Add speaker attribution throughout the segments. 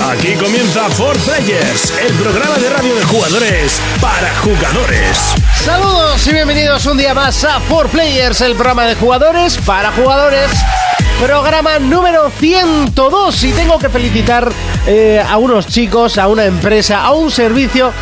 Speaker 1: Aquí comienza For Players, el programa de radio de jugadores para jugadores.
Speaker 2: Saludos y bienvenidos un día más a For Players, el programa de jugadores para jugadores. Programa número 102 y tengo que felicitar eh, a unos chicos, a una empresa, a un servicio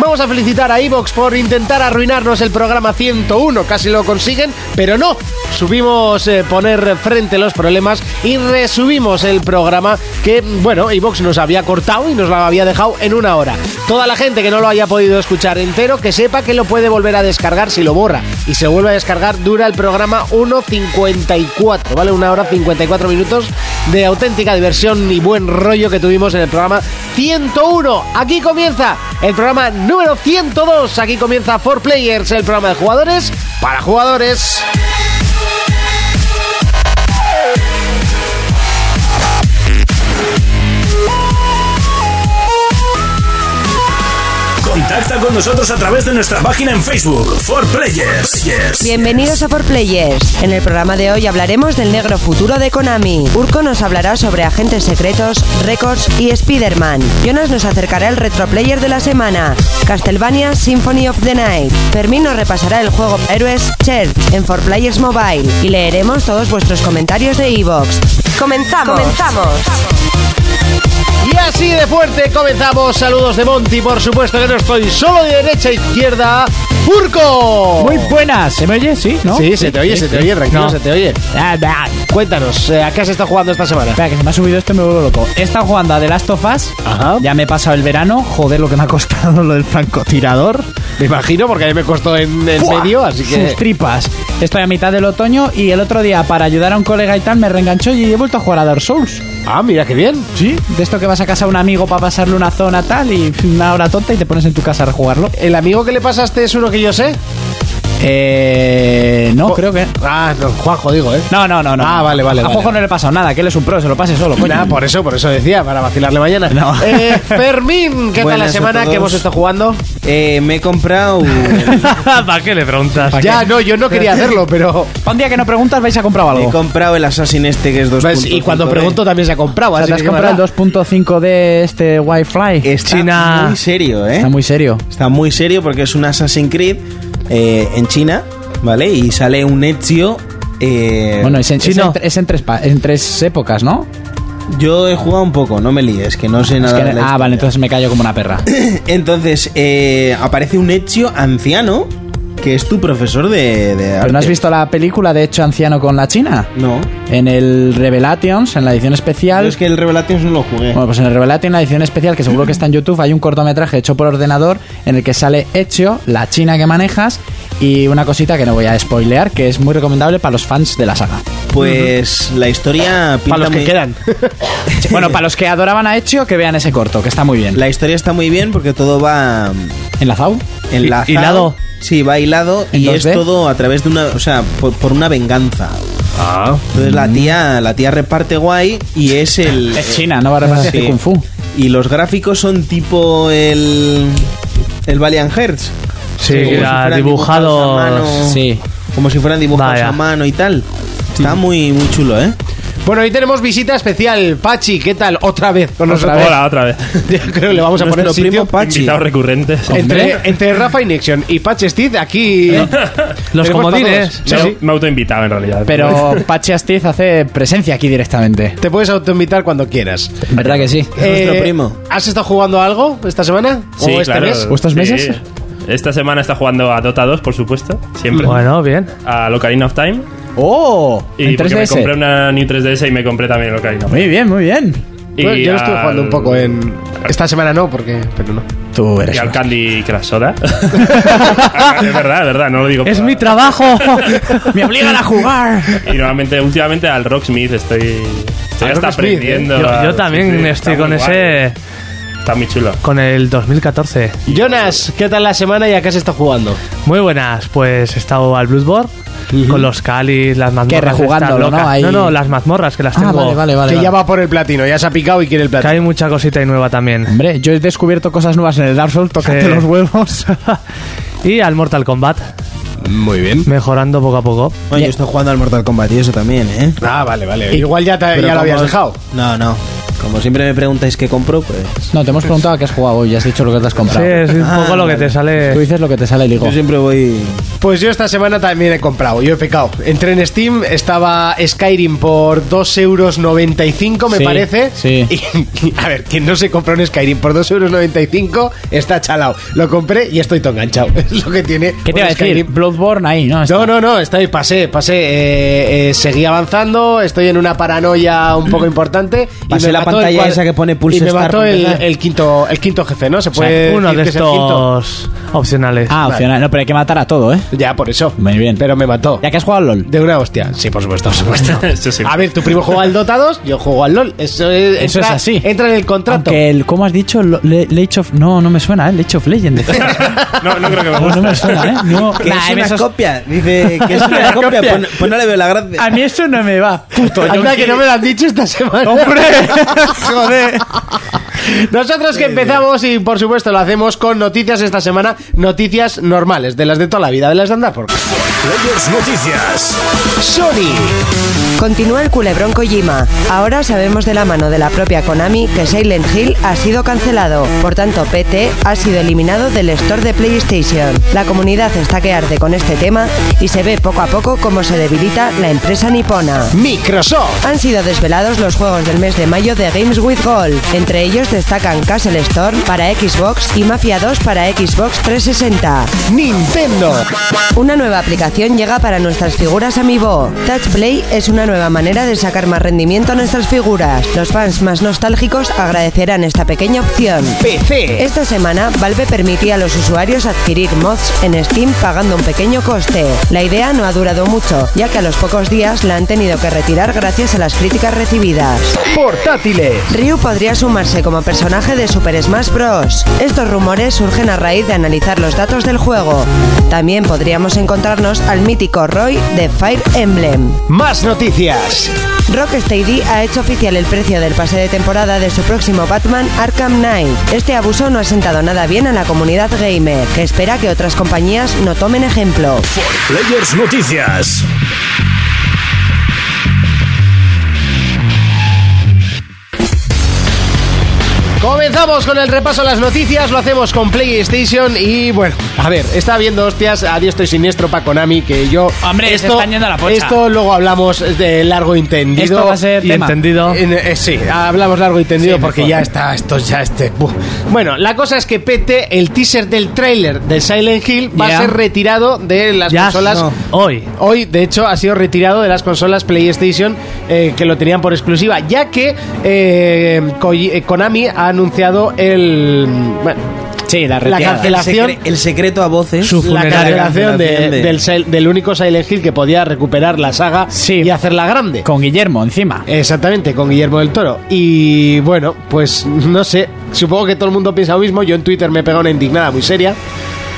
Speaker 2: Vamos a felicitar a Evox por intentar arruinarnos el programa 101. Casi lo consiguen, pero no. Subimos eh, poner frente los problemas y resubimos el programa que, bueno, Evox nos había cortado y nos lo había dejado en una hora. Toda la gente que no lo haya podido escuchar entero, que sepa que lo puede volver a descargar si lo borra. Y se vuelve a descargar, dura el programa 1.54, ¿vale? Una hora 54 minutos de auténtica diversión y buen rollo que tuvimos en el programa 101. Aquí comienza el programa número 102. Aquí comienza 4 Players, el programa de jugadores para jugadores.
Speaker 1: Contacta con nosotros a través de nuestra página en Facebook, For Players. Yes.
Speaker 3: Bienvenidos a For Players. En el programa de hoy hablaremos del negro futuro de Konami. Urko nos hablará sobre agentes secretos, récords y Spider-Man. Jonas nos acercará el retroplayer de la semana, Castlevania Symphony of the Night. Fermín nos repasará el juego Héroes Church en For Players Mobile y leeremos todos vuestros comentarios de Evox. ¡Comenzamos! ¡Comenzamos!
Speaker 2: Y así de fuerte comenzamos. Saludos de Monty, por supuesto que no estoy solo de derecha a izquierda. ¡Furco!
Speaker 4: Muy buenas, ¿se me oye? Sí, ¿no?
Speaker 2: Oh. Sí, se te oye,
Speaker 4: sí,
Speaker 2: se te
Speaker 4: sí.
Speaker 2: oye, tranquilo,
Speaker 4: No.
Speaker 2: se te oye.
Speaker 4: Ah, bah.
Speaker 2: Cuéntanos, eh, ¿a qué has estado jugando esta semana?
Speaker 4: Espera, que se me ha subido esto y me vuelvo loco. He estado jugando a The Last of Us.
Speaker 2: Ajá.
Speaker 4: Ya me he pasado el verano. Joder, lo que me ha costado lo del francotirador.
Speaker 2: Me imagino, porque a mí me costó en el
Speaker 4: ¡Fua!
Speaker 2: medio, así que.
Speaker 4: Sus tripas. Estoy a mitad del otoño y el otro día, para ayudar a un colega y tal, me reenganchó y he vuelto a jugar a Dark Souls.
Speaker 2: Ah, mira qué bien.
Speaker 4: Sí. De esto que vas a casa a un amigo para pasarle una zona tal y una hora tonta y te pones en tu casa a rejugarlo.
Speaker 2: ¿El amigo que le pasaste es uno que yo sé?
Speaker 4: Eh. No,
Speaker 2: Jo-
Speaker 4: creo que.
Speaker 2: Ah, no, Juanjo, digo, ¿eh?
Speaker 4: No, no, no, no.
Speaker 2: Ah, vale, vale,
Speaker 4: A
Speaker 2: vale.
Speaker 4: Juanjo no le he pasado nada, que él es un pro, se lo pase solo, coño.
Speaker 2: Nada, por eso, por eso decía, para vacilarle mañana.
Speaker 4: No.
Speaker 2: Eh, Fermín, ¿qué tal la
Speaker 5: Buenas a
Speaker 2: semana que
Speaker 5: todos.
Speaker 2: hemos estado jugando?
Speaker 5: Eh, me he comprado. un-
Speaker 6: ¿Para qué le preguntas?
Speaker 2: Ya, no, yo no quería hacerlo, pero.
Speaker 4: Pa' un día que no preguntas, vais a comprar algo.
Speaker 5: he comprado el Assassin este que es dos
Speaker 2: Pues, y cuando pregunto también se ha comprado.
Speaker 4: O sea,
Speaker 2: así
Speaker 4: te has
Speaker 2: que
Speaker 4: comprado
Speaker 2: verdad.
Speaker 4: el 2.5 de este Wi-Fi.
Speaker 5: Está
Speaker 6: China.
Speaker 5: muy serio, ¿eh?
Speaker 4: Está muy serio.
Speaker 5: Está muy serio porque es un Assassin's Creed eh, en China, ¿vale? Y sale un Ezio. eh,
Speaker 4: Bueno, es en, es
Speaker 5: chino.
Speaker 4: en- es en tres, pa- en tres épocas, ¿no?
Speaker 5: Yo he jugado un poco, no me líes, que no sé
Speaker 4: Es
Speaker 5: nada.
Speaker 4: que-
Speaker 5: de la
Speaker 4: ah,
Speaker 5: historia.
Speaker 4: vale, entonces me callo como una perra.
Speaker 5: Entonces, eh, aparece un Ezio anciano que es tu profesor de. de
Speaker 4: ¿Pero no has
Speaker 5: arte.
Speaker 4: visto la película de hecho anciano con la China?
Speaker 5: No.
Speaker 4: En el Revelations, en la edición
Speaker 5: Yo
Speaker 4: especial.
Speaker 5: es que el Revelations no lo jugué.
Speaker 4: Bueno, pues en el Revelation, la edición especial, que seguro que está en YouTube, hay un cortometraje hecho por ordenador en el que sale Ezio, la china que manejas, y una cosita que no voy a spoilear, que es muy recomendable para los fans de la saga.
Speaker 5: Pues la historia pinta
Speaker 2: Para los que
Speaker 5: muy-
Speaker 2: quedan.
Speaker 4: Bueno, para los que adoraban a Ezio, que vean ese corto, que está muy bien.
Speaker 5: La historia está muy bien porque todo va
Speaker 4: ¿Enlazado?
Speaker 5: enlazado.
Speaker 6: hilado.
Speaker 5: Sí, va hilado
Speaker 4: ¿En
Speaker 5: y
Speaker 4: 2D?
Speaker 5: es todo a través de una, o sea, por, por una venganza.
Speaker 6: Ah,
Speaker 5: Entonces la tía, la tía reparte guay y es el
Speaker 4: Mm. Es china, no va a repartir
Speaker 5: Sí.
Speaker 4: Kung Fu.
Speaker 5: Y los gráficos son tipo el el Valiant Hearts.
Speaker 6: Sí,
Speaker 5: Como
Speaker 6: que era
Speaker 5: fueran
Speaker 6: dibujados,
Speaker 5: dibujados a mano,
Speaker 4: Sí.
Speaker 5: Como si fueran dibujados
Speaker 6: Vaya. Mm.
Speaker 5: a mano y tal. Está muy muy chulo, ¿eh?
Speaker 2: Bueno, hoy tenemos visita especial. Pachi, ¿qué tal? Otra vez con
Speaker 6: otra
Speaker 2: nosotros.
Speaker 6: vez. Hola, otra vez.
Speaker 2: Yo creo que le vamos a poner
Speaker 5: Nuestro
Speaker 2: sitio.
Speaker 5: primo Pachi.
Speaker 6: Invitados recurrentes.
Speaker 2: Entre,
Speaker 4: Hombre.
Speaker 2: entre Rafa Inexion y Pachi Steve, aquí.
Speaker 6: Los
Speaker 2: Tenemos
Speaker 6: comodines.
Speaker 2: para todos. Sí, sí.
Speaker 6: Me autoinvitaba en realidad.
Speaker 4: Pero Pachi Astiz hace presencia aquí directamente.
Speaker 2: Te puedes autoinvitar cuando quieras. Eh,
Speaker 4: ¿Verdad que sí?
Speaker 5: Es nuestro primo.
Speaker 2: ¿Has estado jugando a algo esta semana?
Speaker 6: Sí,
Speaker 2: ¿O este
Speaker 6: claro.
Speaker 2: mes?
Speaker 4: ¿O estos
Speaker 6: Sí.
Speaker 4: meses?
Speaker 6: Esta semana está jugando a Dota 2, por supuesto. Siempre.
Speaker 7: Bueno, bien.
Speaker 6: A Locarina of Time.
Speaker 4: ¡Oh!
Speaker 6: Y
Speaker 4: en
Speaker 6: porque me
Speaker 4: 3DS.
Speaker 6: compré una New 3DS y me compré también Locarina of Time.
Speaker 4: Muy bien, muy bien.
Speaker 6: Y
Speaker 2: Bueno, Pues yo lo estuve
Speaker 6: al-
Speaker 2: jugando un poco en. Esta semana no, porque. Pero no.
Speaker 4: Tú eres.
Speaker 6: Y al
Speaker 4: una-
Speaker 6: Candy Crush Soda. es verdad, es verdad, no lo digo.
Speaker 7: Es
Speaker 6: por-
Speaker 7: mi trabajo.
Speaker 4: ¡Me obligan a jugar!
Speaker 6: Y normalmente, últimamente al Rocksmith estoy. Estoy
Speaker 2: Al
Speaker 6: hasta
Speaker 2: Rocksmith, eh.
Speaker 6: aprendiendo.
Speaker 7: yo,
Speaker 6: a-
Speaker 7: yo
Speaker 6: sí,
Speaker 7: también
Speaker 6: sí,
Speaker 7: estoy
Speaker 6: está
Speaker 7: con
Speaker 6: muy
Speaker 7: ese.
Speaker 6: guay. Está muy chulo.
Speaker 7: con el 2014.
Speaker 2: Jonas, ¿qué tal la semana y a qué has estado jugando?
Speaker 7: Muy buenas, pues he estado al Bloodborne. Con los calis, las mazmorras.
Speaker 4: rejugándolo,
Speaker 7: estas locas.
Speaker 4: ¿no? Ahí-
Speaker 7: No, no, las mazmorras que las
Speaker 4: Ah, vale,
Speaker 7: tengo.
Speaker 4: vale, vale.
Speaker 2: que ya
Speaker 4: vale.
Speaker 2: va por el platino, ya se ha picado y quiere el
Speaker 7: Que
Speaker 2: platino.
Speaker 7: hay mucha cosita y nueva también.
Speaker 4: Hombre, yo he descubierto cosas nuevas en el Dark Souls, tocate
Speaker 7: Sí.
Speaker 4: los huevos.
Speaker 7: y al Mortal Kombat.
Speaker 8: Muy bien.
Speaker 7: mejorando poco a poco.
Speaker 5: Bueno, yo estoy jugando al Mortal Kombat y eso también, ¿eh?
Speaker 2: Ah, vale, vale. Igual ya, te- ya lo
Speaker 5: como-
Speaker 2: habías dejado.
Speaker 5: No, no. Como siempre me preguntáis qué compro, pues.
Speaker 4: No, te hemos preguntado a qué has jugado hoy, has dicho lo que te has
Speaker 7: Sí,
Speaker 4: comprado.
Speaker 7: es un
Speaker 5: Ah,
Speaker 7: poco lo que te
Speaker 4: Tú
Speaker 7: sale.
Speaker 4: dices lo que te sale y digo.
Speaker 5: Yo siempre voy.
Speaker 2: Pues yo esta semana también he comprado, yo he pecado. Entré en Steam, estaba Skyrim por 2,95€ me
Speaker 4: Sí,
Speaker 2: parece.
Speaker 4: sí.
Speaker 2: Y, y, a ver, quien no se compró un Skyrim por 2,95€ está chalao. Lo compré y estoy todo enganchado. Es lo que tiene.
Speaker 4: ¿Qué te
Speaker 2: un
Speaker 4: iba a decir?
Speaker 2: Skyrim.
Speaker 4: Bloodborne ahí, ¿no?
Speaker 2: No,
Speaker 4: Está-
Speaker 2: no, no, estoy, pasé, pasé. eh, eh, seguí avanzando, estoy en una paranoia un poco importante. y
Speaker 5: Pasé
Speaker 2: me
Speaker 5: la
Speaker 2: mató el
Speaker 5: pantalla
Speaker 2: cuad-
Speaker 5: esa que pone Pulse
Speaker 2: Y me
Speaker 5: Start
Speaker 2: mató
Speaker 5: para
Speaker 2: el,
Speaker 5: empezar.
Speaker 2: el quinto, el quinto jefe, ¿no? Se puede
Speaker 7: Uno
Speaker 2: decir
Speaker 7: de
Speaker 2: que es eh, el quinto.
Speaker 7: estos opcionales.
Speaker 4: Ah, opcional. No, pero hay que matar a todo, ¿eh?
Speaker 2: Ya, por eso.
Speaker 4: Muy bien.
Speaker 2: Pero me mató.
Speaker 4: Ya que has jugado al LOL.
Speaker 2: De una hostia. Sí, por supuesto, por supuesto.
Speaker 6: Eso sí.
Speaker 2: A ver, tu primo juega al Dota 2, yo juego al LOL. Eso, eh,
Speaker 4: Eso
Speaker 2: entra-
Speaker 4: es así.
Speaker 2: Entra en el contrato.
Speaker 4: Aunque el, ¿cómo has dicho? Lo- Le- League of... No, no me suena, ¿eh? League of Legends.
Speaker 6: No, no creo que me
Speaker 4: No,
Speaker 6: guste.
Speaker 4: no me suena, ¿eh? No.
Speaker 5: Oh, Que
Speaker 4: Nah,
Speaker 5: es
Speaker 4: a mí
Speaker 5: una
Speaker 4: eso es-
Speaker 5: copia. Dice que es una copia. Pues, no- pues no le veo la gracia.
Speaker 4: A mí eso no me va. Puto, yo
Speaker 2: Anda, que
Speaker 4: quiero-
Speaker 2: no me lo han dicho esta semana.
Speaker 4: ¡Hombre! ¡Joder!
Speaker 2: Nosotros que empezamos y por supuesto lo hacemos con noticias esta semana, noticias normales, de las de toda la vida, de las de andar por casa.
Speaker 1: Players Noticias.
Speaker 2: Sony.
Speaker 3: Continúa el culebrón Kojima. Ahora sabemos de la mano de la propia Konami que Silent Hill ha sido cancelado. Por tanto, PT ha sido eliminado del store de PlayStation. La comunidad está que arde con este tema y se ve poco a poco cómo se debilita la empresa nipona.
Speaker 2: Microsoft.
Speaker 3: Han sido desvelados los juegos del mes de mayo de Games with Gold. Entre ellos destacan Castle Storm para Xbox y Mafia 2 para Xbox 360.
Speaker 2: Nintendo.
Speaker 3: Una nueva aplicación llega para nuestras figuras Amiibo. Touch Play es una nueva manera de sacar más rendimiento a nuestras figuras. Los fans más nostálgicos agradecerán esta pequeña opción.
Speaker 2: PC.
Speaker 3: Esta semana, Valve permitía a los usuarios adquirir mods en Steam pagando un pequeño coste. La idea no ha durado mucho, ya que a los pocos días la han tenido que retirar gracias a las críticas recibidas.
Speaker 2: Portátiles.
Speaker 3: Ryu podría sumarse como personaje de Super Smash Bros. Estos rumores surgen a raíz de analizar los datos del juego. También podríamos encontrarnos al mítico Roy de Fire Emblem.
Speaker 2: Más noticias.
Speaker 3: Rocksteady ha hecho oficial el precio del pase de temporada de su próximo Batman Arkham Knight. Este abuso no ha sentado nada bien a la comunidad gamer, que espera que otras compañías no tomen ejemplo.
Speaker 1: Players Noticias.
Speaker 2: Comenzamos con el repaso a las noticias, lo hacemos con PlayStation y bueno, a ver, está habiendo hostias a diestro y siniestro para Konami que yo...
Speaker 4: Hombre, se están yendo a la pocha.
Speaker 2: Esto luego hablamos de largo y tendido.
Speaker 4: Esto va a ser
Speaker 7: Y
Speaker 4: tema.
Speaker 7: entendido.
Speaker 2: En- eh, sí, hablamos largo y tendido porque ya está, esto ya este. buh. Bueno, la cosa es que PT, el teaser del tráiler de Silent Hill va
Speaker 4: Ya.
Speaker 2: a ser retirado de las
Speaker 7: Ya
Speaker 2: consolas.
Speaker 7: no. hoy.
Speaker 2: Hoy, de hecho, ha sido retirado de las consolas PlayStation eh, que lo tenían por exclusiva, ya que eh, Koji- eh, Konami ha anunciado el bueno,
Speaker 4: Sí, la
Speaker 2: la
Speaker 4: retirada.
Speaker 5: El,
Speaker 2: cancelación.
Speaker 5: secre- el secreto a voces.
Speaker 7: Su
Speaker 2: la
Speaker 7: funeraria.
Speaker 2: cancelación de-
Speaker 5: Cancelación de-
Speaker 2: del, Sil- del único Silent Hill que podía recuperar la saga
Speaker 4: Sí.
Speaker 2: y hacerla grande.
Speaker 4: Con Guillermo encima.
Speaker 2: Exactamente, con Guillermo del Toro. Y bueno, pues no sé, supongo que todo el mundo piensa lo mismo. Yo en Twitter me he pegado una indignada muy seria.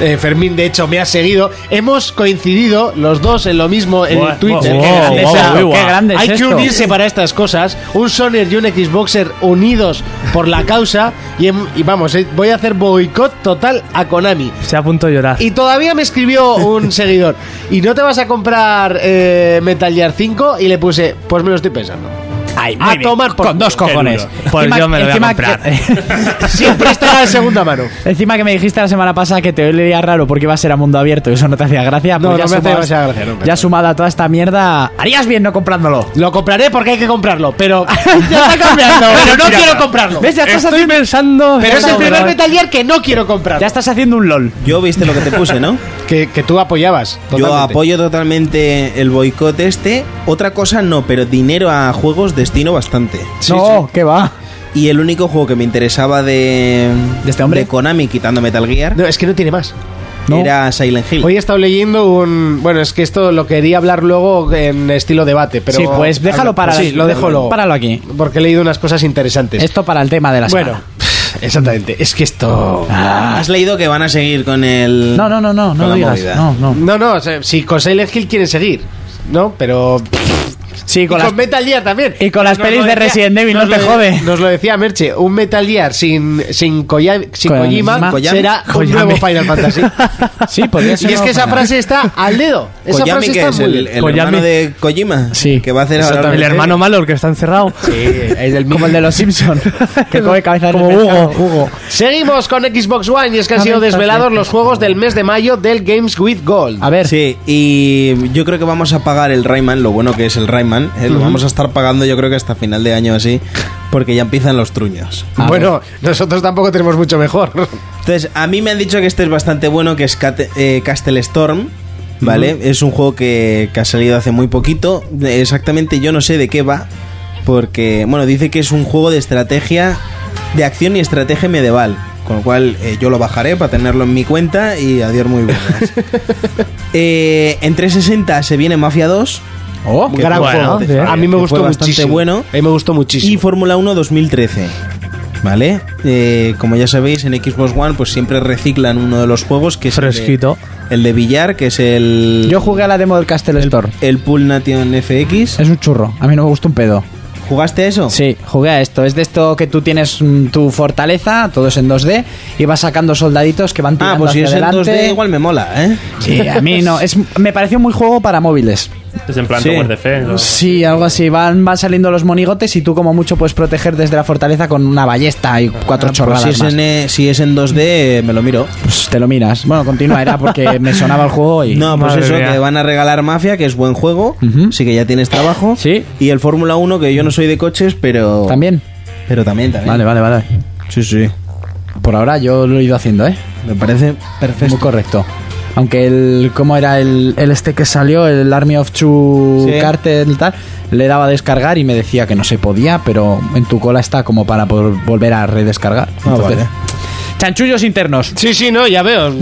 Speaker 2: Eh, Fermín, de hecho, me ha seguido. Hemos coincidido los dos en lo mismo en
Speaker 7: Buah,
Speaker 2: Twitter.
Speaker 7: buah,
Speaker 2: Qué
Speaker 7: buah,
Speaker 2: grande
Speaker 7: buah,
Speaker 2: es esto.
Speaker 7: buah,
Speaker 4: qué grande es
Speaker 2: Hay que
Speaker 4: esto.
Speaker 2: unirse para estas cosas. Un Sonyer y un Xboxer unidos por la causa. Y, em- y vamos, eh, voy a hacer boicot total a Konami.
Speaker 7: Se ha punto de llorar.
Speaker 2: Y todavía me escribió un seguidor. ¿Y no te vas a comprar eh, Metal Gear 5? Y le puse, pues me lo estoy pensando.
Speaker 4: Ay,
Speaker 2: A tomar por
Speaker 4: Con dos
Speaker 6: culo. Qué
Speaker 4: cojones.
Speaker 6: duro.
Speaker 7: Pues yo me lo voy
Speaker 4: encima
Speaker 7: a comprar.
Speaker 4: que-
Speaker 2: Siempre estará de segunda mano.
Speaker 4: Encima que me dijiste la semana pasada que te olería raro porque iba a ser a mundo abierto y eso no te hacía gracia.
Speaker 2: No,
Speaker 4: pues ya
Speaker 2: no me hace
Speaker 4: sumadas-
Speaker 2: demasiada gracia, no me
Speaker 4: ya
Speaker 2: hace.
Speaker 4: sumada a toda esta mierda, harías bien no comprándolo.
Speaker 2: Lo compraré porque hay que comprarlo, pero. ya está cambiando. Pero no quiero comprarlo.
Speaker 4: ¿Ves? Ya estás,
Speaker 7: Estoy
Speaker 4: haciendo,
Speaker 7: pensando.
Speaker 2: Pero es el
Speaker 4: no,
Speaker 2: primer
Speaker 4: no.
Speaker 2: Metal Gear que no quiero comprar.
Speaker 4: ya estás haciendo un LOL.
Speaker 5: Yo viste lo que te puse, ¿no?
Speaker 2: Que, que tú apoyabas.
Speaker 5: Yo
Speaker 2: totalmente.
Speaker 5: apoyo totalmente el boicot este. Otra cosa no, pero dinero a juegos destino bastante.
Speaker 4: no, que va.
Speaker 5: Y el único juego que me interesaba de.
Speaker 4: ¿De este hombre?
Speaker 5: de Konami quitando Metal Gear
Speaker 2: No, es que no tiene más.
Speaker 4: no.
Speaker 5: era Silent Hill.
Speaker 2: Hoy he estado leyendo un. Bueno, es que esto lo quería hablar luego en estilo debate, pero. Ah,
Speaker 4: sí, pues déjalo para.
Speaker 2: Sí, lo dejo luego.
Speaker 4: Páralo aquí.
Speaker 2: Porque he leído unas cosas interesantes.
Speaker 4: Esto para el tema de la semana.
Speaker 2: bueno, exactamente. Es que esto.
Speaker 4: Ah,
Speaker 5: Ah. Has leído que van a seguir con el.
Speaker 4: No, no, no, no,
Speaker 5: con
Speaker 4: no
Speaker 5: la
Speaker 4: digas.
Speaker 5: movida.
Speaker 4: No, no.
Speaker 2: No, no, o sea, si con Silent Hill quieren seguir, ¿no? Pero.
Speaker 4: Sí, con
Speaker 2: y
Speaker 4: las-
Speaker 2: con Metal Gear también.
Speaker 4: y con las
Speaker 2: Nos
Speaker 4: pelis
Speaker 2: lo
Speaker 4: de Resident Evil,
Speaker 2: nos
Speaker 4: no te
Speaker 2: lo de-
Speaker 4: jode.
Speaker 2: Nos lo decía Merche, un Metal Gear sin, sin, Koya- sin
Speaker 4: Con-
Speaker 2: Kojima
Speaker 4: Kojima.
Speaker 2: será un
Speaker 7: Koyami.
Speaker 2: nuevo Final Fantasy.
Speaker 4: Sí, podría ser
Speaker 2: y es
Speaker 4: una
Speaker 2: que esa
Speaker 4: buena.
Speaker 2: frase está al dedo. Esa
Speaker 5: Koyami,
Speaker 2: frase
Speaker 5: que
Speaker 2: está
Speaker 5: es
Speaker 2: muy
Speaker 5: el,
Speaker 2: bien.
Speaker 5: el
Speaker 7: Koyami.
Speaker 5: hermano de Kojima.
Speaker 4: Sí.
Speaker 5: Que va a hacer ahora...
Speaker 7: El
Speaker 5: la-
Speaker 7: hermano malo, el que está encerrado.
Speaker 4: Como el de los Simpsons, que come cabeza de pescado. Hugo.
Speaker 2: Seguimos con Xbox One y es que han
Speaker 4: A
Speaker 2: sido
Speaker 4: ver,
Speaker 2: desvelados
Speaker 4: perfecto.
Speaker 2: los juegos del mes de mayo del Games with Gold.
Speaker 4: A ver,
Speaker 5: Sí, y yo creo que vamos a pagar el Rayman, lo bueno que es el Rayman, eh, lo vamos a estar pagando yo creo que hasta final de año así, porque ya empiezan los truños.
Speaker 4: a
Speaker 2: bueno, nosotros tampoco tenemos mucho mejor.
Speaker 5: Entonces, a mí me han dicho que este es bastante bueno, que es Cate- eh, Castle Storm, ¿vale? Es un juego que, que ha salido hace muy poquito, eh, exactamente yo no sé de qué va, porque, bueno, dice que es un juego de estrategia, de acción y estrategia medieval, con lo cual eh, yo lo bajaré para tenerlo en mi cuenta y adiós muy buenas. Eh, en 360 se viene Mafia 2.
Speaker 4: Oh,
Speaker 5: Gran
Speaker 7: bueno,
Speaker 5: juego.
Speaker 7: bien.
Speaker 2: a mí me
Speaker 5: Que
Speaker 2: gustó
Speaker 5: fue bastante
Speaker 2: muchísimo.
Speaker 5: bueno.
Speaker 2: A mí me gustó
Speaker 5: Y
Speaker 2: muchísimo.
Speaker 5: Fórmula 1 2013. ¿Vale? Eh, como ya sabéis, en Xbox One pues siempre reciclan uno de los juegos que es el de-
Speaker 7: Fresquito.
Speaker 5: El de, billar, que es el,
Speaker 4: yo jugué a la demo del Castle Store.
Speaker 5: el Pool Nation FX.
Speaker 4: Es un churro, a mí no me gusta un pedo.
Speaker 5: ¿Jugaste a eso?
Speaker 4: Sí, jugué a esto. Es de esto que tú tienes mm, tu fortaleza, todos en 2D, y vas sacando soldaditos que van tirando
Speaker 5: Ah, pues si
Speaker 4: hacia
Speaker 5: es en
Speaker 4: adelante.
Speaker 5: 2D igual me mola, ¿eh?
Speaker 4: Sí, a mí no. Es, me pareció muy juego para móviles.
Speaker 6: Es en plan
Speaker 5: Sí.
Speaker 6: Tower Defense. o-
Speaker 4: Sí, algo así. Van, van saliendo los monigotes y tú como mucho puedes proteger desde la fortaleza con una ballesta y cuatro
Speaker 5: Ah, pues
Speaker 4: chorradas
Speaker 5: si, es
Speaker 4: más.
Speaker 5: en, eh, si es en 2D eh, me lo miro.
Speaker 4: Pues te lo miras. Bueno, continúa, era porque me sonaba el juego y...
Speaker 5: No, pues
Speaker 7: Madre
Speaker 5: eso,
Speaker 7: mía.
Speaker 5: que van a regalar Mafia, que es buen juego,
Speaker 4: Ujú.
Speaker 5: sí que ya tienes trabajo.
Speaker 4: Sí.
Speaker 5: Y el Fórmula 1, que yo no soy de coches, pero...
Speaker 4: ¿También?
Speaker 5: Pero también, también.
Speaker 4: Vale, vale, vale.
Speaker 5: Sí, sí.
Speaker 4: Por ahora yo lo he ido haciendo, ¿eh?
Speaker 5: Me parece perfecto.
Speaker 4: Muy correcto. Aunque el... ¿Cómo era el, el este que salió? El Army of Two
Speaker 5: Sí.
Speaker 4: Cartel tal. Le daba a descargar y me decía que no se podía, pero en tu cola está como para poder volver a redescargar.
Speaker 5: Ah,
Speaker 4: Entonces,
Speaker 5: vale.
Speaker 4: Chanchullos internos.
Speaker 2: Sí, sí, no, ya veo.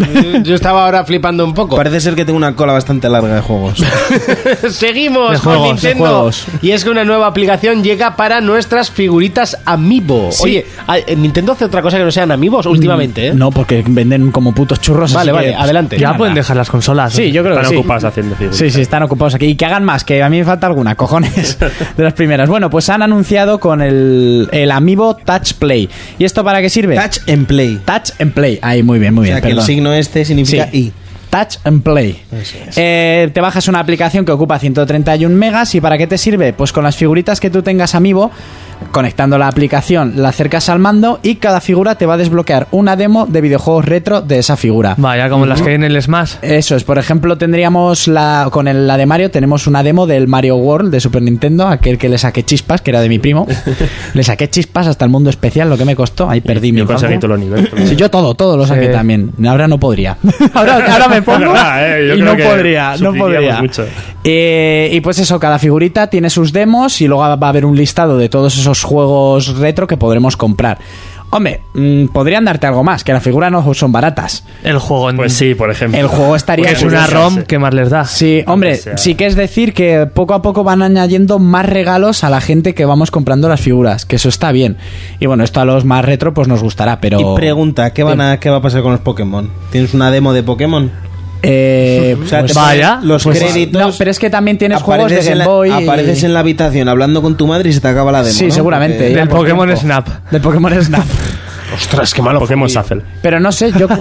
Speaker 2: Yo estaba ahora flipando un poco.
Speaker 5: Parece ser que tengo una cola bastante larga de juegos.
Speaker 2: Seguimos
Speaker 4: De
Speaker 2: con
Speaker 4: juegos,
Speaker 2: Nintendo.
Speaker 4: de juegos.
Speaker 2: Y es que una nueva aplicación llega para nuestras figuritas Amiibo.
Speaker 4: Sí.
Speaker 2: Oye, a- Nintendo hace otra cosa que no sean Amiibos últimamente, ¿eh?
Speaker 7: Mm,
Speaker 4: No, porque venden como putos churros.
Speaker 2: Vale,
Speaker 4: así
Speaker 2: vale,
Speaker 4: que- pues,
Speaker 2: adelante.
Speaker 7: Ya pueden dejar las consolas.
Speaker 4: Sí, yo creo
Speaker 6: Están
Speaker 4: que sí.
Speaker 6: ocupadas haciendo figuras.
Speaker 4: Sí, sí, están ocupados aquí. Y que hagan más, que a mí me falta alguna, cojones, de las primeras. Bueno, pues han anunciado con el, el Amiibo Touch Play. ¿Y esto para qué sirve?
Speaker 5: Touch and play.
Speaker 4: Touch and Play. Ahí, muy bien, muy
Speaker 5: O
Speaker 4: bien.
Speaker 5: sea, que el
Speaker 4: perdón.
Speaker 5: signo este
Speaker 4: Sí.
Speaker 5: significa I.
Speaker 4: Touch and Play. Eh, te bajas una aplicación que ocupa 131 megas y ¿para qué te sirve? Pues con las figuritas que tú tengas amigo, conectando la aplicación, la acercas al mando y cada figura te va a desbloquear una demo de videojuegos retro de esa figura.
Speaker 7: Vaya, como las que hay en el Smash.
Speaker 4: Eso es, por ejemplo, tendríamos la con el- la de Mario, tenemos una demo del Mario World de Super Nintendo, aquel que le saqué chispas, que era de mi primo. le saqué chispas hasta el mundo especial, lo que me costó. Ahí perdí
Speaker 6: Y
Speaker 4: mi
Speaker 6: yo conseguí
Speaker 4: infancia.
Speaker 6: todos los niveles. pero-
Speaker 4: Sí, yo todo, todo lo saqué
Speaker 7: Sí.
Speaker 4: también. Ahora no podría. Ahora, ahora me pongo
Speaker 6: Es verdad, eh, yo
Speaker 4: y
Speaker 6: creo
Speaker 4: no
Speaker 6: que
Speaker 4: podría, no
Speaker 6: sufriríamos
Speaker 4: podría.
Speaker 6: mucho.
Speaker 4: Eh, y pues eso, cada figurita tiene sus demos y luego va a haber un listado de todos esos juegos retro que podremos comprar. Hombre, mm, podrían darte algo más, que las figuras no son baratas.
Speaker 7: El juego en...
Speaker 6: Pues sí, por ejemplo.
Speaker 4: El juego estaría
Speaker 7: Que es una
Speaker 6: Sí, sí.
Speaker 7: ROM, que más les da?
Speaker 4: Sí, hombre,
Speaker 6: sea.
Speaker 4: sí que es decir que poco a poco van añadiendo más regalos a la gente que vamos comprando las figuras, que eso está bien. Y bueno, esto a los más retro pues nos gustará, pero...
Speaker 5: Y pregunta, ¿qué, van a, ¿qué va a pasar con los Pokémon? ¿Tienes una demo de Pokémon?
Speaker 4: Eh,
Speaker 5: O sea,
Speaker 4: pues-
Speaker 5: te
Speaker 7: vaya,
Speaker 5: ponen los
Speaker 4: pues-
Speaker 5: créditos...
Speaker 4: No, pero es que también tienes juegos de
Speaker 5: apareces en
Speaker 4: Game
Speaker 5: la-
Speaker 4: Boy... y-
Speaker 5: Apareces en la habitación hablando con tu madre y se te acaba la demo,
Speaker 4: Sí,
Speaker 5: ¿no?
Speaker 4: seguramente.
Speaker 5: Porque-
Speaker 4: ya
Speaker 7: Del
Speaker 4: por
Speaker 7: Pokémon
Speaker 4: tiempo.
Speaker 7: Snap.
Speaker 4: Del Pokémon Snap.
Speaker 2: Ostras, qué malo.
Speaker 6: Pues Pokémon Shuffle.
Speaker 4: Pero no sé, yo, ¿tú,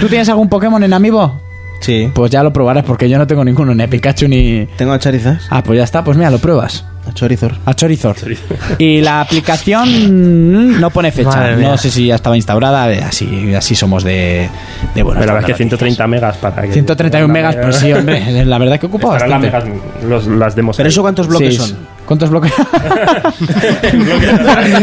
Speaker 4: tú tienes algún Pokémon en Amiibo?
Speaker 5: Sí.
Speaker 4: Pues ya lo probarás, porque yo no tengo ninguno, ni a Pikachu ni...
Speaker 5: Tengo a Charizas.
Speaker 4: Ah, pues ya está, pues mira, lo pruebas.
Speaker 5: A Charizor.
Speaker 4: A Chorizor. Y la aplicación mm, no pone fecha.
Speaker 7: Madre
Speaker 4: No
Speaker 7: mía.
Speaker 4: sé si ya estaba instaurada. eh, Así, así somos de, de bueno.
Speaker 6: Pero la verdad es que 130 megas para que...
Speaker 4: 131 megas, pues sí, hombre. La verdad que ocupa
Speaker 6: Estarán las
Speaker 4: bastante.
Speaker 6: megas, los- las demos.
Speaker 5: ¿Pero eso cuántos bloques
Speaker 4: Sí,
Speaker 5: son?
Speaker 4: ¿Cuántos bloques?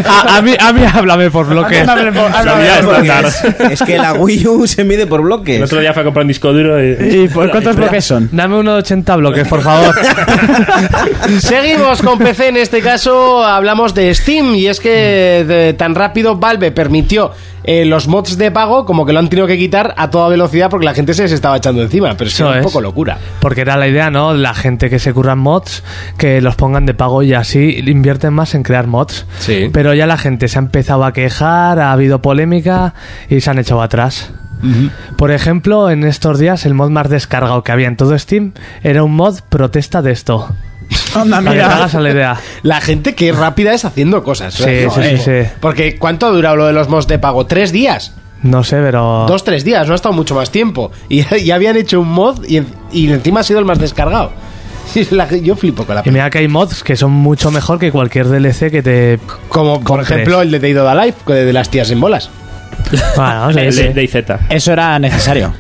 Speaker 7: a, a mí, a mí háblame por bloques.
Speaker 6: Lo voy a desbloquear.
Speaker 5: Porque es, es que la Wii U se mide por bloques.
Speaker 6: El otro día fue a comprar un disco duro y...
Speaker 4: ¿Y por cuántos bloques son?
Speaker 7: Dame uno de 80 bloques, por favor.
Speaker 2: Seguimos con PC en este caso, hablamos de Steam y es que de- tan rápido Valve permitió eh, los mods de pago como que lo han tenido que quitar a toda velocidad porque la gente se les estaba echando encima, pero es, que
Speaker 7: Eso
Speaker 2: era un
Speaker 7: es.
Speaker 2: poco locura.
Speaker 7: Porque era la idea, ¿no? La gente que se curran mods, que los pongan de pago y así invierten más en crear mods.
Speaker 2: Sí.
Speaker 7: Pero ya la gente se ha empezado a quejar, ha habido polémica y se han echado atrás. Por ejemplo, en estos días el mod más descargado que había en todo Steam era un mod protesta de esto.
Speaker 4: Anda,
Speaker 7: Para que te
Speaker 4: Ah, mira.
Speaker 7: hagas a la idea.
Speaker 2: La gente que rápida es haciendo cosas.
Speaker 7: Sí,
Speaker 2: ¿verdad?
Speaker 7: sí,
Speaker 2: Eh,
Speaker 7: sí, sí.
Speaker 2: Porque ¿cuánto ha durado lo de los mods de pago? ¿Tres días?
Speaker 7: No sé, pero.
Speaker 2: Dos, tres días, no ha estado mucho más tiempo. Y ya habían hecho un mod y, en- y encima ha sido el más descargado. Y la ge- Yo flipo con la
Speaker 7: Y
Speaker 2: peli.
Speaker 7: mira que hay mods que son mucho mejor que cualquier DLC que te.
Speaker 2: Como por
Speaker 7: Compres.
Speaker 2: ejemplo el de Day of the Life, de de las tías en bolas.
Speaker 7: Bueno, vamos a ver,
Speaker 6: El
Speaker 7: sí.
Speaker 6: de- de IZ.
Speaker 4: Eso era necesario.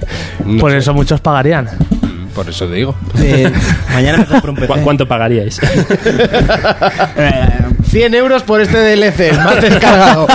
Speaker 7: Por eso muchos pagarían.
Speaker 2: Por eso te digo.
Speaker 5: Eh, mañana me compro un
Speaker 6: ¿Cu-
Speaker 5: PC.
Speaker 6: ¿Cuánto pagaríais?
Speaker 4: Eh,
Speaker 2: 100 euros por este DLC, el más descargado.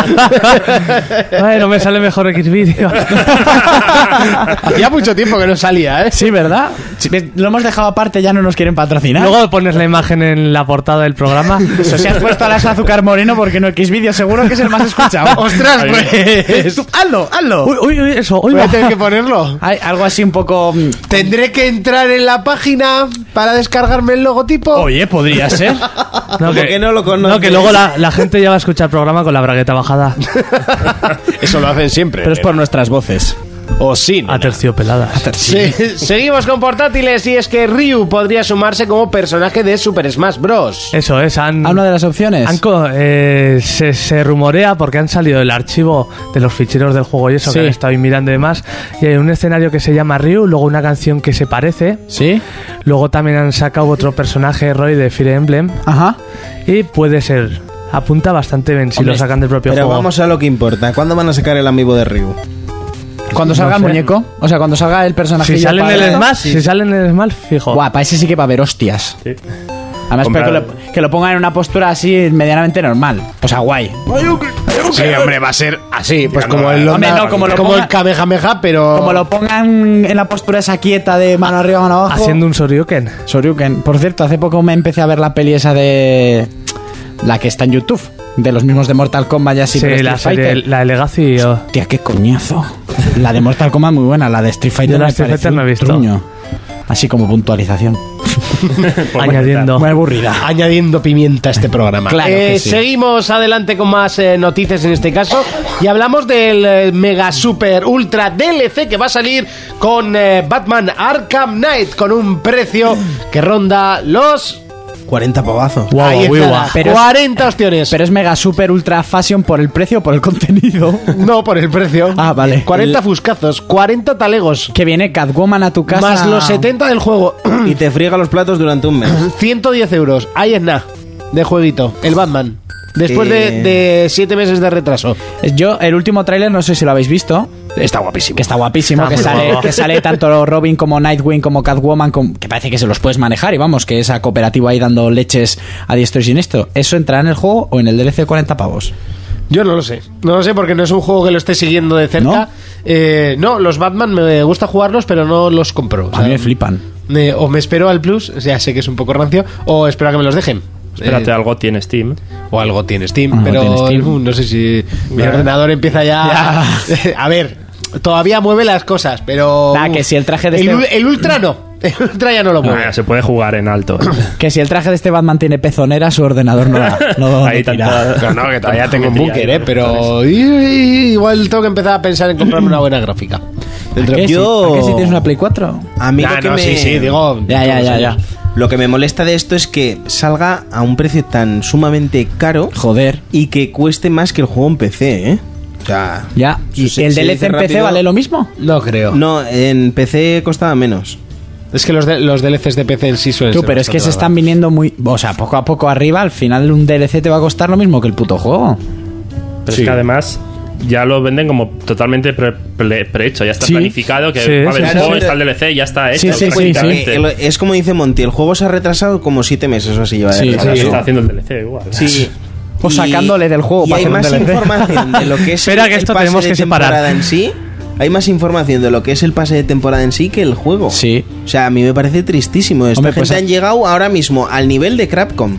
Speaker 7: Ay, no me sale mejor Xvideo.
Speaker 2: Hacía mucho tiempo que no salía, ¿eh?
Speaker 4: Sí, ¿verdad? Sí, ves, Lo hemos dejado aparte, ya no nos quieren patrocinar.
Speaker 7: Luego pones la imagen en la portada del programa.
Speaker 4: Eso, si has puesto a las azúcar moreno porque no X vídeo seguro que es el más escuchado.
Speaker 2: ¡Ostras, pues!
Speaker 4: Tú, hazlo, hazlo.
Speaker 7: Uy, uy, uy, eso, uy,
Speaker 2: Voy
Speaker 7: va.
Speaker 2: a tener que ponerlo.
Speaker 4: Hay algo así un poco. mm,
Speaker 2: Tendré que entrar en la página para descargarme el logotipo.
Speaker 4: Oye, podría ser.
Speaker 7: No,
Speaker 5: ¿Por qué no lo conoces?
Speaker 7: No, que luego la, la gente ya va a escuchar el programa con la bragueta bajada
Speaker 2: Eso lo hacen siempre. ¿eh?
Speaker 4: Pero es por Ah, nuestras voces.
Speaker 2: O sin.
Speaker 7: a terciopeladas.
Speaker 2: Sí. Seguimos con portátiles y es que Ryu podría sumarse como personaje de Super Smash Bros.
Speaker 7: Eso es, han.
Speaker 4: A una de las opciones.
Speaker 7: han co- eh, se, se rumorea porque han salido el archivo de los ficheros del juego y eso
Speaker 4: Sí.
Speaker 7: que han estado ahí mirando y demás. Y hay un escenario que se llama Ryu, luego una canción que se parece.
Speaker 4: ¿Sí?
Speaker 7: Luego también han sacado otro personaje, Roy, de Fire Emblem.
Speaker 4: Ajá.
Speaker 7: Y puede ser. Apunta bastante bien si
Speaker 4: Hombre,
Speaker 7: lo sacan del propio
Speaker 5: Pero
Speaker 7: juego.
Speaker 5: vamos a lo que importa. ¿Cuándo van a sacar el amigo de Ryu?
Speaker 4: Cuando salga
Speaker 7: No
Speaker 4: el
Speaker 7: sé.
Speaker 4: muñeco. O sea, cuando salga el personaje.
Speaker 7: si salen en el Smash,
Speaker 5: sí.
Speaker 7: si salen en el Smash, fijo.
Speaker 4: Guau, para ese sí que va a haber hostias.
Speaker 6: Sí. Comprar-
Speaker 4: Además, espero que lo, que lo pongan en una postura así medianamente normal. O sea, guay.
Speaker 2: Sí, hombre, va a ser así, pues
Speaker 6: Ya
Speaker 2: como
Speaker 6: no,
Speaker 2: el
Speaker 4: hombre,
Speaker 2: Honda-
Speaker 4: no, como lo
Speaker 2: como
Speaker 4: ponga-
Speaker 2: el Kamehameha, pero
Speaker 4: Como lo pongan en la postura esa quieta de mano arriba, mano abajo.
Speaker 7: Haciendo un Soryuken.
Speaker 4: Soryuken. Por cierto, hace poco me empecé a ver la peli esa de. La que está en YouTube. De los mismos de Mortal Kombat y así.
Speaker 7: Sí,
Speaker 4: pero
Speaker 7: la,
Speaker 4: Street
Speaker 7: serie,
Speaker 4: Fighter.
Speaker 7: la de Legacy. oh, o-
Speaker 4: Tía, qué coñazo. La de Mortal Kombat muy buena, la de Street Fighter
Speaker 7: Yo la
Speaker 4: me
Speaker 7: Street
Speaker 4: pareció
Speaker 7: Fighter no he
Speaker 4: un
Speaker 7: visto.
Speaker 4: truño. Así como puntualización.
Speaker 7: añadiendo.
Speaker 4: Muy aburrida.
Speaker 2: añadiendo pimienta a este programa.
Speaker 4: Claro que sí.
Speaker 2: Seguimos adelante con más eh, noticias en este caso y hablamos del eh, mega super ultra DLC que va a salir con eh, Batman Arkham Knight con un precio que ronda los
Speaker 5: 40 pavazos.
Speaker 7: Guau,
Speaker 2: Ahí
Speaker 7: guau,
Speaker 2: está,
Speaker 7: guau.
Speaker 4: Pero es-
Speaker 2: 40 opciones.
Speaker 4: Pero es mega super ultra fashion por el precio o por el contenido.
Speaker 2: No, por el precio.
Speaker 4: Ah, vale.
Speaker 2: 40 fuscazos, 40 talegos,
Speaker 4: que viene Catwoman a tu casa.
Speaker 2: más los 70 del juego.
Speaker 5: Y te friega los platos durante un mes.
Speaker 2: 110 euros. Ahí es nada. De jueguito. El Batman. Después
Speaker 5: Eh.
Speaker 2: de 7 meses de retraso.
Speaker 4: Yo, el último tráiler, no sé si lo habéis visto.
Speaker 2: Está guapísimo.
Speaker 4: Que está guapísimo,
Speaker 7: Está
Speaker 4: que,
Speaker 7: muy
Speaker 4: sale,
Speaker 7: guapo.
Speaker 4: que sale tanto Robin como Nightwing como Catwoman, com- que parece que se los puedes manejar y vamos, que esa cooperativa ahí dando leches a diestro y siniestro. ¿Eso entrará en el juego o en el DLC de 40 pavos?
Speaker 2: Yo no lo sé. No lo sé porque no es un juego que lo esté siguiendo de cerca.
Speaker 4: ¿No?
Speaker 2: Eh, ¿No? los Batman me gusta jugarlos, pero no los compro. O
Speaker 4: A
Speaker 2: sea,
Speaker 4: mí me flipan.
Speaker 2: eh, o me espero al Plus, ya sé que es un poco rancio, o espero a que me los dejen.
Speaker 6: Espérate,
Speaker 2: Eh,
Speaker 6: algo tiene Steam.
Speaker 2: O algo tiene Steam,
Speaker 4: Algo
Speaker 2: pero
Speaker 4: tiene Steam.
Speaker 2: uh, no sé si mi ordenador empieza ya. a ver, todavía mueve las cosas, pero.
Speaker 4: Nah, que si el traje de
Speaker 2: el,
Speaker 4: este-
Speaker 2: ul- el Ultra no. El Ultra ya no lo mueve.
Speaker 6: Ah, se puede jugar en alto.
Speaker 4: Que si el traje de este Batman tiene pezonera, su ordenador no da. No,
Speaker 6: Ahí
Speaker 4: no tira.
Speaker 6: tanta-
Speaker 2: No, no, que todavía tengo un
Speaker 6: Tira,
Speaker 2: búnker, eh,
Speaker 6: eh,
Speaker 2: pero. y- y- igual tengo que empezar a pensar en comprarme una buena gráfica.
Speaker 5: Dentro-
Speaker 4: ¿Qué?
Speaker 5: Yo-
Speaker 4: ¿Por qué si tienes una Play 4?
Speaker 5: A mí
Speaker 2: Nah,
Speaker 5: lo que
Speaker 2: no,
Speaker 5: me...
Speaker 2: sí, sí, digo.
Speaker 4: Ya, ya, ya, ya.
Speaker 5: Lo que me molesta de esto es que salga a un precio tan sumamente caro
Speaker 4: Joder.
Speaker 5: y que cueste más que el juego en PC, ¿eh? O sea,
Speaker 4: Ya.
Speaker 5: Sí,
Speaker 4: ¿Y
Speaker 5: sí,
Speaker 4: el
Speaker 5: sí,
Speaker 4: DLC en
Speaker 5: dice
Speaker 4: PC
Speaker 5: rápido.
Speaker 4: vale lo mismo?
Speaker 2: No creo.
Speaker 5: no, en PC costaba menos.
Speaker 2: Es que los, de- los DLCs de PC en sí suelen
Speaker 4: Tú,
Speaker 2: ser
Speaker 4: pero es que se
Speaker 2: bastante
Speaker 4: están viniendo muy. O sea, poco a poco arriba, al final un DLC te va a costar lo mismo que el puto juego.
Speaker 6: Pero es que además ya lo venden como totalmente pre- pre- prehecho. ya está
Speaker 4: Sí.
Speaker 6: planificado. Que
Speaker 7: Sí,
Speaker 6: a ver,
Speaker 7: sí,
Speaker 6: el
Speaker 5: sí,
Speaker 6: juego
Speaker 5: sí.
Speaker 6: está el DLC, ya está hecho.
Speaker 4: Sí, sí, sí,
Speaker 6: prácticamente.
Speaker 5: Eh, el- es como dice Monty, el juego se ha retrasado como 7 meses o así lleva de
Speaker 4: Sí,
Speaker 5: retraso.
Speaker 6: Está haciendo el DLC igual.
Speaker 5: Sí.
Speaker 4: O
Speaker 5: Y-
Speaker 4: sacándole del juego
Speaker 5: y
Speaker 4: para
Speaker 5: hay
Speaker 4: hacer un
Speaker 5: más
Speaker 4: DLC.
Speaker 5: información de lo que es
Speaker 7: Espera, que
Speaker 5: el
Speaker 7: esto
Speaker 5: pase
Speaker 7: tenemos
Speaker 5: de
Speaker 7: que separar.
Speaker 5: temporada en sí. Hay más información de lo que es el pase de temporada en sí que el juego.
Speaker 4: Sí.
Speaker 5: O sea, a mí me parece tristísimo. Esta
Speaker 4: Hombre,
Speaker 5: gente
Speaker 4: pues a-
Speaker 5: han llegado ahora mismo al nivel de Crapcom.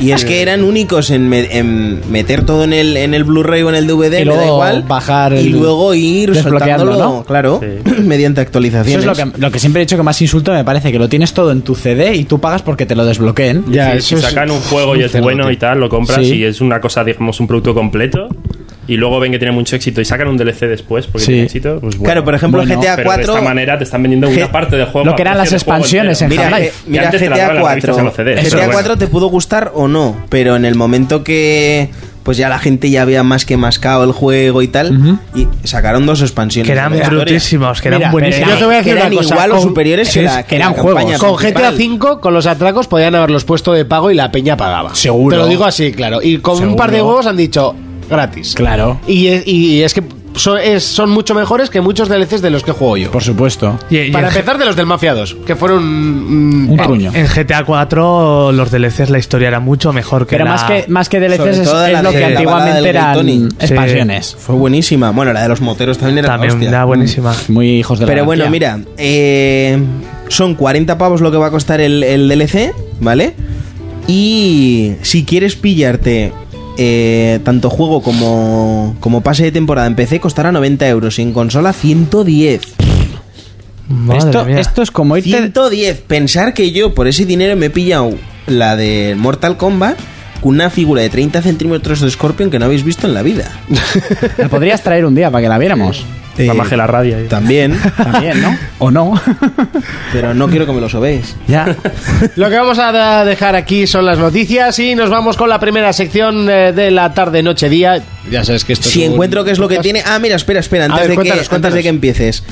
Speaker 5: y es que eran únicos en, me- en meter todo en el, en el Blu-ray o en el DVD, me da
Speaker 4: Y luego
Speaker 5: igual.
Speaker 4: bajar
Speaker 5: y
Speaker 4: el-
Speaker 5: luego ir
Speaker 4: desbloqueando,
Speaker 5: soltándolo,
Speaker 4: ¿no?
Speaker 5: claro,
Speaker 6: Sí.
Speaker 5: mediante
Speaker 4: Eso
Speaker 5: actualizaciones.
Speaker 4: es lo que, lo que siempre he dicho que más insulto me parece, que lo tienes todo en tu CD y tú pagas porque te lo desbloqueen.
Speaker 2: raro. Ya,
Speaker 6: Sí,
Speaker 2: eso
Speaker 6: si
Speaker 2: es-
Speaker 6: sacan un juego y es
Speaker 2: cerdo,
Speaker 6: bueno
Speaker 2: tío.
Speaker 6: y tal, lo compras
Speaker 4: Sí.
Speaker 6: y es una cosa, digamos, un producto completo. y luego ven que tiene mucho éxito y sacan un DLC después porque
Speaker 4: Sí.
Speaker 6: tiene éxito, pues bueno.
Speaker 5: claro, por ejemplo,
Speaker 4: Bueno,
Speaker 6: Pero
Speaker 5: GTA
Speaker 6: de
Speaker 5: 4.
Speaker 6: esta manera te están vendiendo
Speaker 5: Ge-
Speaker 6: una parte del juego.
Speaker 4: Lo
Speaker 6: a
Speaker 4: que eran
Speaker 6: precio
Speaker 4: las
Speaker 6: de juego
Speaker 4: expansiones
Speaker 6: entero.
Speaker 4: en
Speaker 5: Mira,
Speaker 4: Half-Life.
Speaker 5: eh, mira
Speaker 6: Que antes te la
Speaker 5: GTA
Speaker 6: daban las revistas
Speaker 5: 4.
Speaker 6: en los CDs,
Speaker 5: GTA
Speaker 6: pero bueno.
Speaker 5: 4 te pudo gustar o no, pero en el momento que pues ya la gente ya había más que mascado el juego y tal, y sacaron dos expansiones.
Speaker 7: Que eran
Speaker 5: de la historia.
Speaker 7: brutísimos, que eran
Speaker 4: Mira,
Speaker 7: buenísimos.
Speaker 2: pero yo te voy a decir
Speaker 5: Que eran
Speaker 2: una cosa,
Speaker 5: igual o
Speaker 2: con-
Speaker 5: superiores que
Speaker 4: es-
Speaker 5: la, que la
Speaker 4: eran
Speaker 5: campaña
Speaker 4: juegos.
Speaker 2: Con
Speaker 5: principal.
Speaker 2: GTA V, con los atracos, podían haberlos puesto de pago y la peña pagaba.
Speaker 4: Seguro.
Speaker 2: Te lo digo así, claro. Y con un par de
Speaker 4: Seguro.
Speaker 2: huevos han dicho gratis.
Speaker 4: Claro.
Speaker 2: Y, es- y es que son, es- son mucho mejores que muchos DLCs de los que juego yo.
Speaker 5: Pues
Speaker 4: Por supuesto.
Speaker 7: Y- y
Speaker 2: Para
Speaker 7: en-
Speaker 2: empezar, de los del Mafia 2, que fueron. mm,
Speaker 4: Un
Speaker 2: vamos,
Speaker 4: truño.
Speaker 7: En GTA 4 los DLCs la historia era mucho mejor que
Speaker 4: Pero
Speaker 7: la-
Speaker 4: más que, más que DLCs
Speaker 5: Sobre
Speaker 4: es,
Speaker 5: todo
Speaker 4: es
Speaker 5: la
Speaker 4: lo
Speaker 5: de-
Speaker 4: que
Speaker 5: la balada
Speaker 4: antiguamente
Speaker 5: del Gay
Speaker 4: eran
Speaker 5: Tony.
Speaker 4: expansiones.
Speaker 5: Fue buenísima. Bueno, la de los moteros también era la
Speaker 7: también
Speaker 5: hostia.
Speaker 7: era buenísima.
Speaker 4: Muy hijos de la
Speaker 5: Pero bueno,
Speaker 4: hostia.
Speaker 5: mira, eh, son 40 pavos lo que va a costar el, el DLC, ¿vale? Y si quieres pillarte eh, tanto juego como, como pase de temporada en PC, costará 90 euros y en consola 110.
Speaker 7: Madre
Speaker 4: Esto,
Speaker 7: mía.
Speaker 4: esto es como irte.
Speaker 5: 110. Pensar que yo por ese dinero me he pillado la de Mortal Kombat con una figura de 30 centímetros de Scorpion que no habéis visto en la vida.
Speaker 4: La podrías traer un día para que la viéramos.
Speaker 6: La
Speaker 5: Eh,
Speaker 6: magia de la radio. ahí.
Speaker 5: También,
Speaker 4: También, ¿no? O no.
Speaker 5: pero no quiero que me lo sobéis.
Speaker 4: ya.
Speaker 2: Lo que vamos a da- dejar aquí son las noticias y nos vamos con la primera sección eh, de la tarde, noche, día. Ya sabes que esto
Speaker 5: Si
Speaker 2: es un-
Speaker 5: encuentro qué es lo que tiene. Ah, mira, espera, espera, antes,
Speaker 2: ver,
Speaker 5: de,
Speaker 2: cuéntanos,
Speaker 5: que, antes de
Speaker 2: cuéntanos.
Speaker 5: que empieces.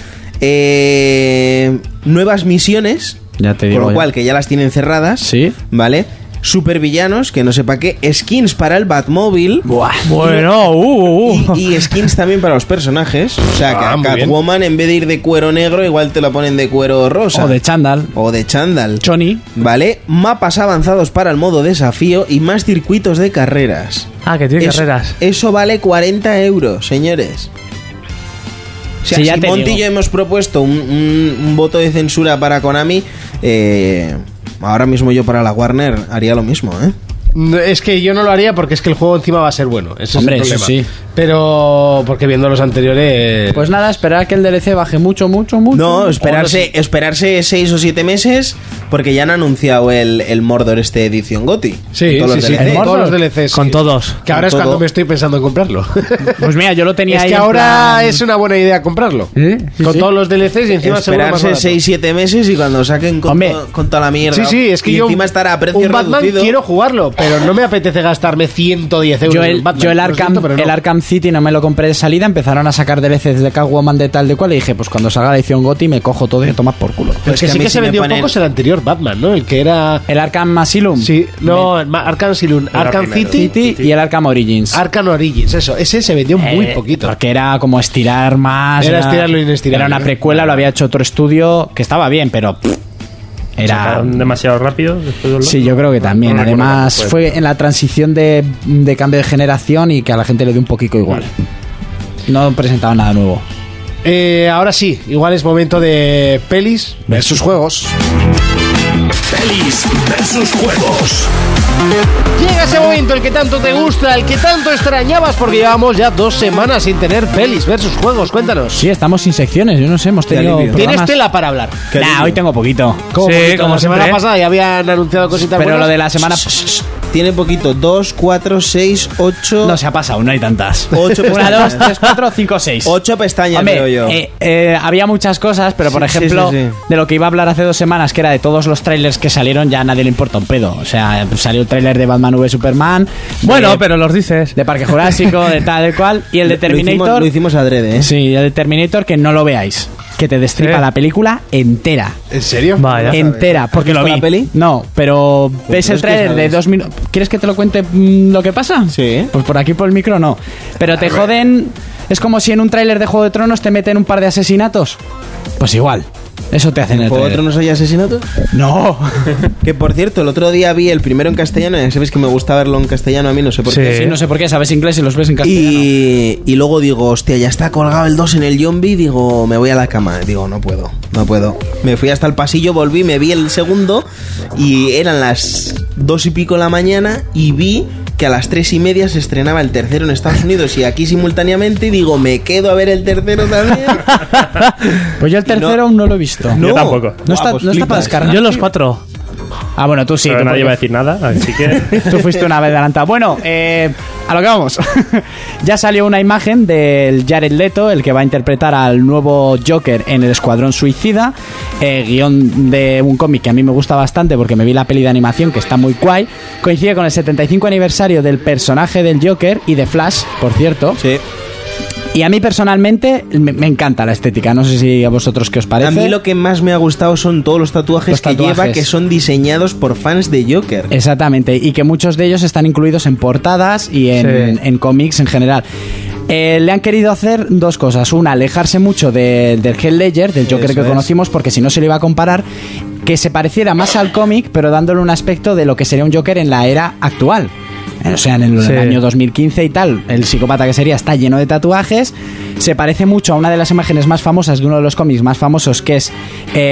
Speaker 5: Eh, nuevas misiones.
Speaker 4: Ya te
Speaker 5: Con
Speaker 4: digo
Speaker 5: lo
Speaker 4: ya.
Speaker 5: cual, que ya las tienen cerradas.
Speaker 4: Sí.
Speaker 5: ¿Vale? Supervillanos, que no sepa qué. Skins para el Batmóvil.
Speaker 4: Buah.
Speaker 7: Bueno, uh,
Speaker 4: Oh.
Speaker 7: uh, uh.
Speaker 5: Y, y skins también para los personajes. O sea, que
Speaker 2: Ah,
Speaker 5: a
Speaker 2: muy bien.
Speaker 5: Catwoman, en vez de ir de cuero negro, igual te la ponen de cuero rosa.
Speaker 4: O de chándal.
Speaker 5: O de chándal.
Speaker 4: Choni.
Speaker 5: ¿Vale? Mapas avanzados para el modo desafío y más circuitos de carreras.
Speaker 7: Ah, que tiene
Speaker 5: Eso-
Speaker 7: carreras.
Speaker 5: Eso vale 40 euros, señores. O sea,
Speaker 4: Sí, ya
Speaker 5: si
Speaker 4: te
Speaker 5: Monty
Speaker 4: digo.
Speaker 5: y yo hemos propuesto un, un- un voto de censura para Konami, eh, ahora mismo yo para la Warner haría lo mismo, ¿eh?
Speaker 2: No, Es que yo no lo haría porque es que el juego encima va a ser bueno. Ese
Speaker 4: Hombre,
Speaker 2: es el
Speaker 4: eso
Speaker 2: problema.
Speaker 4: sí.
Speaker 2: Pero porque viendo los anteriores.
Speaker 4: Pues nada, esperar que el DLC baje mucho, mucho, mucho.
Speaker 5: No, esperarse, esperarse 6 o 7 meses porque ya han anunciado el, el Mordor este edición GOTI.
Speaker 2: sí,
Speaker 5: Todos
Speaker 2: sí,
Speaker 5: los
Speaker 2: sí,
Speaker 5: DLCs.
Speaker 2: con todos los
Speaker 4: Mordor.
Speaker 2: DLCs.
Speaker 7: Con
Speaker 2: sí.
Speaker 7: todos.
Speaker 2: Que ahora
Speaker 5: Con
Speaker 2: es
Speaker 5: todo.
Speaker 2: cuando me estoy pensando en comprarlo.
Speaker 4: Pues mira, yo lo tenía
Speaker 2: es
Speaker 4: ahí.
Speaker 2: que
Speaker 4: en
Speaker 2: ahora
Speaker 4: plan-
Speaker 2: es una buena idea comprarlo.
Speaker 4: Sí, sí,
Speaker 2: con
Speaker 4: sí.
Speaker 2: todos los DLCs y encima seguro más
Speaker 5: esperarse
Speaker 2: barato.
Speaker 5: 6 7 meses y cuando saquen con,
Speaker 4: Hombre.
Speaker 5: to- con toda la mierda.
Speaker 2: Sí, sí, es que
Speaker 5: y
Speaker 2: yo
Speaker 5: encima estará a precio
Speaker 2: un Batman
Speaker 5: reducido.
Speaker 2: quiero jugarlo, pero no me apetece gastarme 110 euros
Speaker 4: Yo
Speaker 2: en
Speaker 4: el,
Speaker 2: un Batman.
Speaker 4: yo el
Speaker 2: Lo
Speaker 4: Arkham,
Speaker 2: siento, pero no.
Speaker 4: el Arkham City no me lo compré de salida, empezaron a sacar DLCs de Catwoman de tal de cual y dije, pues cuando salga la edición GOTY me cojo todo y tomas por culo.
Speaker 2: Pero
Speaker 5: Pues
Speaker 2: es
Speaker 5: que
Speaker 2: que,
Speaker 5: a
Speaker 2: sí
Speaker 5: mí
Speaker 2: que
Speaker 5: sí
Speaker 2: se
Speaker 5: me
Speaker 2: vendió
Speaker 5: ponen-
Speaker 2: poco es el anterior Batman, ¿no? El que era...
Speaker 4: El Arkham Asylum.
Speaker 2: Sí, no, Ma- Arkham Asylum, Arkham
Speaker 6: primero.
Speaker 2: City,
Speaker 4: City y el Arkham Origins.
Speaker 2: Arkham Origins, eso. Ese se vendió muy
Speaker 4: Eh,
Speaker 2: poquito.
Speaker 4: Porque era como estirar más.
Speaker 2: Era estirarlo inestirable,
Speaker 4: Era una
Speaker 2: ¿no?
Speaker 4: precuela, lo había hecho otro estudio que estaba bien, pero. pff, era.
Speaker 6: Sacaron demasiado rápido. después del
Speaker 4: Sí,
Speaker 6: otro.
Speaker 4: yo creo que
Speaker 6: No,
Speaker 4: también.
Speaker 6: no recuerdo
Speaker 4: Además,
Speaker 6: cuál fue.
Speaker 4: fue en la transición de, de cambio de generación y que a la gente le dio un poquito igual. No presentaba nada nuevo.
Speaker 2: Eh, ahora sí, igual es momento de pelis versus juegos.
Speaker 1: Pelis versus juegos.
Speaker 2: Llega ese momento, el que tanto te gusta, el que tanto extrañabas, porque llevamos ya dos semanas sin tener pelis versus juegos. Cuéntanos.
Speaker 4: Sí, estamos sin secciones. Yo no sé, hemos tenido.
Speaker 5: alivio.
Speaker 2: Tienes
Speaker 4: Programas...
Speaker 2: tela para hablar.
Speaker 5: Qué
Speaker 4: Nah,
Speaker 5: alivio.
Speaker 4: hoy tengo poquito.
Speaker 2: Como
Speaker 7: Sí,
Speaker 2: poquito,
Speaker 7: como
Speaker 2: la semana
Speaker 7: siempre.
Speaker 2: pasada ya habían anunciado cositas
Speaker 4: Pero
Speaker 2: buenas.
Speaker 4: lo de la semana.
Speaker 5: Tiene poquito 2 4 6 8
Speaker 4: No se ha pasado, no hay tantas.
Speaker 5: Ocho
Speaker 4: Una,
Speaker 5: pestañas.
Speaker 4: dos, tres, cuatro, cinco, seis.
Speaker 5: 8 pestañas
Speaker 4: Hombre,
Speaker 5: creo yo.
Speaker 4: eh, eh, había muchas cosas, pero por
Speaker 5: Sí, sí,
Speaker 4: ejemplo,
Speaker 5: sí, sí.
Speaker 4: de lo que iba a hablar hace dos semanas, que era de todos los trailers que salieron, ya a nadie le importa un pedo. O sea, salió el trailer de Batman V Superman. de-
Speaker 7: Bueno, pero los dices.
Speaker 4: De Parque Jurásico, de tal, de cual. Y el de
Speaker 5: Lo
Speaker 4: Terminator.
Speaker 5: hicimos, lo hicimos adrede, ¿eh?
Speaker 4: Sí, el de Terminator, que no lo veáis. Que te destripa
Speaker 7: Sí.
Speaker 4: la película entera.
Speaker 2: ¿En serio?
Speaker 7: Vaya.
Speaker 4: entera, porque lo Pues
Speaker 5: visto
Speaker 4: vi.
Speaker 5: la peli?
Speaker 4: No, pero ves
Speaker 5: pero
Speaker 4: el
Speaker 5: es que
Speaker 4: trailer de
Speaker 5: sabes.
Speaker 4: dos minutos. ¿Quieres que te lo cuente mm, lo que pasa?
Speaker 5: Sí.
Speaker 4: Pues por aquí por el micro no. Pero te joden. Es como si en un tráiler de Juego de Tronos te meten un par de asesinatos. Pues igual. Eso te hacen en el
Speaker 5: ¿Por otro
Speaker 4: tráiler.
Speaker 5: no soy asesinato?
Speaker 4: No.
Speaker 5: Que por cierto, el otro día vi el primero en castellano. Ya sabéis que me gusta verlo en castellano a mí, no sé por
Speaker 7: Sí.
Speaker 5: qué.
Speaker 4: Sí, no sé por qué, sabes inglés y los ves en castellano.
Speaker 5: Y, y luego digo, hostia, ya está colgado el 2 en el zombie. Digo, me voy a la cama. Digo, no puedo, no puedo. Me fui hasta el pasillo, volví, me vi el segundo. Y eran las 2 y pico de la mañana. Y vi que a las 3 y media se estrenaba el tercero en Estados Unidos y aquí simultáneamente. Y digo, me quedo a ver el tercero también.
Speaker 4: Pues yo el
Speaker 5: y no-
Speaker 4: tercero aún no lo he visto.
Speaker 6: No. Yo tampoco.
Speaker 4: No está-
Speaker 5: Guau, pues
Speaker 4: no está para
Speaker 5: flipas.
Speaker 4: descargar.
Speaker 7: Yo los cuatro.
Speaker 4: Ah, bueno, tú sí.
Speaker 6: Pero
Speaker 4: tú
Speaker 6: nadie
Speaker 4: porque-
Speaker 6: va a decir nada, así que.
Speaker 4: Tú fuiste una vez adelantada. Bueno, eh, a lo que vamos. ya salió una imagen del Jared Leto, el que va a interpretar al nuevo Joker en el Escuadrón Suicida, eh, guión de un cómic que a mí me gusta bastante porque me vi la peli de animación que está muy guay. Coincide con el 75 aniversario del personaje del Joker y de Flash, por cierto.
Speaker 5: Sí.
Speaker 4: Y a mí personalmente me, me encanta la estética. No sé si a vosotros qué os parece.
Speaker 5: A mí lo que más me ha gustado son todos los tatuajes,
Speaker 4: Los
Speaker 5: que lleva
Speaker 4: tatuajes. Eh.
Speaker 5: que son diseñados por fans de Joker.
Speaker 4: Exactamente, y que muchos de ellos están incluidos en portadas y en,
Speaker 7: Sí.
Speaker 4: en cómics en general. Eh, le han querido hacer dos cosas. Una, alejarse mucho de- del Hell Ledger, del Joker
Speaker 5: Eso
Speaker 4: que
Speaker 5: es.
Speaker 4: conocimos, porque si no se lo iba a comparar, que se pareciera más al cómic, pero dándole un aspecto de lo que sería un Joker en la era actual. Eh, O sea, en el
Speaker 7: Sí.
Speaker 4: año 2015 y tal, el psicópata que sería está lleno de tatuajes. Se parece mucho a una de las imágenes más famosas de uno de los cómics más famosos, que es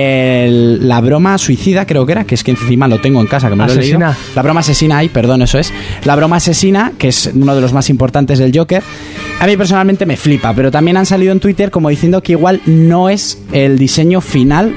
Speaker 4: el- la broma suicida, creo que era, que es que encima lo tengo en casa, que me lo he leído.
Speaker 7: Asesina.
Speaker 4: La broma asesina, ay, perdón, eso es. La broma asesina, que es uno de los más importantes del Joker. A mí personalmente me flipa, pero también han salido en Twitter como diciendo que igual no es el diseño final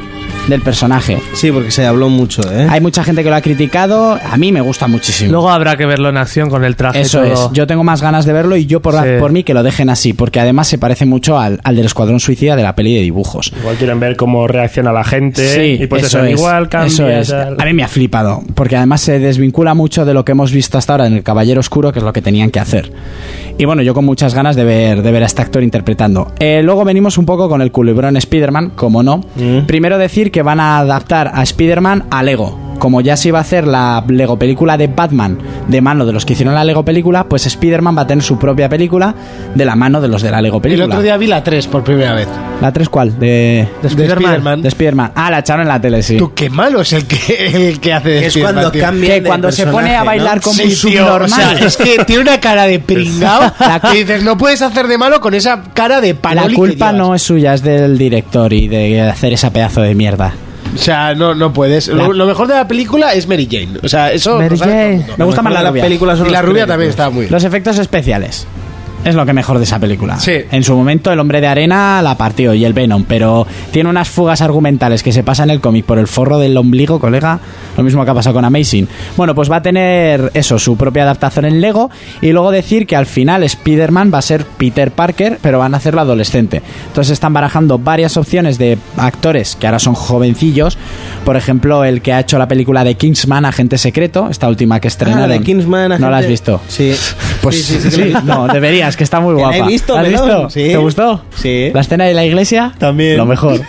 Speaker 4: del personaje.
Speaker 5: Sí, porque se habló mucho, ¿eh?
Speaker 4: Hay mucha gente que lo ha criticado, a mí me gusta muchísimo.
Speaker 7: Luego habrá que verlo en acción con el traje. y
Speaker 4: eso
Speaker 7: todo.
Speaker 4: es, yo tengo más ganas de verlo y yo por,
Speaker 7: Sí.
Speaker 4: por mí que lo dejen así, porque además se parece mucho al, al del Escuadrón Suicida de la peli de dibujos.
Speaker 6: Igual quieren ver cómo reacciona la gente. y pues eso, igual cambia.
Speaker 4: eso es.
Speaker 6: tal.
Speaker 4: A mí me ha flipado, porque además se desvincula mucho de lo que hemos visto hasta ahora en El Caballero Oscuro, que es lo que tenían que hacer. Y bueno, yo con muchas ganas de ver, de ver a este actor interpretando. Eh, luego venimos un poco con el culebrón Spider-Man, como no.
Speaker 2: Mm.
Speaker 4: Primero decir que van a adaptar a Spider-Man a Lego. Como ya se iba a hacer la Lego película de Batman de mano de los que hicieron la Lego película, pues Spider-Man va a tener su propia película de la mano de los de la Lego
Speaker 2: El
Speaker 4: película.
Speaker 2: otro día vi la 3 por primera vez.
Speaker 4: ¿La 3 cuál? De,
Speaker 2: De Spider-Man.
Speaker 4: De Spider-Man. Ah, la echaron en la tele, sí.
Speaker 2: Tú, qué malo es el que, el que hace de
Speaker 5: Que es
Speaker 2: Spiderman,
Speaker 5: cuando
Speaker 2: tío.
Speaker 5: cambia
Speaker 4: Que cuando se pone a bailar con
Speaker 2: Sí,
Speaker 4: un
Speaker 2: tío,
Speaker 4: subnormal.
Speaker 2: o sea, es que tiene una cara de pringao
Speaker 4: La cu-
Speaker 2: que dices, no puedes hacer de malo con esa cara de
Speaker 4: la
Speaker 2: panoli que
Speaker 4: culpa
Speaker 2: llevas.
Speaker 4: no es suya, es del director y de hacer esa pedazo de mierda.
Speaker 2: O sea, no, no puedes.
Speaker 4: La-
Speaker 2: Lo, lo mejor de la película es Mary Jane. O sea, eso...
Speaker 4: Mary
Speaker 2: lo sabe todo el
Speaker 4: Jane.
Speaker 2: mundo.
Speaker 4: Me gusta más la rubia.
Speaker 5: película
Speaker 2: Y la rubia también está muy bien.
Speaker 4: Los efectos especiales. Es lo que mejor de esa película.
Speaker 2: Sí.
Speaker 4: En su momento el hombre de arena la partió y el Venom, pero tiene unas fugas argumentales que se pasan el cómic por el forro del ombligo, colega. Lo mismo que ha pasado con Amazing. Bueno, pues va a tener eso, su propia adaptación en Lego y luego decir que al final Spider-Man va a ser Peter Parker, pero van a hacerlo adolescente. Entonces están barajando varias opciones de actores que ahora son jovencillos. Por ejemplo, el que ha hecho la película de Kingsman, Agente Secreto, esta última que estrenaron.
Speaker 5: Ah, la de Kingsman.
Speaker 4: ¿No la has
Speaker 5: agente-
Speaker 4: visto?
Speaker 5: Sí.
Speaker 4: Pues
Speaker 5: Sí, sí, sí que la he visto.
Speaker 4: no, deberías, que está muy
Speaker 5: Que la
Speaker 4: guapa.
Speaker 5: he visto,
Speaker 4: ¿La has
Speaker 5: perdón.
Speaker 4: visto?
Speaker 5: Sí.
Speaker 4: ¿Te gustó?
Speaker 5: Sí.
Speaker 4: ¿La escena de la iglesia?
Speaker 5: También.
Speaker 4: Lo mejor.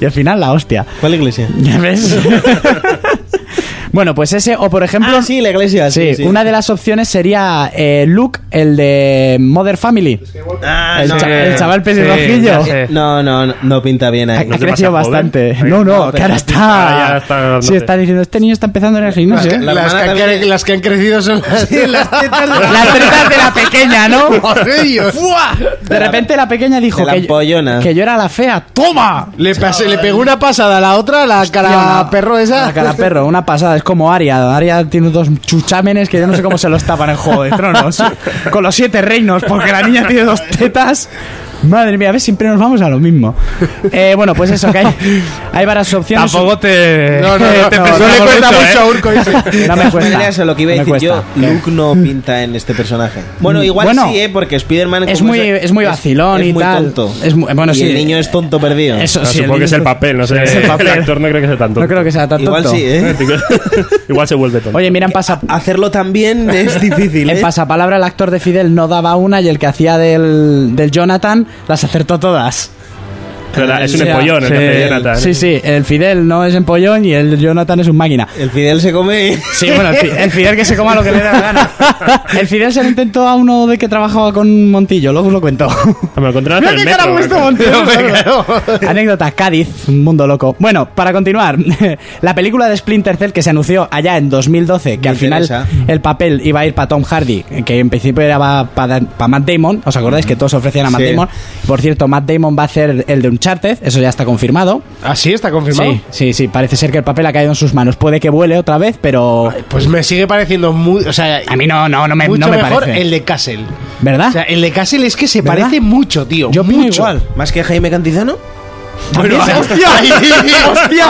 Speaker 4: Y al final, la hostia.
Speaker 5: ¿Cuál iglesia?
Speaker 4: ¿Ya ves? bueno, pues ese, o por ejemplo.
Speaker 5: Ah, sí, la iglesia. Sí,
Speaker 4: sí,
Speaker 5: sí.
Speaker 4: una de las opciones sería eh, Luke, el de Mother Family.
Speaker 5: Ah,
Speaker 4: el
Speaker 5: no,
Speaker 4: cha-
Speaker 5: no,
Speaker 4: el chaval pelirrojillo.
Speaker 7: ya sé.
Speaker 5: No, no, no, no pinta bien eh.
Speaker 4: Ha,
Speaker 5: ahí.
Speaker 6: se
Speaker 4: ha crecido
Speaker 6: pasa joven?
Speaker 4: bastante.
Speaker 6: Ahí.
Speaker 4: No,
Speaker 5: No,
Speaker 4: no, que ahora
Speaker 5: pero-
Speaker 4: está.
Speaker 6: Ahora ya está dándote.
Speaker 4: sí, está diciendo, este niño está empezando en el
Speaker 2: Las,
Speaker 4: gimnasio.
Speaker 2: que,
Speaker 4: ¿eh?".
Speaker 5: La
Speaker 2: las que
Speaker 5: hermana
Speaker 2: han,
Speaker 5: también.
Speaker 2: cre- las que han crecido son las, las tetas de la-
Speaker 4: Las tetas de la pequeña, ¿no?
Speaker 2: Joder, Dios.
Speaker 4: De repente la pequeña dijo
Speaker 5: De la
Speaker 4: que yo,
Speaker 5: ampollona.
Speaker 4: que yo era la fea. ¡Toma!
Speaker 2: Le, pasé- le pegó una pasada a la otra, la cara
Speaker 4: Hostia, una-
Speaker 2: perro esa.
Speaker 4: La cara perro, una pasada. Es como Aria. Aria tiene dos chuchámenes que yo no sé cómo se los tapan en Juego de Tronos. Con los siete reinos, porque la niña tiene dos tetas. Madre mía, a ver, siempre nos vamos a lo mismo. Eh, bueno, pues eso, que hay, hay varias opciones.
Speaker 7: Tampoco te.
Speaker 2: No, no, no,
Speaker 7: te
Speaker 2: no,
Speaker 7: pensamos
Speaker 2: no le cuesta
Speaker 7: mucho,
Speaker 2: mucho
Speaker 7: ¿eh?
Speaker 2: a Urco ese.
Speaker 4: No me
Speaker 5: De todas
Speaker 4: cuesta.
Speaker 5: maneras, a lo que iba a
Speaker 4: no me
Speaker 5: decir yo,
Speaker 4: cuesta. Mm,
Speaker 5: Luke no pinta en este personaje. Bueno, igual
Speaker 4: Bueno,
Speaker 5: sí, ¿eh? Porque Spider-Man
Speaker 4: es
Speaker 5: como
Speaker 4: muy- es muy vacilón
Speaker 5: es
Speaker 4: y
Speaker 5: muy
Speaker 4: tal.
Speaker 5: Tonto.
Speaker 4: Es muy- bueno,
Speaker 5: y
Speaker 4: sí.
Speaker 5: El niño es tonto perdido.
Speaker 4: Eso
Speaker 6: No,
Speaker 4: sí,
Speaker 6: supongo que es el
Speaker 4: niño-
Speaker 6: papel, no sé.
Speaker 4: Es el papel.
Speaker 6: actor no creo que sea tanto.
Speaker 4: No creo que sea tan tonto.
Speaker 5: igual sí, ¿eh?
Speaker 6: Igual se vuelve tonto.
Speaker 4: Oye, mira, en, pasa,
Speaker 5: Hacerlo también es difícil,
Speaker 4: en
Speaker 5: ¿eh?
Speaker 4: pasapalabra el actor de Fidel no daba una y el que hacía del, del Jonathan las acertó todas.
Speaker 6: Pero da- es un
Speaker 4: Sí,
Speaker 6: empollón el que hace
Speaker 5: sí.
Speaker 6: Jonathan. ¿eh?
Speaker 4: Sí, sí, el Fidel no es empollón y el Jonathan es un máquina.
Speaker 5: El Fidel se come...
Speaker 4: Sí, bueno, el, fi- el Fidel que se coma lo que le da la gana. El Fidel se lo intentó a uno de que trabajaba con Montillo, luego os lo cuento.
Speaker 6: Ah, Me lo encontraron en el metro.
Speaker 4: ha puesto Montillo! Anécdota, Cádiz, un mundo loco. Bueno, para continuar, la película de Splinter Cell que se anunció allá en 2012, que
Speaker 5: Me
Speaker 4: al final
Speaker 5: interesa.
Speaker 4: el papel iba a ir para Tom Hardy, que en principio era para Matt Damon, ¿os acordáis que todos ofrecían a Matt
Speaker 5: Sí.
Speaker 4: Damon? Por cierto, Matt Damon va a hacer el de Uncharted, eso ya está confirmado.
Speaker 2: Así está confirmado.
Speaker 4: Sí, sí, sí, parece ser que el papel ha caído en sus manos. Puede que vuele otra vez, pero
Speaker 2: Pues me sigue pareciendo muy. O sea,
Speaker 4: a mí no, no, no me,
Speaker 2: mucho
Speaker 4: no me
Speaker 2: mejor
Speaker 4: parece.
Speaker 2: el de Castle.
Speaker 4: ¿Verdad?
Speaker 8: ¿Ah?
Speaker 2: O sea, el de Castle es que se
Speaker 4: ¿Verdad?
Speaker 2: parece mucho, tío.
Speaker 4: Yo opino
Speaker 2: mucho.
Speaker 4: igual.
Speaker 5: ¿Más que Jaime Cantizano?
Speaker 2: Bueno, hostia, hostia,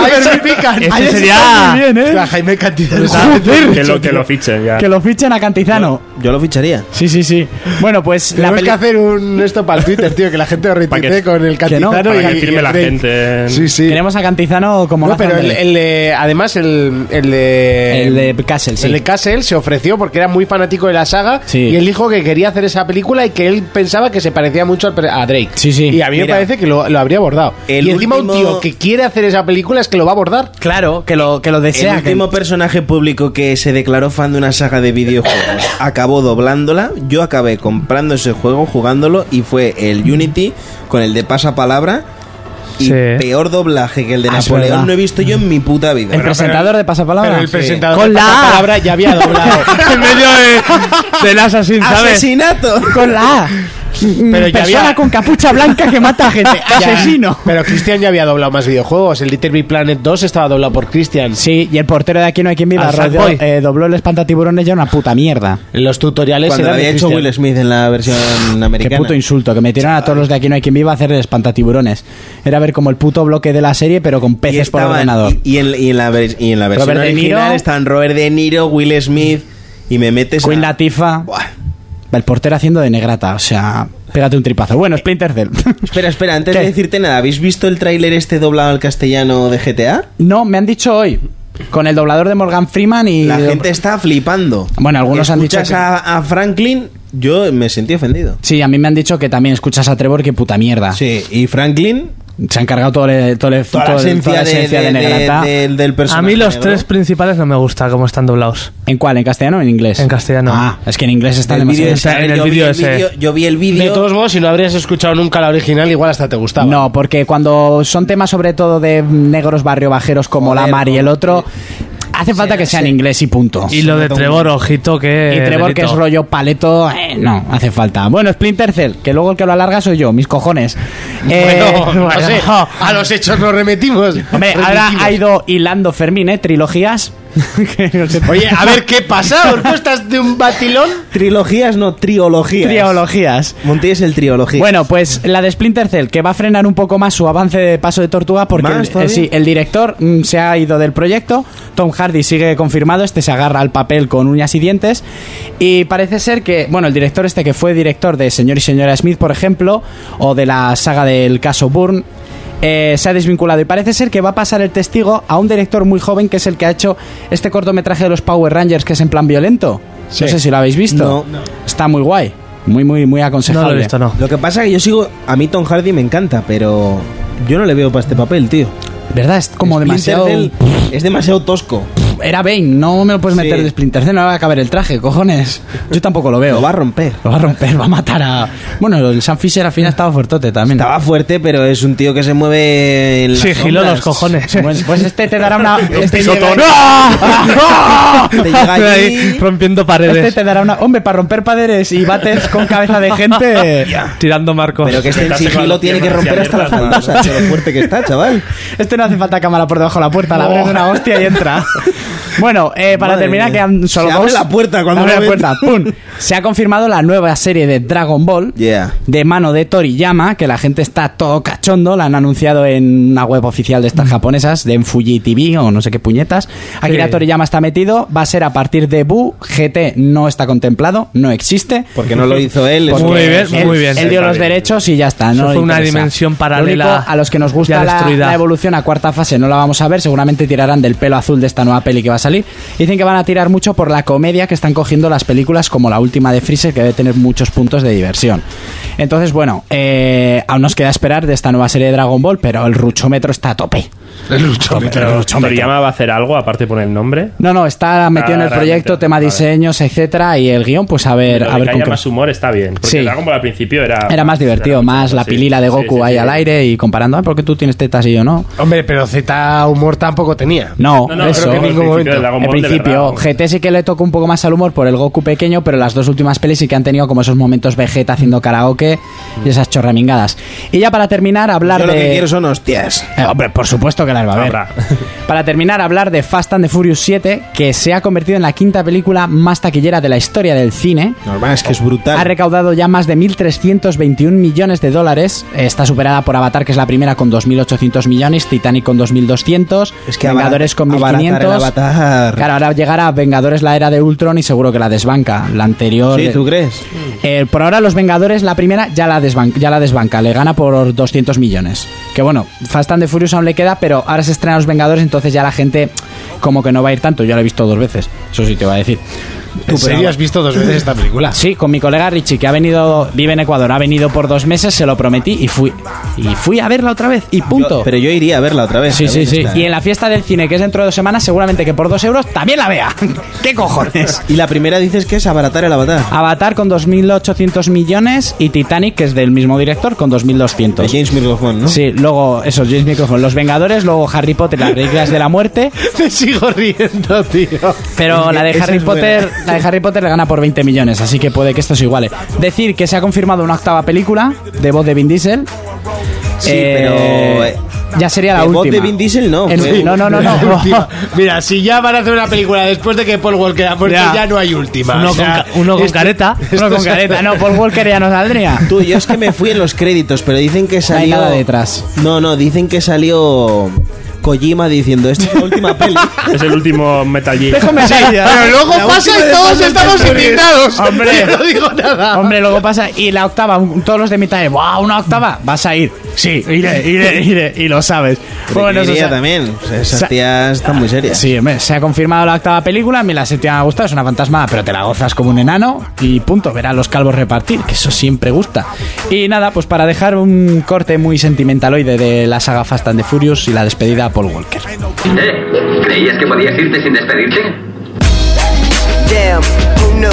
Speaker 2: ahí se pican.
Speaker 7: Ese
Speaker 4: Ahí está
Speaker 7: sería-
Speaker 4: muy bien, ¿eh?
Speaker 8: Hostia, Jaime Cantidad.
Speaker 2: Pues,
Speaker 4: Joder,
Speaker 6: Que lo, que lo fichen ya.
Speaker 4: que lo fichen a Cantizano.
Speaker 5: Yo lo ficharía.
Speaker 4: Sí, sí, sí. Bueno, pues la
Speaker 8: Tenemos que
Speaker 4: película.
Speaker 8: hacer un esto para el Twitter, tío, que la gente lo retuitee
Speaker 6: que-
Speaker 8: con el
Speaker 4: que
Speaker 8: cantizano
Speaker 4: no,
Speaker 6: para
Speaker 8: y,
Speaker 6: que firme
Speaker 8: y el
Speaker 6: la
Speaker 8: Drake.
Speaker 6: gente.
Speaker 8: Sí, sí.
Speaker 4: Tenemos a Cantizano como
Speaker 8: No,
Speaker 4: Nathan
Speaker 8: pero el,
Speaker 4: Drake.
Speaker 8: el de- además el, el de...
Speaker 4: El de Castle, sí.
Speaker 8: El de Castle se ofreció porque era muy fanático de la saga
Speaker 4: Sí.
Speaker 8: y él dijo que quería hacer esa película y que él pensaba que se parecía mucho al pre- a Drake.
Speaker 4: Sí, sí.
Speaker 8: Y a mí me
Speaker 5: Mira.
Speaker 8: parece que lo, lo habría abordado.
Speaker 5: El
Speaker 8: y encima un
Speaker 5: último-
Speaker 8: tío que quiere hacer esa película es que lo va a abordar.
Speaker 4: Claro, que lo, que lo desea.
Speaker 5: el
Speaker 4: que-
Speaker 5: último personaje público que se declaró fan de una saga de videojuegos acabó doblándola. Yo acabé comprando ese juego, jugándolo, y fue el Unity con el de pasapalabra. Y
Speaker 7: Sí.
Speaker 5: peor doblaje que el de
Speaker 4: Ah, es verdad.
Speaker 5: Napoleón no he visto yo en mi puta vida.
Speaker 4: El presentador de Pasapalabra.
Speaker 8: Pero el
Speaker 4: Sí.
Speaker 8: presentador
Speaker 4: Con
Speaker 8: de
Speaker 4: la A.
Speaker 8: palabra ya había doblado.
Speaker 7: en medio de, del Assassin, ¿sabes?
Speaker 5: ¡Asesinato!
Speaker 4: Con la A.
Speaker 8: Pero
Speaker 4: Pero
Speaker 8: ya
Speaker 4: Persona
Speaker 8: había-
Speaker 4: con capucha blanca que mata a gente.
Speaker 8: Ya.
Speaker 4: Asesino.
Speaker 8: Pero Christian ya había doblado más videojuegos. El Little Big Planet 2 estaba doblado por Christian.
Speaker 4: Sí, y el portero de aquí no hay quien viva.
Speaker 7: Al
Speaker 4: Rod-
Speaker 7: Fatboy.
Speaker 4: eh, dobló el espantatiburones ya una puta mierda.
Speaker 8: Los tutoriales
Speaker 5: Cuando lo
Speaker 8: eran de
Speaker 5: había hecho
Speaker 8: Christian.
Speaker 5: Will Smith en la versión americana.
Speaker 4: Qué puto insulto, que metieron a todos los de aquí no hay quien viva a hacer el espantatiburones. Era ver como el puto bloque de la serie, pero con
Speaker 5: y,
Speaker 4: peces por
Speaker 5: estaban-
Speaker 4: ordenador.
Speaker 5: y, y en, y en la, ver- y en la versión
Speaker 4: Robert De Niro.
Speaker 5: original están Robert De Niro, Will Smith y me metes
Speaker 4: Queen
Speaker 5: a-
Speaker 4: Latifa.
Speaker 5: Buah.
Speaker 4: El portero haciendo de negrata, o sea, pégate un tripazo. Bueno, Splinter Cell.
Speaker 5: Espera, espera, antes
Speaker 4: ¿Qué?
Speaker 5: de decirte nada, ¿habéis visto el tráiler este doblado al castellano de GTA?
Speaker 4: no, me han dicho hoy, con el doblador de Morgan Freeman y...
Speaker 5: La gente está flipando.
Speaker 4: Bueno, algunos han dicho
Speaker 5: Escuchas
Speaker 4: que-
Speaker 5: a, a Franklin, yo me sentí ofendido.
Speaker 4: Sí, a mí me han dicho que también escuchas a Trevor, que puta mierda.
Speaker 5: Sí, y Franklin,
Speaker 4: Se han cargado todo el, todo el-
Speaker 5: toda la
Speaker 4: todo el-
Speaker 5: esencia,
Speaker 4: toda la
Speaker 5: de-
Speaker 4: esencia
Speaker 5: de-
Speaker 4: de,
Speaker 5: de-
Speaker 4: negrata.
Speaker 5: del- del personaje.
Speaker 7: A mí los
Speaker 5: negro.
Speaker 7: tres principales no me gusta cómo están doblados.
Speaker 4: ¿En cuál? ¿En castellano o en inglés?
Speaker 7: En castellano.
Speaker 4: Ah, es que en inglés está
Speaker 5: El vídeo
Speaker 4: demasiado...
Speaker 5: ese,
Speaker 7: en el
Speaker 5: yo vi
Speaker 7: vídeo
Speaker 5: el
Speaker 7: ese.
Speaker 5: vídeo- Yo vi el
Speaker 8: De
Speaker 5: vídeo.
Speaker 8: todos modos, si no habrías escuchado nunca la original, igual hasta te gustaba.
Speaker 4: No, porque cuando son temas sobre todo de negros barrio bajeros como
Speaker 5: Joder,
Speaker 4: la Mar y el
Speaker 5: no.
Speaker 4: otro, hace falta que sea en inglés y punto.
Speaker 7: Y lo de Trevor, ojito que.
Speaker 4: Y Trevor, que es
Speaker 7: delito.
Speaker 4: rollo paleto, eh, no, hace falta. Bueno, Splinter Cell, que luego el que lo alarga soy yo, mis cojones. Eh,
Speaker 8: Bueno, no sé, a los hechos nos remetimos.
Speaker 4: Hombre, ahora
Speaker 8: Remitimos.
Speaker 4: ha ido hilando Fermín, ¿eh? Trilogías. Que no sé-
Speaker 8: Oye, a ver qué pasa. ¿Os gustas de un batilón?
Speaker 5: Trilogías, no, triologías.
Speaker 4: Trilogías.
Speaker 5: Monty es el triología.
Speaker 4: Bueno, pues la de Splinter Cell, que va a frenar un poco más su avance de paso de tortuga, porque
Speaker 5: ¿Más
Speaker 4: el, eh,
Speaker 5: todavía?
Speaker 4: sí, el director mm, se ha ido del proyecto, Tom Hardy sigue confirmado, este se agarra al papel con uñas y dientes, y parece ser que, bueno, el director este que fue director de Señor y Señora Smith, por ejemplo, o de la saga del caso Bourne, eh, se ha desvinculado y parece ser que va a pasar el testigo a un director muy joven que es el que ha hecho este cortometraje de los Power Rangers que es en plan violento. No sé si lo habéis visto.
Speaker 5: No.
Speaker 4: Está muy guay. Muy, muy, muy
Speaker 7: No
Speaker 4: aconsejable.
Speaker 7: lo he visto, no.
Speaker 5: Lo que pasa es que yo sigo. A mí Tom Hardy me encanta, pero. Yo no le veo para este papel, tío.
Speaker 4: ¿Verdad? Es como
Speaker 5: Splinter
Speaker 4: demasiado.
Speaker 5: Cell es demasiado tosco.
Speaker 4: Era Bane, no me lo puedes
Speaker 5: Sí.
Speaker 4: meter de Splinter Cell, no me va a caber el traje, cojones. Yo tampoco lo veo.
Speaker 5: Lo va a romper.
Speaker 4: Lo va a romper, va a matar a. Bueno, el Sam Fisher al final estaba fuertote también.
Speaker 5: Estaba fuerte, pero es un tío que se mueve. en las
Speaker 7: Sigilo
Speaker 5: sombras.
Speaker 7: los cojones.
Speaker 4: Bueno, pues este te dará una. Este,
Speaker 7: Pisotón.
Speaker 5: Te llega allí.
Speaker 7: rompiendo
Speaker 4: este
Speaker 7: paredes,
Speaker 4: te dará una. Hombre, para romper paderes y bates con cabeza de gente.
Speaker 7: tirando marcos.
Speaker 5: Pero que este en
Speaker 6: Meterse con
Speaker 5: sigilo
Speaker 6: las
Speaker 5: tiene que
Speaker 6: piernas
Speaker 5: romper
Speaker 6: hacia
Speaker 5: hasta las
Speaker 6: mierda, ¿no?
Speaker 5: baldosas. de Lo fuerte que está, chaval.
Speaker 4: Este no hace falta cámara por debajo de la puerta, la abre de una hostia y entra. Bueno, eh, para
Speaker 5: Oh. Madre
Speaker 4: terminar,
Speaker 5: mía.
Speaker 4: quedan solo
Speaker 5: Se abre
Speaker 4: dos.
Speaker 5: la puerta cuando
Speaker 4: Abre
Speaker 5: lo
Speaker 4: la
Speaker 5: ven.
Speaker 4: puerta, ¡pum! Se ha confirmado la nueva serie de Dragon Ball
Speaker 5: Yeah.
Speaker 4: de mano de Toriyama, que la gente está todo cachondo, la han anunciado en una web oficial de estas japonesas, de en Fuji TV o no sé qué puñetas. Akira
Speaker 7: Sí.
Speaker 4: Toriyama está metido, va a ser a partir de Bu, GT no está contemplado, no existe.
Speaker 5: Porque no lo hizo él. es
Speaker 4: Porque
Speaker 7: Muy
Speaker 5: que-
Speaker 7: bien,
Speaker 4: él,
Speaker 7: muy bien.
Speaker 4: él dio
Speaker 6: Está
Speaker 4: los
Speaker 6: bien.
Speaker 4: derechos y ya está.
Speaker 7: Eso
Speaker 4: no le
Speaker 7: fue una
Speaker 4: interesa.
Speaker 7: dimensión
Speaker 4: Lo
Speaker 7: paralela
Speaker 4: único, a los que nos gusta
Speaker 7: ya
Speaker 4: la,
Speaker 7: destruida.
Speaker 4: la evolución a cuarta fase no la vamos a ver. Seguramente tirarán del pelo azul de esta nueva peli que va a salir. Dicen que van a tirar mucho por la comedia que están cogiendo las películas como la última de Freezer que debe tener muchos puntos de diversión. Entonces, bueno, eh, aún nos queda esperar de esta nueva serie de Dragon Ball, pero el ruchómetro está a tope.
Speaker 8: El luchómetro.
Speaker 6: Pero Toriyama va a hacer algo aparte de poner el nombre.
Speaker 4: No, no, está metido en el
Speaker 6: realmente,
Speaker 4: proyecto, tema
Speaker 6: vale.
Speaker 4: diseños, etcétera, y el guión, pues a ver,
Speaker 6: Pero
Speaker 4: a
Speaker 6: que
Speaker 4: ver con
Speaker 6: haya
Speaker 4: qué-
Speaker 6: más humor está bien. Porque
Speaker 4: Sí.
Speaker 6: Dragon Ball al principio era.
Speaker 4: Era más divertido,
Speaker 6: era
Speaker 4: más la
Speaker 6: sí,
Speaker 4: pilila de
Speaker 6: sí,
Speaker 4: Goku
Speaker 6: sí,
Speaker 4: ahí
Speaker 6: sí.
Speaker 4: al aire y comparando, ah, ¿por qué tú tienes tetas y yo no?
Speaker 8: Hombre, pero Z humor tampoco tenía.
Speaker 4: No,
Speaker 6: No, no,
Speaker 4: eso.
Speaker 6: creo que en ningún momento.
Speaker 4: En principio, GT sí que le tocó un poco más al humor por el Goku pequeño, pero las dos últimas pelis sí que han tenido como esos momentos Vegeta haciendo karaoke y esas chorramingadas. Y ya para terminar, hablar
Speaker 5: Yo lo
Speaker 4: de.
Speaker 5: que quiero son hostias.
Speaker 4: Eh, hombre, por supuesto que que las va a ver.
Speaker 6: Habrá.
Speaker 4: Para terminar, hablar de Fast and the Furious 7, que se ha convertido en la quinta película más taquillera de la historia del cine.
Speaker 5: Normal, es que es
Speaker 4: Ha
Speaker 5: brutal.
Speaker 4: recaudado ya más de 1.321 millones de dólares. Está superada por Avatar, que es la primera, con 2.800 millones. Titanic con 2.200.
Speaker 5: Es que
Speaker 4: Vengadores
Speaker 5: abara-
Speaker 4: con 1.500.
Speaker 5: abaratar el Avatar.
Speaker 4: Claro, ahora llegará Vengadores la era de Ultron y seguro que la desbanca. La anterior.
Speaker 5: Sí, ¿tú crees?
Speaker 4: Eh, por ahora los Vengadores, la primera, ya la, desban- ya la desbanca, le gana por 200 millones. Que bueno, Fast and the Furious aún le queda, pero ahora se estrena Los Vengadores, entonces ya la gente como que no va a ir tanto. Yo la he visto dos veces, eso sí te va a decir.
Speaker 8: ¿En serio has visto dos veces esta película?
Speaker 4: Ah, Sí, con mi colega Richie, que ha venido, vive en Ecuador, ha venido por dos meses, se lo prometí y fui. Y fui a verla otra vez, y punto.
Speaker 5: Pero yo iría a verla otra vez.
Speaker 4: Sí, sí,
Speaker 5: ¿sabes?
Speaker 4: sí.
Speaker 5: Esta-
Speaker 4: Y en la fiesta del cine, que es dentro de dos semanas, seguramente que por dos euros también la vea. ¿Qué cojones?
Speaker 5: Y la primera dices que es abaratar el Avatar.
Speaker 4: Avatar con 2.800 millones y Titanic, que es del mismo director, con 2.200.
Speaker 5: De James Middleton, ¿no?
Speaker 4: Sí, luego, eso, James Microphone, Los Vengadores, luego Harry Potter, las reglas de la muerte,
Speaker 8: Te sigo riendo, tío.
Speaker 4: pero la de
Speaker 5: Esa
Speaker 4: Harry
Speaker 5: es buena.
Speaker 4: Potter, la de Harry Potter le gana por 20 millones, así que puede que esto se iguale. Decir que se ha confirmado una octava película de voz de Vin Diesel.
Speaker 5: Sí, pero, eh,
Speaker 4: ya sería la
Speaker 5: de voz
Speaker 4: última.
Speaker 5: de Vin Diesel no,
Speaker 4: En-
Speaker 5: fue-
Speaker 4: no, no, no, no.
Speaker 8: Tío, Mira, si ya van a hacer una película después de que Paul Walker ha muerto, ya,
Speaker 7: Ya.
Speaker 8: no hay última.
Speaker 7: Uno
Speaker 8: O
Speaker 7: con,
Speaker 8: sea, este-
Speaker 7: ca- uno
Speaker 2: Este-
Speaker 7: con
Speaker 8: esto-
Speaker 7: careta.
Speaker 4: Uno con careta, no, Paul Walker ya no saldría.
Speaker 5: Tú, yo es que me fui en los créditos, pero dicen que
Speaker 4: No
Speaker 5: salió.
Speaker 4: hay nada detrás.
Speaker 5: No, no, dicen que salió Kojima diciendo: Esta es la última peli.
Speaker 6: Es el último Metal Gear.
Speaker 8: Pero luego
Speaker 5: La
Speaker 8: pasa
Speaker 5: última
Speaker 8: y
Speaker 5: de
Speaker 8: todos
Speaker 5: Pablo
Speaker 8: estamos
Speaker 5: Torres.
Speaker 8: indignados.
Speaker 4: Hombre.
Speaker 8: Yo no digo nada.
Speaker 4: Hombre, luego pasa. Y la octava, un- todos los de mitad de. ¡Wow! ¿Una octava? Vas a ir. Sí, iré, iré, iré. Y lo sabes.
Speaker 5: Pero yo
Speaker 4: eso
Speaker 5: iría
Speaker 4: sa-
Speaker 5: también. O sea,
Speaker 4: sa-
Speaker 5: esas tías están muy serias.
Speaker 4: Sí, hombre, se ha confirmado la octava película, a mí la séptima me ha gustado, es una fantasmada, pero te la gozas como un enano y punto, ver a los calvos repartir, que eso siempre gusta. Y nada, pues para dejar un corte muy sentimentaloide de la saga Fast and the Furious y la despedida a Paul Walker.
Speaker 9: ¿Eh? ¿Creías que podías irte sin despedirte?
Speaker 10: Damn, who knew?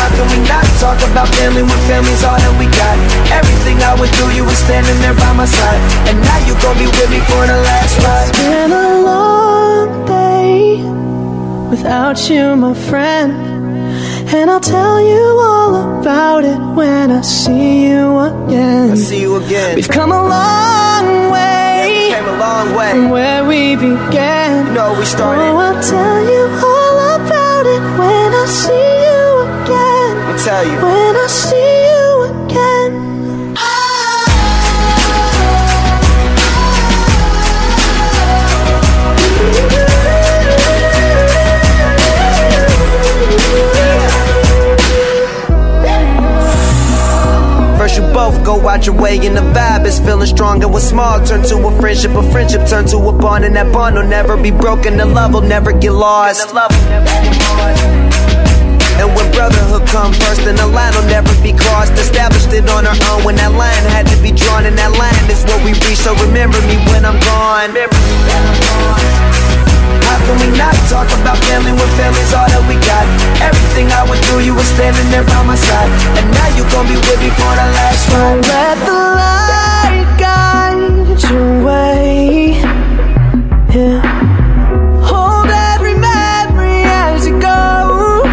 Speaker 10: How can we not talk about family when family's all that we got? Everything I would do, you were standing there by my side. And now you gon' be with me for the last ride. It's been a long day without you, my friend. And I'll tell you all about it when I see you again. I see you again. We've come a long way. came a long way. From where we began. You know we started. Oh, I'll tell you all about it when I see you again. I tell you. When I see you again. First you both go out your way and the vibe is feeling strong and what's small turn to a friendship, a friendship turn to a bond and that bond will never be broken, the love will never get lost. And when brotherhood come first, then the line will never be crossed. Established it on our own when that line had to be drawn, and that line is what we reach. So remember me when I'm gone. How can we not talk about family when family's all that we got? Everything I went through, you were standing there by my side, and now you gon' be with me for the last ride. Let the light guide your way. Yeah. Hold every memory as you go.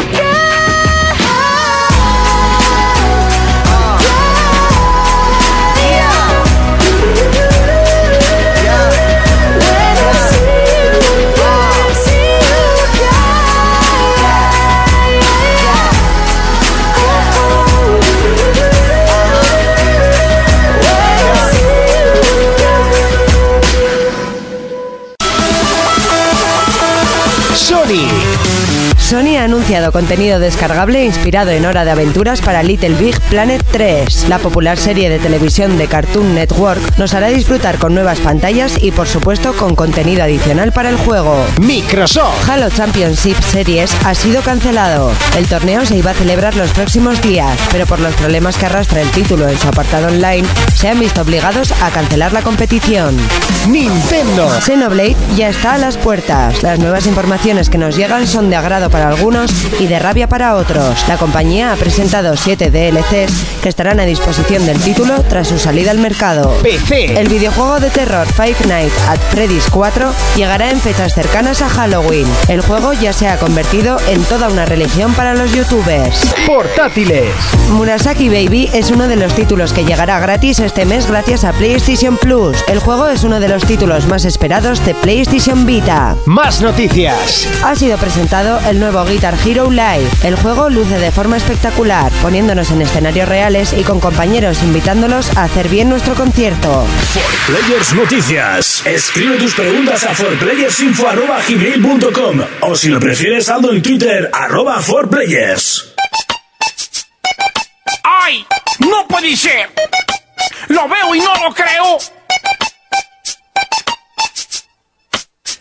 Speaker 10: again. Yeah. When I see you again, see you again.
Speaker 3: anunciado contenido descargable inspirado en Hora de Aventuras para Little Big Planet 3. La popular serie de televisión de Cartoon Network nos hará disfrutar con nuevas pantallas y por supuesto con contenido adicional para el juego.
Speaker 2: Microsoft.
Speaker 3: Halo Championship Series ha sido cancelado. El torneo se iba a celebrar los próximos días, pero por los problemas que arrastra el título en su apartado online, se han visto obligados a cancelar la competición.
Speaker 2: Nintendo.
Speaker 3: Xenoblade ya está a las puertas. Las nuevas informaciones que nos llegan son de agrado para algunos y de rabia para otros. La compañía ha presentado 7 DLCs que estarán a disposición del título tras su salida al mercado.
Speaker 2: PC.
Speaker 3: El videojuego de terror Five Nights at Freddy's 4 llegará en fechas cercanas a Halloween. El juego ya se ha convertido en toda una religión para los youtubers.
Speaker 2: Portátiles.
Speaker 3: Murasaki Baby es uno de los títulos que llegará gratis este mes gracias a PlayStation Plus. El juego es uno de los títulos más esperados de PlayStation Vita.
Speaker 2: Más noticias.
Speaker 3: Ha sido presentado el nuevo Guitar Hero Live. El juego luce de forma espectacular, poniéndonos en escenarios reales y con compañeros invitándolos a hacer bien nuestro concierto.
Speaker 1: Players Noticias. Escribe tus preguntas a forplayersinfo@gmail.com o si lo prefieres saldo en Twitter arroba forplayers.
Speaker 11: ¡Ay! ¡No puede ser! ¡Lo veo y no lo creo!